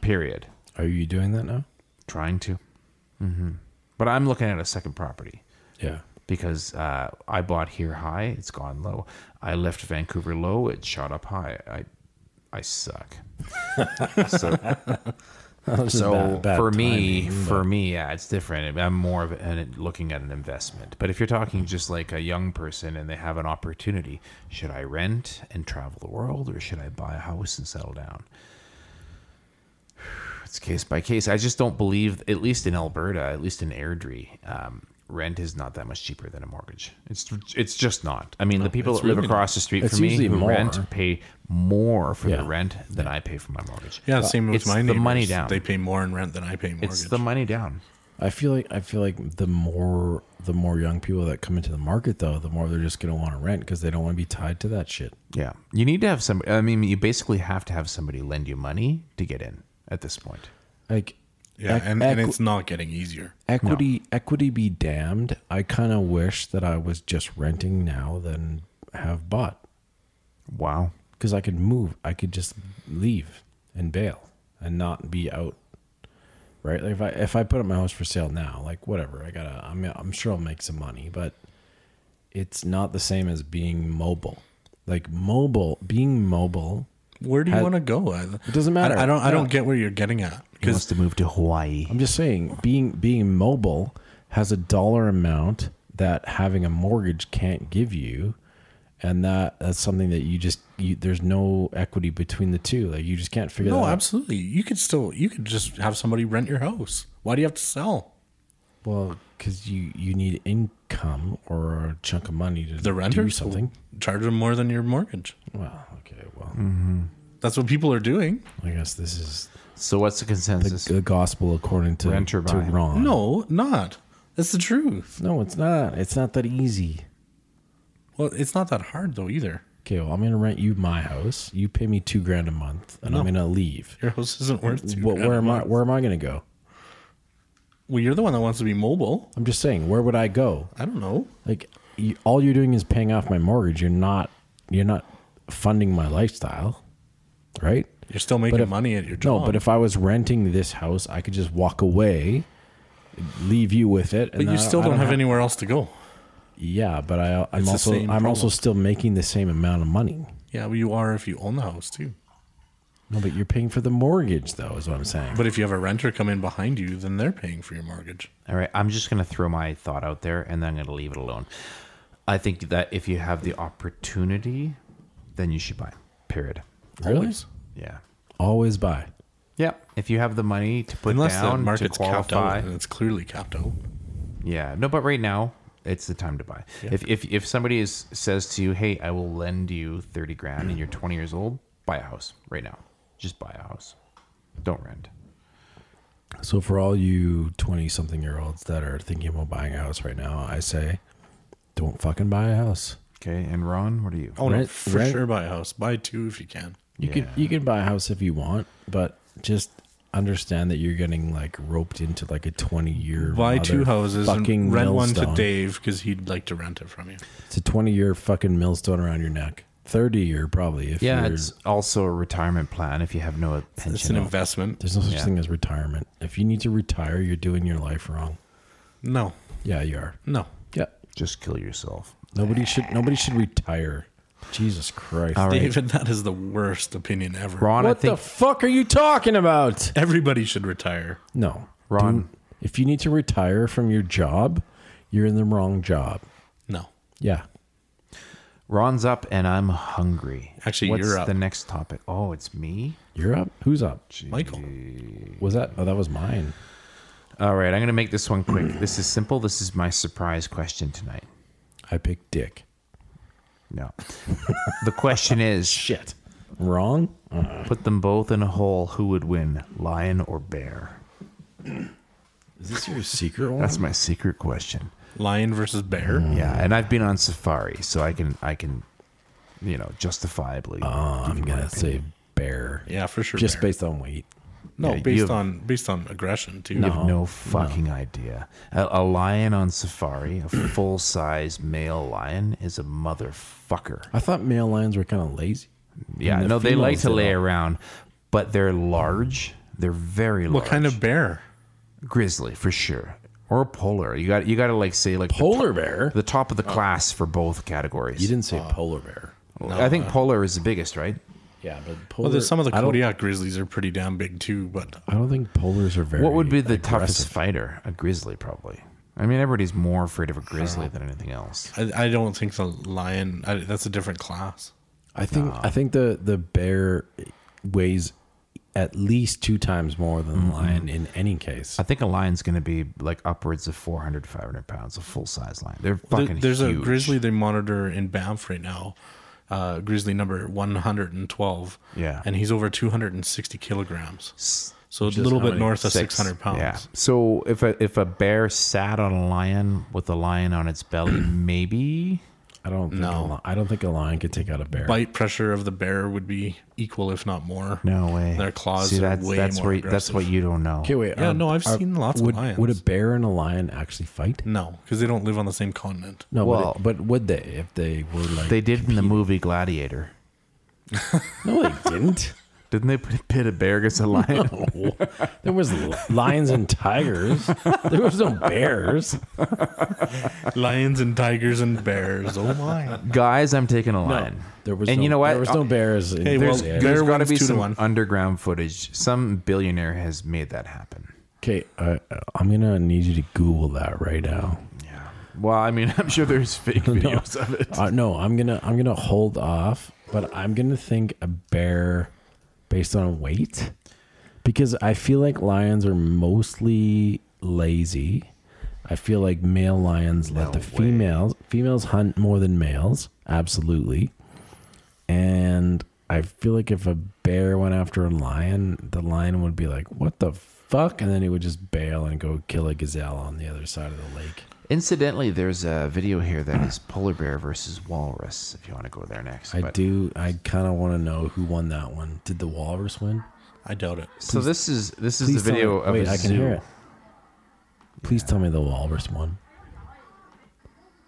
Speaker 3: Period.
Speaker 1: Are you doing that now?
Speaker 3: Trying to. hmm But I'm looking at a second property
Speaker 1: Yeah.
Speaker 3: because uh, I bought here high, it's gone low. I left Vancouver low, it shot up high. I, I suck. so
Speaker 1: *laughs*
Speaker 3: so for me, for me, yeah, it's different. I'm more of an, looking at an investment. But if you're talking just like a young person and they have an opportunity, should I rent and travel the world, or should I buy a house and settle down? *sighs* It's case by case. I just don't believe, at least in Alberta, at least in Airdrie, um, rent is not that much cheaper than a mortgage. It's it's just not. I mean, the people that live across the street
Speaker 1: it's
Speaker 3: from me
Speaker 1: usually
Speaker 3: who
Speaker 1: more.
Speaker 3: rent pay more for
Speaker 1: Yeah.
Speaker 3: their rent than I pay for my mortgage.
Speaker 2: Yeah, same with
Speaker 3: it's
Speaker 2: my
Speaker 3: the
Speaker 2: neighbors.
Speaker 3: money down.
Speaker 2: They pay more in rent than I pay mortgage.
Speaker 3: It's the money down.
Speaker 1: I feel like I feel like the more the more young people that come into the market though, the more they're just gonna want to rent because they don't want to be tied to that shit.
Speaker 3: Yeah. You need to have some I mean you basically have to have somebody lend you money to get in at this point.
Speaker 1: Like
Speaker 2: yeah,
Speaker 1: ec-
Speaker 2: and, and
Speaker 1: equi-
Speaker 2: it's not getting easier.
Speaker 1: equity equity be damned. I kind of wish that I was just renting now than have bought
Speaker 3: Wow.
Speaker 1: because I could move. I could just leave and bail and not be out. Right? Like if I if I put up my house for sale now, like whatever, I gotta. I'm I'm sure I'll make some money, but it's not the same as being mobile. Like mobile, being mobile.
Speaker 2: Where do you
Speaker 1: Had-
Speaker 2: want to go? I,
Speaker 1: It doesn't matter.
Speaker 2: I, I don't. I don't
Speaker 1: Yeah.
Speaker 2: get where you're getting at
Speaker 3: He wants
Speaker 2: because
Speaker 3: to move to Hawaii.
Speaker 1: I'm just saying, being being mobile has a dollar amount that having a mortgage can't give you, and that that's something that you just you, there's no equity between the two. Like you just can't figure
Speaker 2: no,
Speaker 1: that out.
Speaker 2: absolutely. You could still. You could just have somebody rent your house. Why do you have to sell?
Speaker 1: Well, because you you need income or a chunk of money to
Speaker 2: The
Speaker 1: do
Speaker 2: renters
Speaker 1: something.
Speaker 2: will charge them more than your mortgage.
Speaker 1: Well, okay, well,
Speaker 2: That's what people are doing.
Speaker 1: I guess this is
Speaker 3: So what's the consensus?
Speaker 1: the gospel according to
Speaker 3: Rent or
Speaker 1: to
Speaker 3: buy?
Speaker 1: Ron.
Speaker 2: No, not. That's the truth.
Speaker 1: no, it's not. It's not that easy.
Speaker 2: Well, it's not that hard though either.
Speaker 1: Okay, well, I'm gonna rent you my house. You pay me two grand a month, and I'm gonna leave.
Speaker 2: Your house isn't worth. two
Speaker 1: What,
Speaker 2: grand
Speaker 1: where
Speaker 2: a
Speaker 1: am I?
Speaker 2: month.
Speaker 1: Where am I gonna go?
Speaker 2: Well, you're the one that wants to be mobile.
Speaker 1: I'm just saying, where would I go?
Speaker 2: I don't know.
Speaker 1: Like, you, all you're doing is paying off my mortgage. You're not. You're not funding my lifestyle, right?
Speaker 2: You're still making
Speaker 1: if-
Speaker 2: money at your job.
Speaker 1: No, but if I was renting this house, I could just walk away, leave you with it.
Speaker 2: but you still don't, have,
Speaker 1: any.
Speaker 2: anywhere else to go.
Speaker 1: Yeah, but I, I'm
Speaker 2: the
Speaker 1: also
Speaker 2: same
Speaker 1: I'm
Speaker 2: problem.
Speaker 1: also still making the same amount of money.
Speaker 2: Yeah, well, you are if you own the house too.
Speaker 1: No, but you're paying for the mortgage, though, is what I'm saying.
Speaker 2: But if you have a renter come in behind you, then they're paying for your mortgage.
Speaker 3: All right, I'm just going to throw my thought out there and then I'm going to leave it alone. I think that if you have the opportunity, then you should buy. Period.
Speaker 1: really,
Speaker 2: Always.
Speaker 3: Yeah.
Speaker 1: always buy.
Speaker 3: Yeah, if you have the money to put
Speaker 2: Unless the
Speaker 3: down to
Speaker 2: market's capped
Speaker 3: qualify,
Speaker 2: out, and it's clearly capped out.
Speaker 3: Yeah. No, but right now it's the time to buy. If, if if somebody is says to you, "Hey, I will lend you 30 grand and you're 20 years old, buy a house right now. Just buy a house. Don't rent."
Speaker 1: So for all you twenty something year olds that are thinking about buying a house right now, I say, don't fucking buy a house.
Speaker 3: Okay? And Ron, what are you?
Speaker 2: Oh no,
Speaker 1: Rent-
Speaker 2: for
Speaker 1: rent-
Speaker 2: sure buy a house. Buy two if you can.
Speaker 1: You can
Speaker 3: Yeah.
Speaker 1: you can buy a house if you want, but just understand that you're getting like roped into like a twenty year
Speaker 2: Buy two
Speaker 1: mother
Speaker 2: houses and
Speaker 1: fucking
Speaker 2: rent one to
Speaker 1: millstone.
Speaker 2: Dave because he'd like to rent it from you.
Speaker 1: It's a twenty year fucking millstone around your neck. Thirty year probably. If
Speaker 3: Yeah,
Speaker 1: you're,
Speaker 3: it's also a retirement plan if you have no
Speaker 2: It's an
Speaker 3: pension.
Speaker 2: investment.
Speaker 1: There's no such
Speaker 3: Yeah.
Speaker 1: thing as retirement. If you need to retire, you're doing your life wrong.
Speaker 2: No,
Speaker 1: Yeah, you are.
Speaker 2: no.
Speaker 1: Yeah.
Speaker 3: Just kill yourself.
Speaker 1: Nobody should nobody should retire. Jesus Christ.
Speaker 3: All right.
Speaker 2: David, that is the worst opinion ever.
Speaker 3: Ron, I
Speaker 1: What the
Speaker 3: think
Speaker 1: fuck are you talking about?
Speaker 2: Everybody should retire.
Speaker 1: No.
Speaker 3: Ron.
Speaker 1: Do- if you need to retire from your job, you're in the wrong job.
Speaker 2: No.
Speaker 1: Yeah.
Speaker 3: Ron's up and I'm hungry.
Speaker 2: Actually,
Speaker 3: What's
Speaker 2: you're up.
Speaker 3: the next topic? Oh, it's me.
Speaker 1: You're up? Who's up?
Speaker 2: Michael.
Speaker 3: Mm.
Speaker 1: Was that oh that was mine.
Speaker 3: All right, I'm going to make this one quick. this is simple. This is my surprise question tonight.
Speaker 1: I picked Dick.
Speaker 2: *laughs*
Speaker 3: No. the question is
Speaker 1: Shit. Wrong?
Speaker 3: put them both in a hole, who would win, lion or bear?
Speaker 1: Is this your secret one?
Speaker 3: That's my secret question.
Speaker 2: Lion versus bear.
Speaker 3: Yeah, and I've been on safari, so I can I can you know, justifiably.
Speaker 1: I'm gonna say bear.
Speaker 2: Yeah, for sure.
Speaker 1: Just
Speaker 2: bear.
Speaker 1: based on weight.
Speaker 2: no,
Speaker 3: yeah, you
Speaker 2: based
Speaker 3: have-
Speaker 2: on based on aggression too.
Speaker 3: you have no fucking idea. A, a lion on safari, a full size male lion, is a motherfucker.
Speaker 1: I thought male lions were kind of lazy.
Speaker 3: Yeah,
Speaker 1: And the
Speaker 3: no, they like
Speaker 1: females
Speaker 3: to
Speaker 1: did
Speaker 3: lay
Speaker 1: all-
Speaker 3: around, but they're large. They're very large.
Speaker 2: What kind of bear?
Speaker 3: grizzly for sure, or polar? You got you got to like say like the
Speaker 1: Polar
Speaker 3: to-
Speaker 1: bear.
Speaker 3: the top of the class for both categories.
Speaker 1: You didn't say polar bear.
Speaker 3: I
Speaker 2: uh,
Speaker 3: think polar is the biggest, right?
Speaker 1: Yeah, but polar.
Speaker 2: Well, there's some of the
Speaker 1: I don't-
Speaker 2: Kodiak grizzlies are pretty damn big too, but
Speaker 1: I don't think polars are very.
Speaker 3: What would be the toughest fighter? A grizzly, probably. I mean, everybody's more afraid of a grizzly than anything else.
Speaker 2: I, I don't think the lion. I, that's a different class.
Speaker 1: I think I think the the bear weighs at least two times more than the lion in any case.
Speaker 3: I think a lion's going to be like upwards of 400, 500 pounds, a full size lion. They're
Speaker 2: There-
Speaker 3: fucking
Speaker 2: there's
Speaker 3: huge.
Speaker 2: a grizzly they monitor in Banff right now, uh, grizzly number 112.
Speaker 3: Yeah.
Speaker 2: and he's over 260 kilograms.
Speaker 3: S-
Speaker 2: So a little
Speaker 1: how
Speaker 2: bit
Speaker 1: many?
Speaker 2: north of
Speaker 3: Six.
Speaker 2: 600 pounds.
Speaker 3: Yeah. So if a if a bear sat on a lion with a lion on
Speaker 2: *clears throat*
Speaker 3: its belly, maybe
Speaker 1: I don't think a li- I don't think a lion could take out a bear.
Speaker 2: Bite pressure of the bear would be equal, if not more.
Speaker 3: no way.
Speaker 2: Their claws
Speaker 3: See,
Speaker 2: are
Speaker 3: that's
Speaker 2: way
Speaker 3: that's
Speaker 2: more
Speaker 3: where that's what
Speaker 2: aggressive.
Speaker 3: you don't know.
Speaker 1: okay, wait. um,
Speaker 2: Yeah, no, I've seen lots of
Speaker 1: would,
Speaker 2: lions.
Speaker 1: Would a bear and a lion actually fight?
Speaker 2: No, because they don't live on the same
Speaker 3: *laughs*
Speaker 2: continent.
Speaker 1: No,
Speaker 3: Well-
Speaker 1: but, but would they if they were like?
Speaker 3: They did in the movie Gladiator,
Speaker 1: no, they didn't.
Speaker 3: didn't they? *laughs* Put pit a
Speaker 2: *laughs*
Speaker 3: bear against a lion.
Speaker 1: There was li- lions and tigers. There was no bears.
Speaker 2: Lions and tigers and bears. Oh my!
Speaker 3: Guys, I'm taking a lion.
Speaker 1: There was
Speaker 3: and
Speaker 1: no,
Speaker 3: you know what?
Speaker 1: There was no bears. In
Speaker 2: Hey, well,
Speaker 1: there's-
Speaker 2: Bear
Speaker 3: There's got to
Speaker 2: wins
Speaker 3: be
Speaker 2: two to
Speaker 3: some
Speaker 2: one.
Speaker 3: underground footage. Some billionaire has made that happen.
Speaker 1: okay, uh, I'm gonna need you to Google that right now.
Speaker 3: Yeah. Well, I mean, *laughs* I'm sure there's fake videos of it.
Speaker 1: Uh, no, I'm gonna I'm gonna hold off, but I'm gonna think a bear based on weight because I feel like lions are mostly lazy. I feel like male lions let the females females hunt more than males, absolutely. And I feel like if a bear went after a lion, the lion would be like, "What the fuck?" and then he would just bail and go kill a gazelle on the other side of the lake.
Speaker 3: *laughs* Incidentally, there's a video here that is polar bear versus walrus. If you want to go there next,
Speaker 1: I
Speaker 3: But-
Speaker 1: do. I kind of want to know who won that one. Did the walrus win?
Speaker 2: I doubt it.
Speaker 3: So this is this is the
Speaker 1: Please tell
Speaker 3: video
Speaker 1: me-
Speaker 3: of
Speaker 1: wait,
Speaker 3: a
Speaker 1: I
Speaker 3: zoo.
Speaker 1: can hear it. Please tell me the walrus won. *laughs*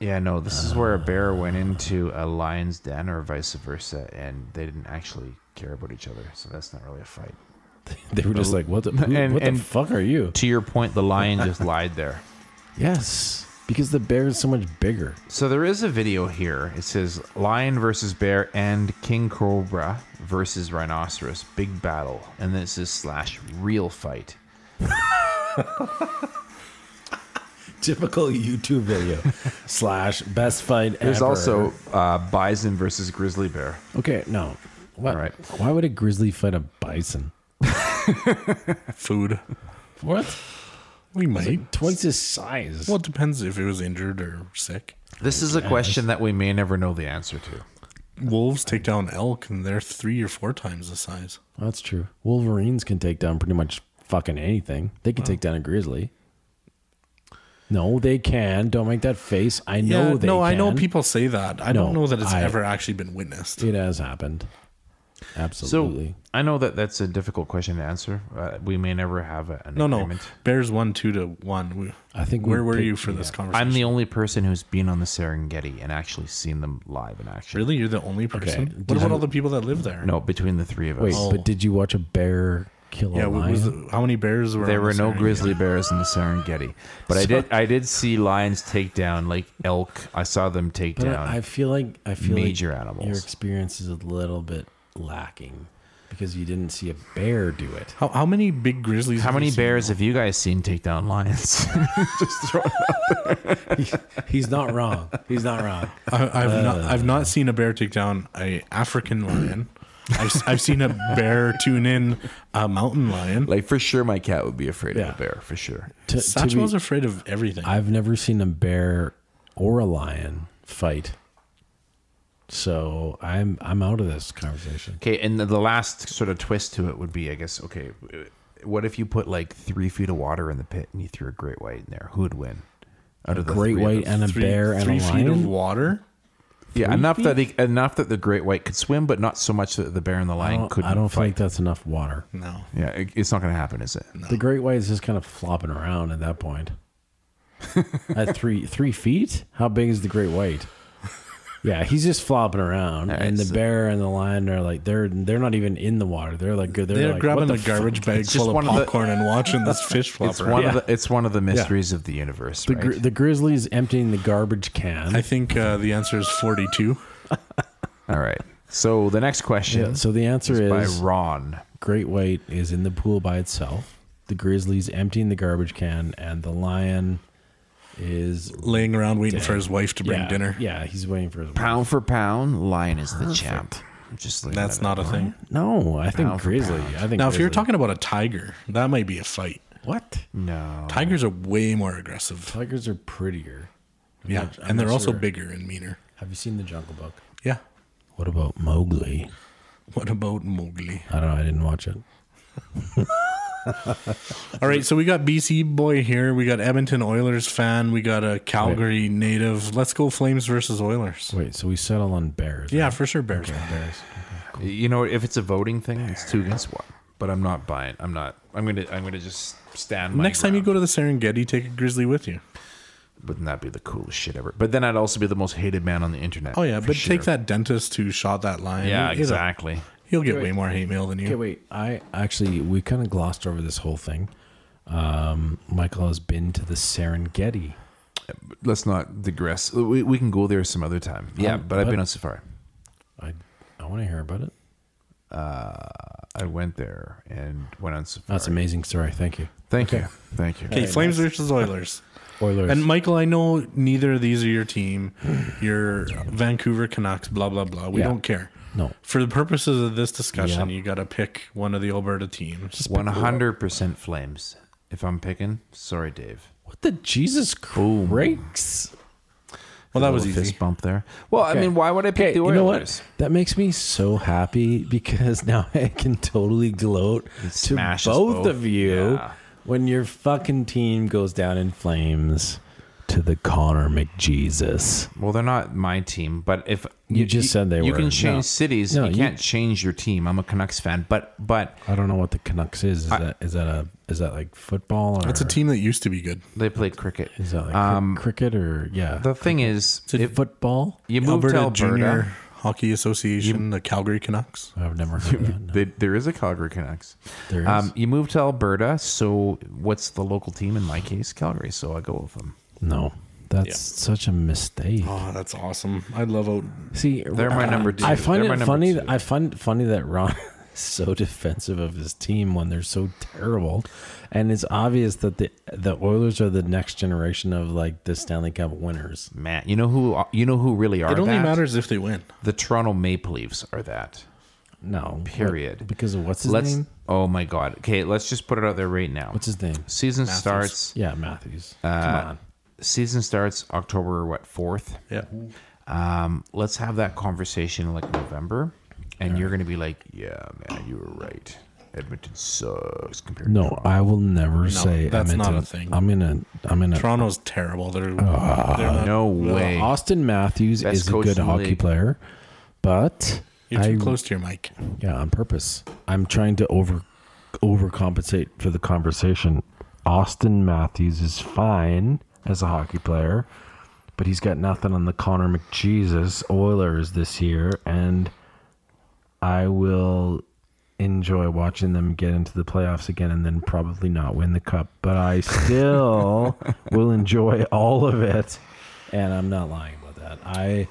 Speaker 3: Yeah, no, this is where a bear
Speaker 1: Ah.
Speaker 3: went into a lion's den or vice versa, and they didn't actually care about each other. So that's not really a fight.
Speaker 1: They were just like, "What
Speaker 3: *laughs*
Speaker 1: the who,
Speaker 3: And-
Speaker 1: what
Speaker 3: and-
Speaker 1: the fuck are you?"
Speaker 3: To your point, the lion *laughs* just lied there.
Speaker 1: Yes, because the bear is so much bigger.
Speaker 3: So there is a video here. It says lion versus bear and king cobra versus rhinoceros, big battle, and then it says slash real fight.
Speaker 1: Typical YouTube video *laughs* slash best fight
Speaker 3: There's also uh, bison versus grizzly bear.
Speaker 1: okay. No, what?
Speaker 3: All right.
Speaker 1: Why would a grizzly fight a bison?
Speaker 2: Food.
Speaker 1: What?
Speaker 2: We might.
Speaker 1: Twice his size.
Speaker 2: Well, it depends if it was injured or sick.
Speaker 3: This is a question that we may never know the answer to.
Speaker 2: Wolves take down elk, and they're three or four times the size.
Speaker 1: That's true. Wolverines can take down pretty much fucking anything. They can take down a grizzly. No, they can. Don't make that face. I know they
Speaker 2: no,
Speaker 1: can.
Speaker 2: I know people say that. I don't
Speaker 1: No,
Speaker 2: know that it's
Speaker 1: I-
Speaker 2: ever actually been witnessed.
Speaker 1: It has happened. Absolutely.
Speaker 3: So I know that that's a difficult question to answer. Uh, we may never have a, an
Speaker 2: no, no.
Speaker 3: agreement.
Speaker 2: Bears won two to one. We,
Speaker 1: I think we
Speaker 2: Where were
Speaker 1: picked-
Speaker 2: you for this conversation?
Speaker 3: I'm the only person who's been on the Serengeti and actually seen them live in action.
Speaker 2: really. You're the only person.
Speaker 1: Did
Speaker 2: What about
Speaker 1: you-
Speaker 2: all the people that live there?
Speaker 3: No, between the three of us.
Speaker 1: Wait,
Speaker 2: Oh.
Speaker 1: but did you watch a bear kill
Speaker 2: Yeah.
Speaker 1: a
Speaker 2: What
Speaker 1: lion?
Speaker 2: was the, how many bears were?
Speaker 3: There
Speaker 2: on
Speaker 3: were
Speaker 2: the
Speaker 3: no
Speaker 2: Serengeti?
Speaker 3: grizzly bears in the Serengeti, but I did I did see lions take down like elk. I saw them take
Speaker 1: but
Speaker 3: down.
Speaker 1: I, I feel like I feel
Speaker 3: Major
Speaker 1: like
Speaker 3: animals.
Speaker 1: Your experience is a little bit lacking because you didn't see a bear do it.
Speaker 2: How, how many big grizzlies?
Speaker 3: How
Speaker 2: have
Speaker 3: many
Speaker 2: you seen?
Speaker 3: bears have you guys seen take down lions? *laughs*
Speaker 1: He's not wrong. He's not
Speaker 2: *laughs*
Speaker 1: wrong.
Speaker 2: I, I've not.
Speaker 1: Uh,
Speaker 2: I've not seen a bear take down a
Speaker 1: *clears throat*
Speaker 2: African lion. I've, s- I've seen a bear tune in a mountain lion.
Speaker 3: like for sure, my cat would be afraid
Speaker 1: Yeah.
Speaker 3: of a bear for sure.
Speaker 1: To, to be-
Speaker 2: Satchel's afraid of everything.
Speaker 1: I've never seen a bear or a lion fight. So I'm I'm out of this conversation.
Speaker 3: Okay, and the, the last sort of twist to it would be, I guess, okay, w- what if you put like three feet of water in the pit and you threw a great white in there? Who'd win? Out of the
Speaker 1: Great
Speaker 3: three of
Speaker 1: white
Speaker 3: them.
Speaker 1: and a
Speaker 2: Three-
Speaker 1: bear and
Speaker 2: three
Speaker 1: a
Speaker 2: feet of
Speaker 1: lion.
Speaker 2: water.
Speaker 3: yeah, enough that he, enough that the great white could swim, but not so much that the bear and the
Speaker 1: I
Speaker 3: lion
Speaker 1: don't,
Speaker 3: couldn't.
Speaker 1: I don't
Speaker 3: fight.
Speaker 1: think that's enough water.
Speaker 2: No,
Speaker 3: Yeah, it, it's not going to happen, is it?
Speaker 1: The great white is just kind of flopping around at that point. at three three feet, how big is the great white? Yeah, he's just flopping around,
Speaker 3: All right,
Speaker 1: and the
Speaker 3: so-
Speaker 1: bear and the lion are like they're they're not even in the water. They're like good. They're,
Speaker 2: they're
Speaker 1: like,
Speaker 2: grabbing
Speaker 1: what
Speaker 2: a
Speaker 1: the
Speaker 2: garbage
Speaker 1: fuck?
Speaker 2: bag
Speaker 3: It's
Speaker 2: full
Speaker 3: just
Speaker 2: of
Speaker 3: one of the-
Speaker 2: popcorn and watching this fish flop
Speaker 3: It's
Speaker 2: around.
Speaker 3: one
Speaker 1: Yeah.
Speaker 3: of the it's one of the mysteries of the universe,
Speaker 1: The,
Speaker 3: right?
Speaker 1: gri- the grizzly is emptying the garbage can.
Speaker 2: I think uh, the answer is forty-two.
Speaker 3: All right. So the next question
Speaker 1: so the answer
Speaker 3: is by
Speaker 1: is
Speaker 3: Ron.
Speaker 1: great white is in the pool by itself. The grizzly's emptying the garbage can, and the lion is
Speaker 2: Laying around waiting for his wife to bring
Speaker 1: yeah,
Speaker 2: dinner.
Speaker 1: Yeah, he's waiting for his.
Speaker 3: Pound for pound, lion is the champ. I'm Just leaving
Speaker 2: That's
Speaker 3: that
Speaker 2: not a thing.
Speaker 1: No, I think
Speaker 3: Pound for
Speaker 1: grizzly.
Speaker 3: pound.
Speaker 1: I think
Speaker 2: Now, if
Speaker 1: grizzly.
Speaker 2: you're talking about a tiger, that might be a fight.
Speaker 1: what
Speaker 3: No.
Speaker 2: Tigers are way more aggressive.
Speaker 1: tigers are prettier. I'm
Speaker 2: Yeah,
Speaker 1: not- I'm
Speaker 2: and they're
Speaker 1: not
Speaker 2: also
Speaker 1: sure.
Speaker 2: bigger and meaner.
Speaker 1: Have you seen the Jungle Book?
Speaker 2: Yeah.
Speaker 1: What about Mowgli?
Speaker 2: What about Mowgli?
Speaker 1: I don't know. I didn't watch it.
Speaker 2: All right, so we got BC boy here. We got Edmonton Oilers fan. We got a Calgary native. Let's go Flames versus Oilers.
Speaker 1: Wait, so we settle on bears.
Speaker 2: Yeah, for sure, Bears.
Speaker 1: right? bears.
Speaker 3: You know, if it's a voting thing, it's two against one. But I'm not buying. I'm not. I'm gonna. I'm gonna just stand. My
Speaker 2: Next time you go to the Serengeti, take a grizzly with you.
Speaker 3: wouldn't that be the coolest shit ever? But then I'd also be the most hated man on the internet.
Speaker 2: Oh yeah,
Speaker 3: for
Speaker 2: but
Speaker 3: sure.
Speaker 2: take that dentist who shot that lion.
Speaker 3: Yeah,
Speaker 2: He'll- he'll-
Speaker 3: exactly.
Speaker 2: He'll get way more hate mail than you.
Speaker 1: Okay, wait. I actually we kind of glossed over this whole thing. Um, Michael has been to the Serengeti.
Speaker 3: Let's not digress. We, we can go there some other time. Yeah,
Speaker 2: Um,
Speaker 3: but I've
Speaker 1: but-
Speaker 3: been on safari.
Speaker 1: I I want to hear about it.
Speaker 3: I went there and went on safari.
Speaker 1: That's an amazing story. Thank you,
Speaker 3: Thank you. Thank you.
Speaker 2: Okay, Flames versus Oilers.
Speaker 1: Oilers.
Speaker 2: *laughs* And Michael, I know neither of these are your team. Your Vancouver Canucks, blah blah blah. We
Speaker 1: Yeah.
Speaker 2: don't care.
Speaker 1: no,
Speaker 2: For the purposes of this
Speaker 1: Yep.
Speaker 2: discussion, you got to pick one of the Alberta teams.
Speaker 3: One hundred percent flames. If I'm picking, sorry, Dave.
Speaker 1: what the Jesus
Speaker 3: Boom.
Speaker 1: Christ?
Speaker 2: Well, that was
Speaker 3: Little
Speaker 2: easy.
Speaker 3: fist bump there. Well, I
Speaker 1: Okay.
Speaker 3: mean, why would I pick
Speaker 1: Okay,
Speaker 3: the
Speaker 1: you
Speaker 3: Oilers?
Speaker 1: know what? That makes me so happy because *laughs* now I can totally gloat to both,
Speaker 3: smashes both.
Speaker 1: of you
Speaker 3: Yeah.
Speaker 1: when your fucking team goes down in flames to the Connor McJesus.
Speaker 3: Well, they're not my team, but if
Speaker 1: You just said they
Speaker 3: you
Speaker 1: were.
Speaker 3: can change
Speaker 1: No.
Speaker 3: cities.
Speaker 1: No,
Speaker 3: you
Speaker 1: you-
Speaker 3: can't change your team. I'm a Canucks fan, but but
Speaker 1: I don't know what the Canucks is. Is that is that a is that like football or
Speaker 2: That's a team that used to be good.
Speaker 3: they play cricket.
Speaker 1: Is that like cri-
Speaker 3: Um,
Speaker 1: cricket or yeah?
Speaker 3: The thing is,
Speaker 1: Is it
Speaker 3: if
Speaker 1: football?
Speaker 3: you move to Alberta,
Speaker 2: Junior Hockey Association, the Calgary Canucks.
Speaker 1: I've never
Speaker 3: *laughs*
Speaker 1: heard of that. No.
Speaker 3: they- there is a Calgary Canucks.
Speaker 1: There is.
Speaker 3: Um, you move to Alberta, so what's the local team in my case? Calgary. So I go with them.
Speaker 1: no, that's such a mistake.
Speaker 2: Oh, that's awesome. I love out.
Speaker 1: See,
Speaker 3: Um, They're my number two.
Speaker 1: I find
Speaker 3: They're my
Speaker 1: it
Speaker 3: number
Speaker 1: funny.
Speaker 3: two.
Speaker 1: That, I find it funny that Ron *laughs* is so defensive of his team when they're so terrible, and it's obvious that the the Oilers are the next generation of like the Stanley Cup winners.
Speaker 3: Man, you know who you know who really are.
Speaker 2: It only
Speaker 3: that?
Speaker 2: matters if they win.
Speaker 3: The Toronto Maple Leafs are that.
Speaker 1: No, but-
Speaker 3: Period.
Speaker 1: because of what's his
Speaker 3: let's.
Speaker 1: name?
Speaker 3: Oh my God. Okay, let's just put it out there right now.
Speaker 1: What's his name?
Speaker 3: season starts?
Speaker 1: Yeah, Matthews.
Speaker 3: Uh,
Speaker 1: Come on.
Speaker 3: Season starts October what fourth?
Speaker 2: Yeah.
Speaker 3: um, let's have that conversation in, like November, and you're gonna be like, "Yeah, man, you were right. Edmonton sucks compared to
Speaker 1: No,
Speaker 3: Toronto."
Speaker 1: I will never say
Speaker 2: that's
Speaker 1: Edmonton.
Speaker 2: not a thing.
Speaker 1: I'm gonna. I'm gonna.
Speaker 2: Toronto's terrible. They're, they're not.
Speaker 3: no
Speaker 1: Uh,
Speaker 3: way.
Speaker 1: Austin Matthews
Speaker 3: Best
Speaker 1: is a
Speaker 3: coach
Speaker 1: good
Speaker 3: in the
Speaker 1: hockey
Speaker 3: league.
Speaker 1: player, but
Speaker 2: You're too
Speaker 1: I-
Speaker 2: close to your mic.
Speaker 1: Yeah, on purpose. I'm trying to over overcompensate for the conversation. Austin Matthews is fine as a hockey player, but he's got nothing on the Connor McJesus Oilers this year, and I will enjoy watching them get into the playoffs again and then probably not win the cup. But I *laughs* still will enjoy all of it. And I'm not lying about that. I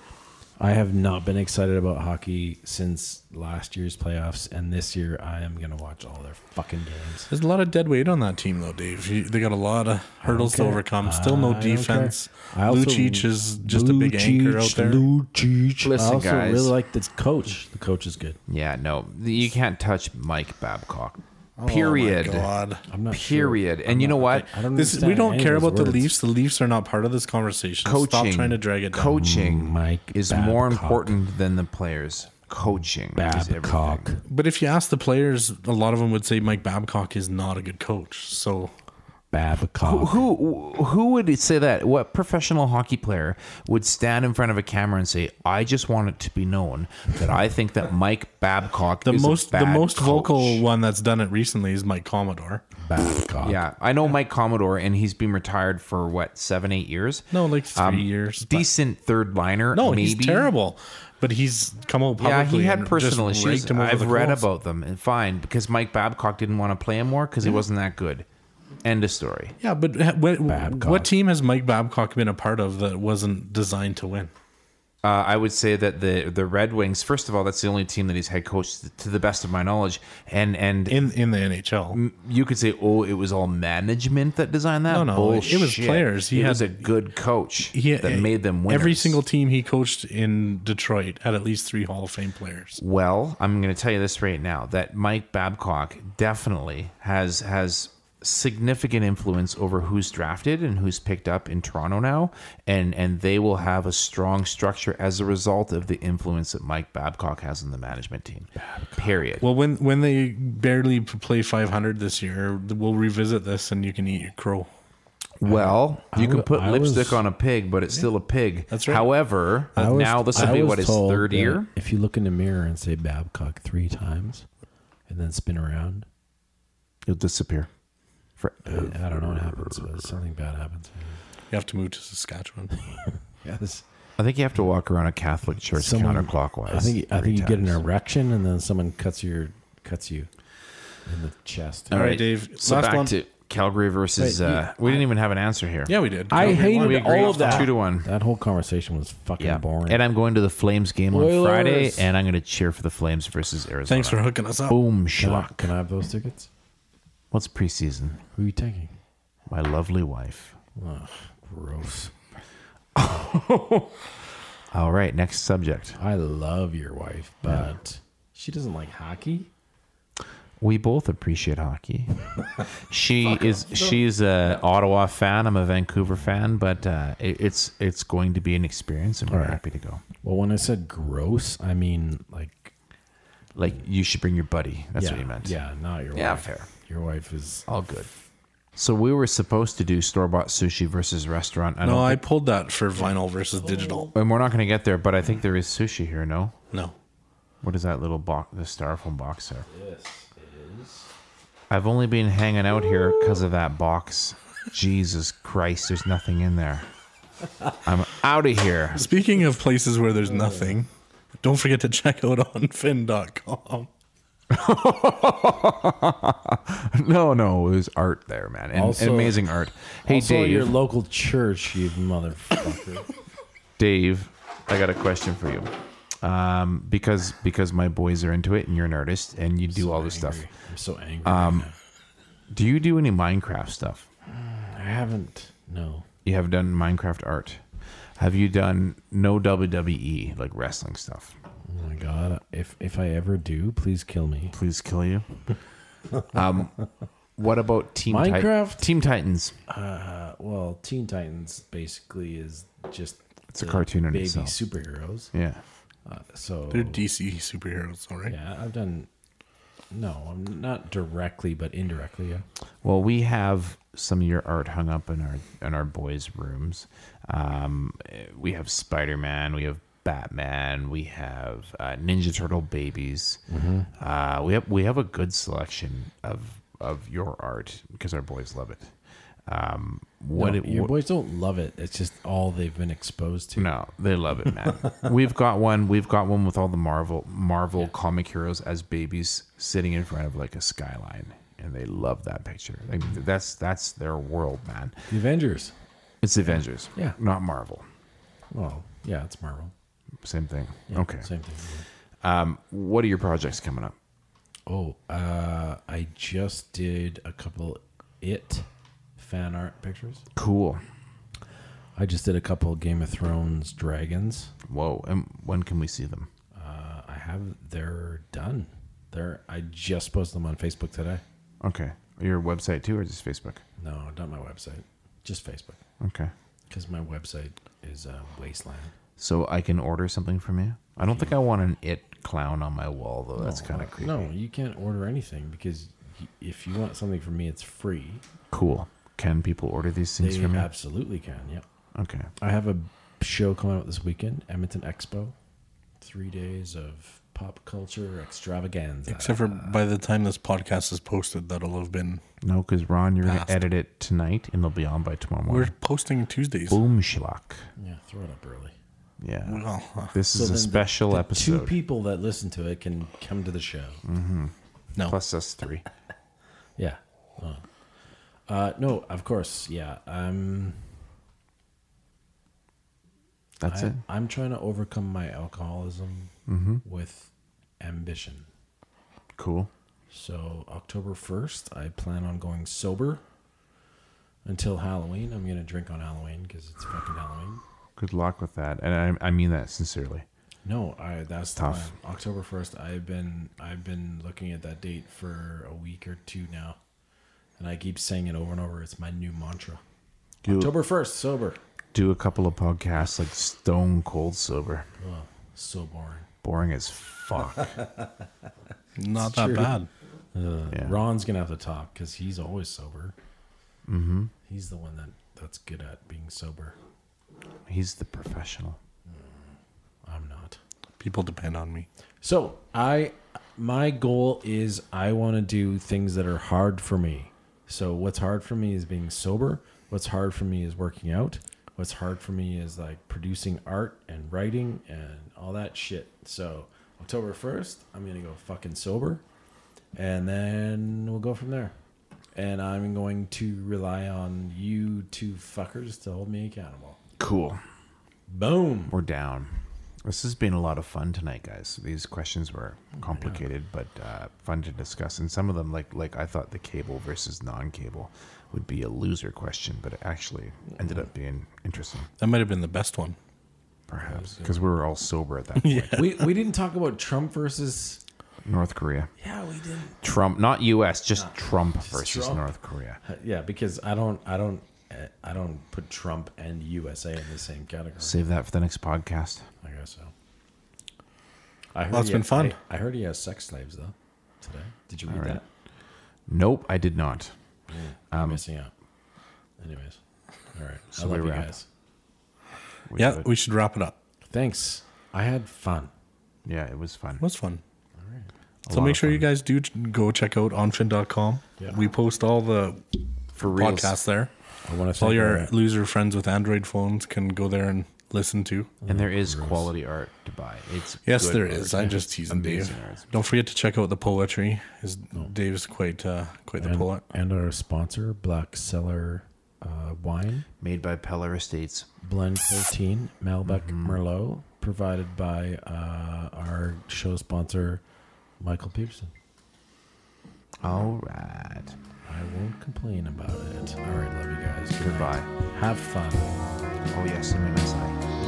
Speaker 1: I have not been excited about hockey since last year's playoffs, and this year I am gonna watch all their fucking games.
Speaker 2: There's a lot of dead weight on that team, though, Dave. You- They got a lot of hurdles to
Speaker 1: care.
Speaker 2: overcome. Still no
Speaker 1: I don't care.
Speaker 2: defense.
Speaker 1: Uh, I also-
Speaker 2: Lucic is just a big anchor out
Speaker 1: Lucic,
Speaker 2: there.
Speaker 1: Lucic.
Speaker 3: Listen,
Speaker 1: I also
Speaker 3: guys.
Speaker 1: really like the coach. The coach is good.
Speaker 3: yeah, no, you can't touch Mike Babcock. Period.
Speaker 2: Oh, God.
Speaker 1: Oh I'm not sure.
Speaker 3: Period. And you know what?
Speaker 1: I don't
Speaker 2: This,
Speaker 1: understand
Speaker 2: we don't
Speaker 1: any of
Speaker 2: care
Speaker 1: those
Speaker 2: about the
Speaker 1: words.
Speaker 2: Leafs. The Leafs are not part of this conversation. Stop
Speaker 3: Coaching.
Speaker 2: trying to drag it down.
Speaker 3: Coaching
Speaker 1: Mike
Speaker 3: is more important than the players. Coaching is
Speaker 1: Babcock.
Speaker 3: everything.
Speaker 2: But if you ask the players, a lot of them would say Mike Babcock is not a good coach. So
Speaker 1: Babcock.
Speaker 3: Who who would say that? What professional hockey player would stand in front of a camera and say, "I just want it to be known that I think that Mike Babcock
Speaker 2: the
Speaker 3: is a
Speaker 2: most the
Speaker 3: bad
Speaker 2: most
Speaker 3: coach."
Speaker 2: vocal one that's done it recently is Mike Commodore.
Speaker 1: Babcock.
Speaker 3: Yeah, I know Mike Commodore, and he's been retired for what seven, eight years. Um,
Speaker 2: No, like three
Speaker 1: Um,
Speaker 2: years. but-
Speaker 3: decent third liner.
Speaker 2: no,
Speaker 3: maybe.
Speaker 2: he's terrible. But he's come out publicly.
Speaker 3: Yeah, he
Speaker 2: and
Speaker 3: had
Speaker 2: just
Speaker 3: personal
Speaker 2: raked
Speaker 3: issues.
Speaker 2: him over
Speaker 3: I've
Speaker 2: the
Speaker 3: read
Speaker 2: coals.
Speaker 3: about them, and fine, because Mike Babcock didn't want to play him more
Speaker 2: Mm-hmm.
Speaker 3: because he wasn't that good. End of story.
Speaker 2: Yeah, but ha- what,
Speaker 1: Babcock.
Speaker 2: what team has Mike Babcock been a part of that wasn't designed to win?
Speaker 3: Uh, I would say that the the Red Wings, first of all, that's the only team that he's head coached to the best of my knowledge, and and
Speaker 2: in in the NHL.
Speaker 3: you could say, oh, it was all management that designed that.
Speaker 2: No, no, it was
Speaker 3: Bullshit.
Speaker 2: players. He
Speaker 3: it was a
Speaker 2: had-
Speaker 3: good coach
Speaker 2: He eh,
Speaker 3: that made them winners.
Speaker 2: Every single team he coached in Detroit had at least three Hall of Fame players.
Speaker 3: Well, I'm going to tell you this right now that Mike Babcock definitely has has significant influence over who's drafted and who's picked up in Toronto now and and they will have a strong structure as a result of the influence that Mike Babcock has on the management team. Period.
Speaker 2: Well, when when they barely p- play 500 this year, we'll revisit this and you can eat your crow.
Speaker 3: Well, you can
Speaker 1: w-
Speaker 3: put
Speaker 1: I
Speaker 3: lipstick
Speaker 1: was-
Speaker 3: on a pig, but it's still a pig.
Speaker 2: That's right.
Speaker 3: However,
Speaker 1: I was-
Speaker 3: now this
Speaker 1: I
Speaker 3: will be
Speaker 1: was
Speaker 3: what his
Speaker 1: told
Speaker 3: third
Speaker 1: that
Speaker 3: year.
Speaker 1: If you look in the mirror and say Babcock three times, and then spin around,
Speaker 3: It'll disappear. For,
Speaker 1: I, I don't know what happens, but something bad happens.
Speaker 2: You have to move to Saskatchewan.
Speaker 1: Yeah, this.
Speaker 3: I think you have to walk around a Catholic church
Speaker 1: Someone-
Speaker 3: counterclockwise.
Speaker 1: I think I
Speaker 3: three
Speaker 1: think you get an
Speaker 3: times.
Speaker 1: erection, and then someone cuts your cuts you in the chest.
Speaker 2: All right, Dave.
Speaker 3: So
Speaker 2: last
Speaker 3: back
Speaker 2: one.
Speaker 3: to Calgary versus.
Speaker 1: Wait, you-
Speaker 3: uh, we didn't even have an answer here.
Speaker 2: yeah, we did.
Speaker 1: I
Speaker 2: Calgary
Speaker 1: hated
Speaker 2: won.
Speaker 1: We
Speaker 3: agreed.
Speaker 1: all of that.
Speaker 3: Two to one.
Speaker 1: That whole conversation was fucking
Speaker 3: Yeah.
Speaker 1: boring.
Speaker 3: And I'm going to the Flames game on
Speaker 1: Oilers.
Speaker 3: Friday, and I'm going to cheer for the Flames versus Arizona.
Speaker 2: Thanks for hooking us up.
Speaker 3: boom
Speaker 1: can, I,
Speaker 3: shock.
Speaker 1: can I have those tickets?
Speaker 3: What's preseason?
Speaker 1: Who are you taking?
Speaker 3: My lovely wife.
Speaker 1: Ugh, gross.
Speaker 3: All right, next subject.
Speaker 1: I love your wife, but she doesn't like hockey.
Speaker 3: We both
Speaker 1: *laughs*
Speaker 3: appreciate hockey. she is she's a Ottawa fan. I'm a Vancouver fan, but uh, it, it's it's going to be an experience, and we're happy to go.
Speaker 1: Well, when I said gross, I mean like
Speaker 3: Like you should bring your buddy. That's
Speaker 1: yeah,
Speaker 3: what you meant.
Speaker 1: Yeah, not your
Speaker 3: Yeah,
Speaker 1: wife.
Speaker 3: fair.
Speaker 1: Your wife is
Speaker 3: All good. So we were supposed to do store bought sushi versus restaurant. I
Speaker 2: no,
Speaker 3: don't
Speaker 2: I
Speaker 3: think,
Speaker 2: pulled that for vinyl versus digital.
Speaker 3: and we're not going to get there, but I think there is sushi here. No,
Speaker 2: No.
Speaker 3: what is that little box? The styrofoam box there. This is. I've only been hanging out here because of that box. Jesus Christ, there's nothing in there. I'm out of here. *laughs*
Speaker 2: Speaking of places where there's nothing, don't forget to check out on *laughs* Finn.com.
Speaker 3: No, no, there's art there, man, and,
Speaker 1: Also-
Speaker 3: and amazing art. Hey,
Speaker 1: also
Speaker 3: Dave.
Speaker 1: your local church, you *coughs* motherfucker.
Speaker 3: Dave, I got a question for you. Um, because because my boys are into it, and you're an artist, and you do all this stuff.
Speaker 1: I'm so angry.
Speaker 3: Do you do any Minecraft stuff?
Speaker 1: I haven't. No.
Speaker 3: You have done Minecraft art. Have you done no WWE like wrestling stuff?
Speaker 1: Oh my god. If if I ever do, please kill me.
Speaker 3: Please kill *laughs* you. um, what about Team Tit-
Speaker 1: Minecraft?
Speaker 3: Team Titans.
Speaker 1: Uh, well, Teen Titans basically is just
Speaker 3: It's a
Speaker 1: the
Speaker 3: cartoon in
Speaker 1: baby
Speaker 3: itself.
Speaker 1: superheroes.
Speaker 3: Yeah.
Speaker 1: So
Speaker 2: They're DC superheroes, all right?
Speaker 1: yeah, I've done. No, I'm not directly, but indirectly. Yeah.
Speaker 3: Well, we have some of your art hung up in our in our boys' rooms. Um, eh, we have Spider Man. We have Batman. We have uh, Ninja Turtle babies.
Speaker 1: Mm-hmm.
Speaker 3: Uh, we have we have a good selection of of your art because our boys love it. Um, what
Speaker 1: No,
Speaker 3: it,
Speaker 1: your
Speaker 3: what-
Speaker 1: boys don't love it. It's just all they've been exposed to.
Speaker 3: no, they love it, man. *laughs* we've got one. We've got one with all the Marvel Marvel comic heroes as babies sitting in front of like a skyline, and they love that picture. Like that's that's their world, man.
Speaker 1: The Avengers.
Speaker 3: It's Avengers,
Speaker 1: Yeah.
Speaker 3: not Marvel.
Speaker 1: Well, yeah, it's Marvel.
Speaker 3: Same thing.
Speaker 1: Yeah,
Speaker 3: okay.
Speaker 1: Same thing.
Speaker 3: Um, what are your projects coming up?
Speaker 1: Oh, uh, I just did a couple it fan art pictures.
Speaker 3: Cool.
Speaker 1: I just did a couple Game of Thrones dragons.
Speaker 3: Whoa. And when can we see them?
Speaker 1: Uh, I have they're done. They're I just posted them on Facebook today.
Speaker 3: Okay. Your website too, or just Facebook?
Speaker 1: No, not my website. Just Facebook.
Speaker 3: Okay.
Speaker 1: Because my website is uh, wasteland.
Speaker 3: So I can order something from you. I don't think I want an it clown on my wall though. That's kind of creepy.
Speaker 1: Oh, No, you can't order anything because y- if you want something from me, it's free.
Speaker 3: Cool. Can people order these things
Speaker 1: They
Speaker 3: from you?
Speaker 1: absolutely can. Yep.
Speaker 3: Okay.
Speaker 1: I have a show coming out this weekend, Edmonton Expo. Three days of pop culture extravaganza.
Speaker 2: Except for by the time this podcast is posted, that'll have been.
Speaker 3: No, because Ron, you're gonna
Speaker 2: Passed.
Speaker 3: edit it tonight, and it'll be on by tomorrow
Speaker 2: We're
Speaker 3: morning.
Speaker 2: posting Tuesdays.
Speaker 3: Boom schlock.
Speaker 1: yeah, throw it up early.
Speaker 3: Yeah.
Speaker 2: Well, uh,
Speaker 3: this
Speaker 1: So
Speaker 3: is
Speaker 1: then
Speaker 3: a
Speaker 1: the-
Speaker 3: special
Speaker 1: the
Speaker 3: episode. Mm.
Speaker 1: Two people that listen to it can come to the show.
Speaker 2: no.
Speaker 3: plus us three.
Speaker 1: Yeah. Oh. Uh, no, of course. Yeah. Um,
Speaker 3: That's
Speaker 1: I,
Speaker 3: it. Mm-hmm.
Speaker 1: I'm trying to overcome my alcoholism with ambition.
Speaker 3: Cool.
Speaker 1: So October 1st, I plan on going sober until Halloween. I'm going to drink on Halloween because it's fucking Halloween.
Speaker 3: Good luck with that, and I, I mean that sincerely.
Speaker 1: No, I that's
Speaker 3: Tough.
Speaker 1: tough. October 1st, I've been I've been looking at that date for a week or two now. And I keep saying it over and over. It's my new mantra.
Speaker 3: Do
Speaker 1: October 1st, sober.
Speaker 3: do a couple of podcasts like Stone Cold Sober.
Speaker 1: Oh, so boring.
Speaker 3: Boring as fuck.
Speaker 2: Not that
Speaker 1: true.
Speaker 2: bad.
Speaker 3: Yeah.
Speaker 1: Ron's gonna have to top because he's always sober. Mm-hmm. He's the one that that's good at being sober.
Speaker 3: He's the professional.
Speaker 1: I'm not.
Speaker 2: People depend on me.
Speaker 1: So I, my goal is I want to do things that are hard for me. So what's hard for me is being sober. What's hard for me is working out. What's hard for me is like producing art and writing and all that shit. So October first, I'm gonna go fucking sober, and then we'll go from there. And I'm going to rely on you two fuckers to hold me accountable.
Speaker 3: Cool.
Speaker 1: *laughs* Boom.
Speaker 3: We're down. This has been a lot of fun tonight, guys. These questions were complicated, but uh, fun to discuss. And some of them, like like I thought, the cable versus non-cable would be a loser question, but it actually ended up being interesting,
Speaker 2: That might have been the best one.
Speaker 3: perhaps, because we were all sober at that point.
Speaker 1: We we didn't talk about Trump versus.
Speaker 3: North Korea,
Speaker 1: Yeah, we didn't.
Speaker 3: Trump, not U.S., just Trump versus
Speaker 1: Trump.
Speaker 3: North Korea.
Speaker 1: Yeah, because I don't, I don't, eh, I don't put Trump and USA in the same category.
Speaker 3: Save that for the next podcast.
Speaker 1: I guess so. I heard
Speaker 2: Well, it's
Speaker 1: he
Speaker 2: been
Speaker 1: had-
Speaker 2: fun.
Speaker 1: I, I heard he has sex slaves though. Today, did you read
Speaker 3: right.
Speaker 1: that?
Speaker 3: Nope, I did not.
Speaker 2: Um,
Speaker 1: I'm missing out. Anyways, all right. I love
Speaker 3: we
Speaker 1: you
Speaker 3: wrap.
Speaker 1: guys.
Speaker 3: We
Speaker 2: Yeah,
Speaker 3: should-
Speaker 2: we should wrap it up.
Speaker 1: Thanks. I had fun.
Speaker 3: yeah, it was fun.
Speaker 2: It was fun.
Speaker 3: A
Speaker 2: So
Speaker 3: lot
Speaker 2: make
Speaker 3: of
Speaker 2: sure you guys do ch- go check out onfin.com.
Speaker 1: Yeah.
Speaker 2: We post all the
Speaker 3: for real.
Speaker 2: podcasts there.
Speaker 1: I want to
Speaker 2: All your loser friends with Android phones can go there and listen to.
Speaker 3: And there is quality art to buy. It's
Speaker 2: Yes,
Speaker 3: good
Speaker 2: there
Speaker 3: art.
Speaker 2: is. I'm just teasing Dave.
Speaker 3: amazing art.
Speaker 2: Don't forget to check out the poetry. Is Dave's quite uh, quite the
Speaker 1: and,
Speaker 2: poet.
Speaker 1: and our sponsor, Black Cellar uh, Wine.
Speaker 3: made by Peller Estates.
Speaker 1: Blend 13, Malbec
Speaker 2: Mm-hmm.
Speaker 1: Merlot, provided by uh, our show sponsor, Michael Peterson.
Speaker 3: All right.
Speaker 1: I won't complain about it. All right, love you guys. Good night.
Speaker 3: Goodbye.
Speaker 1: Have fun.
Speaker 3: Oh yes, I'm in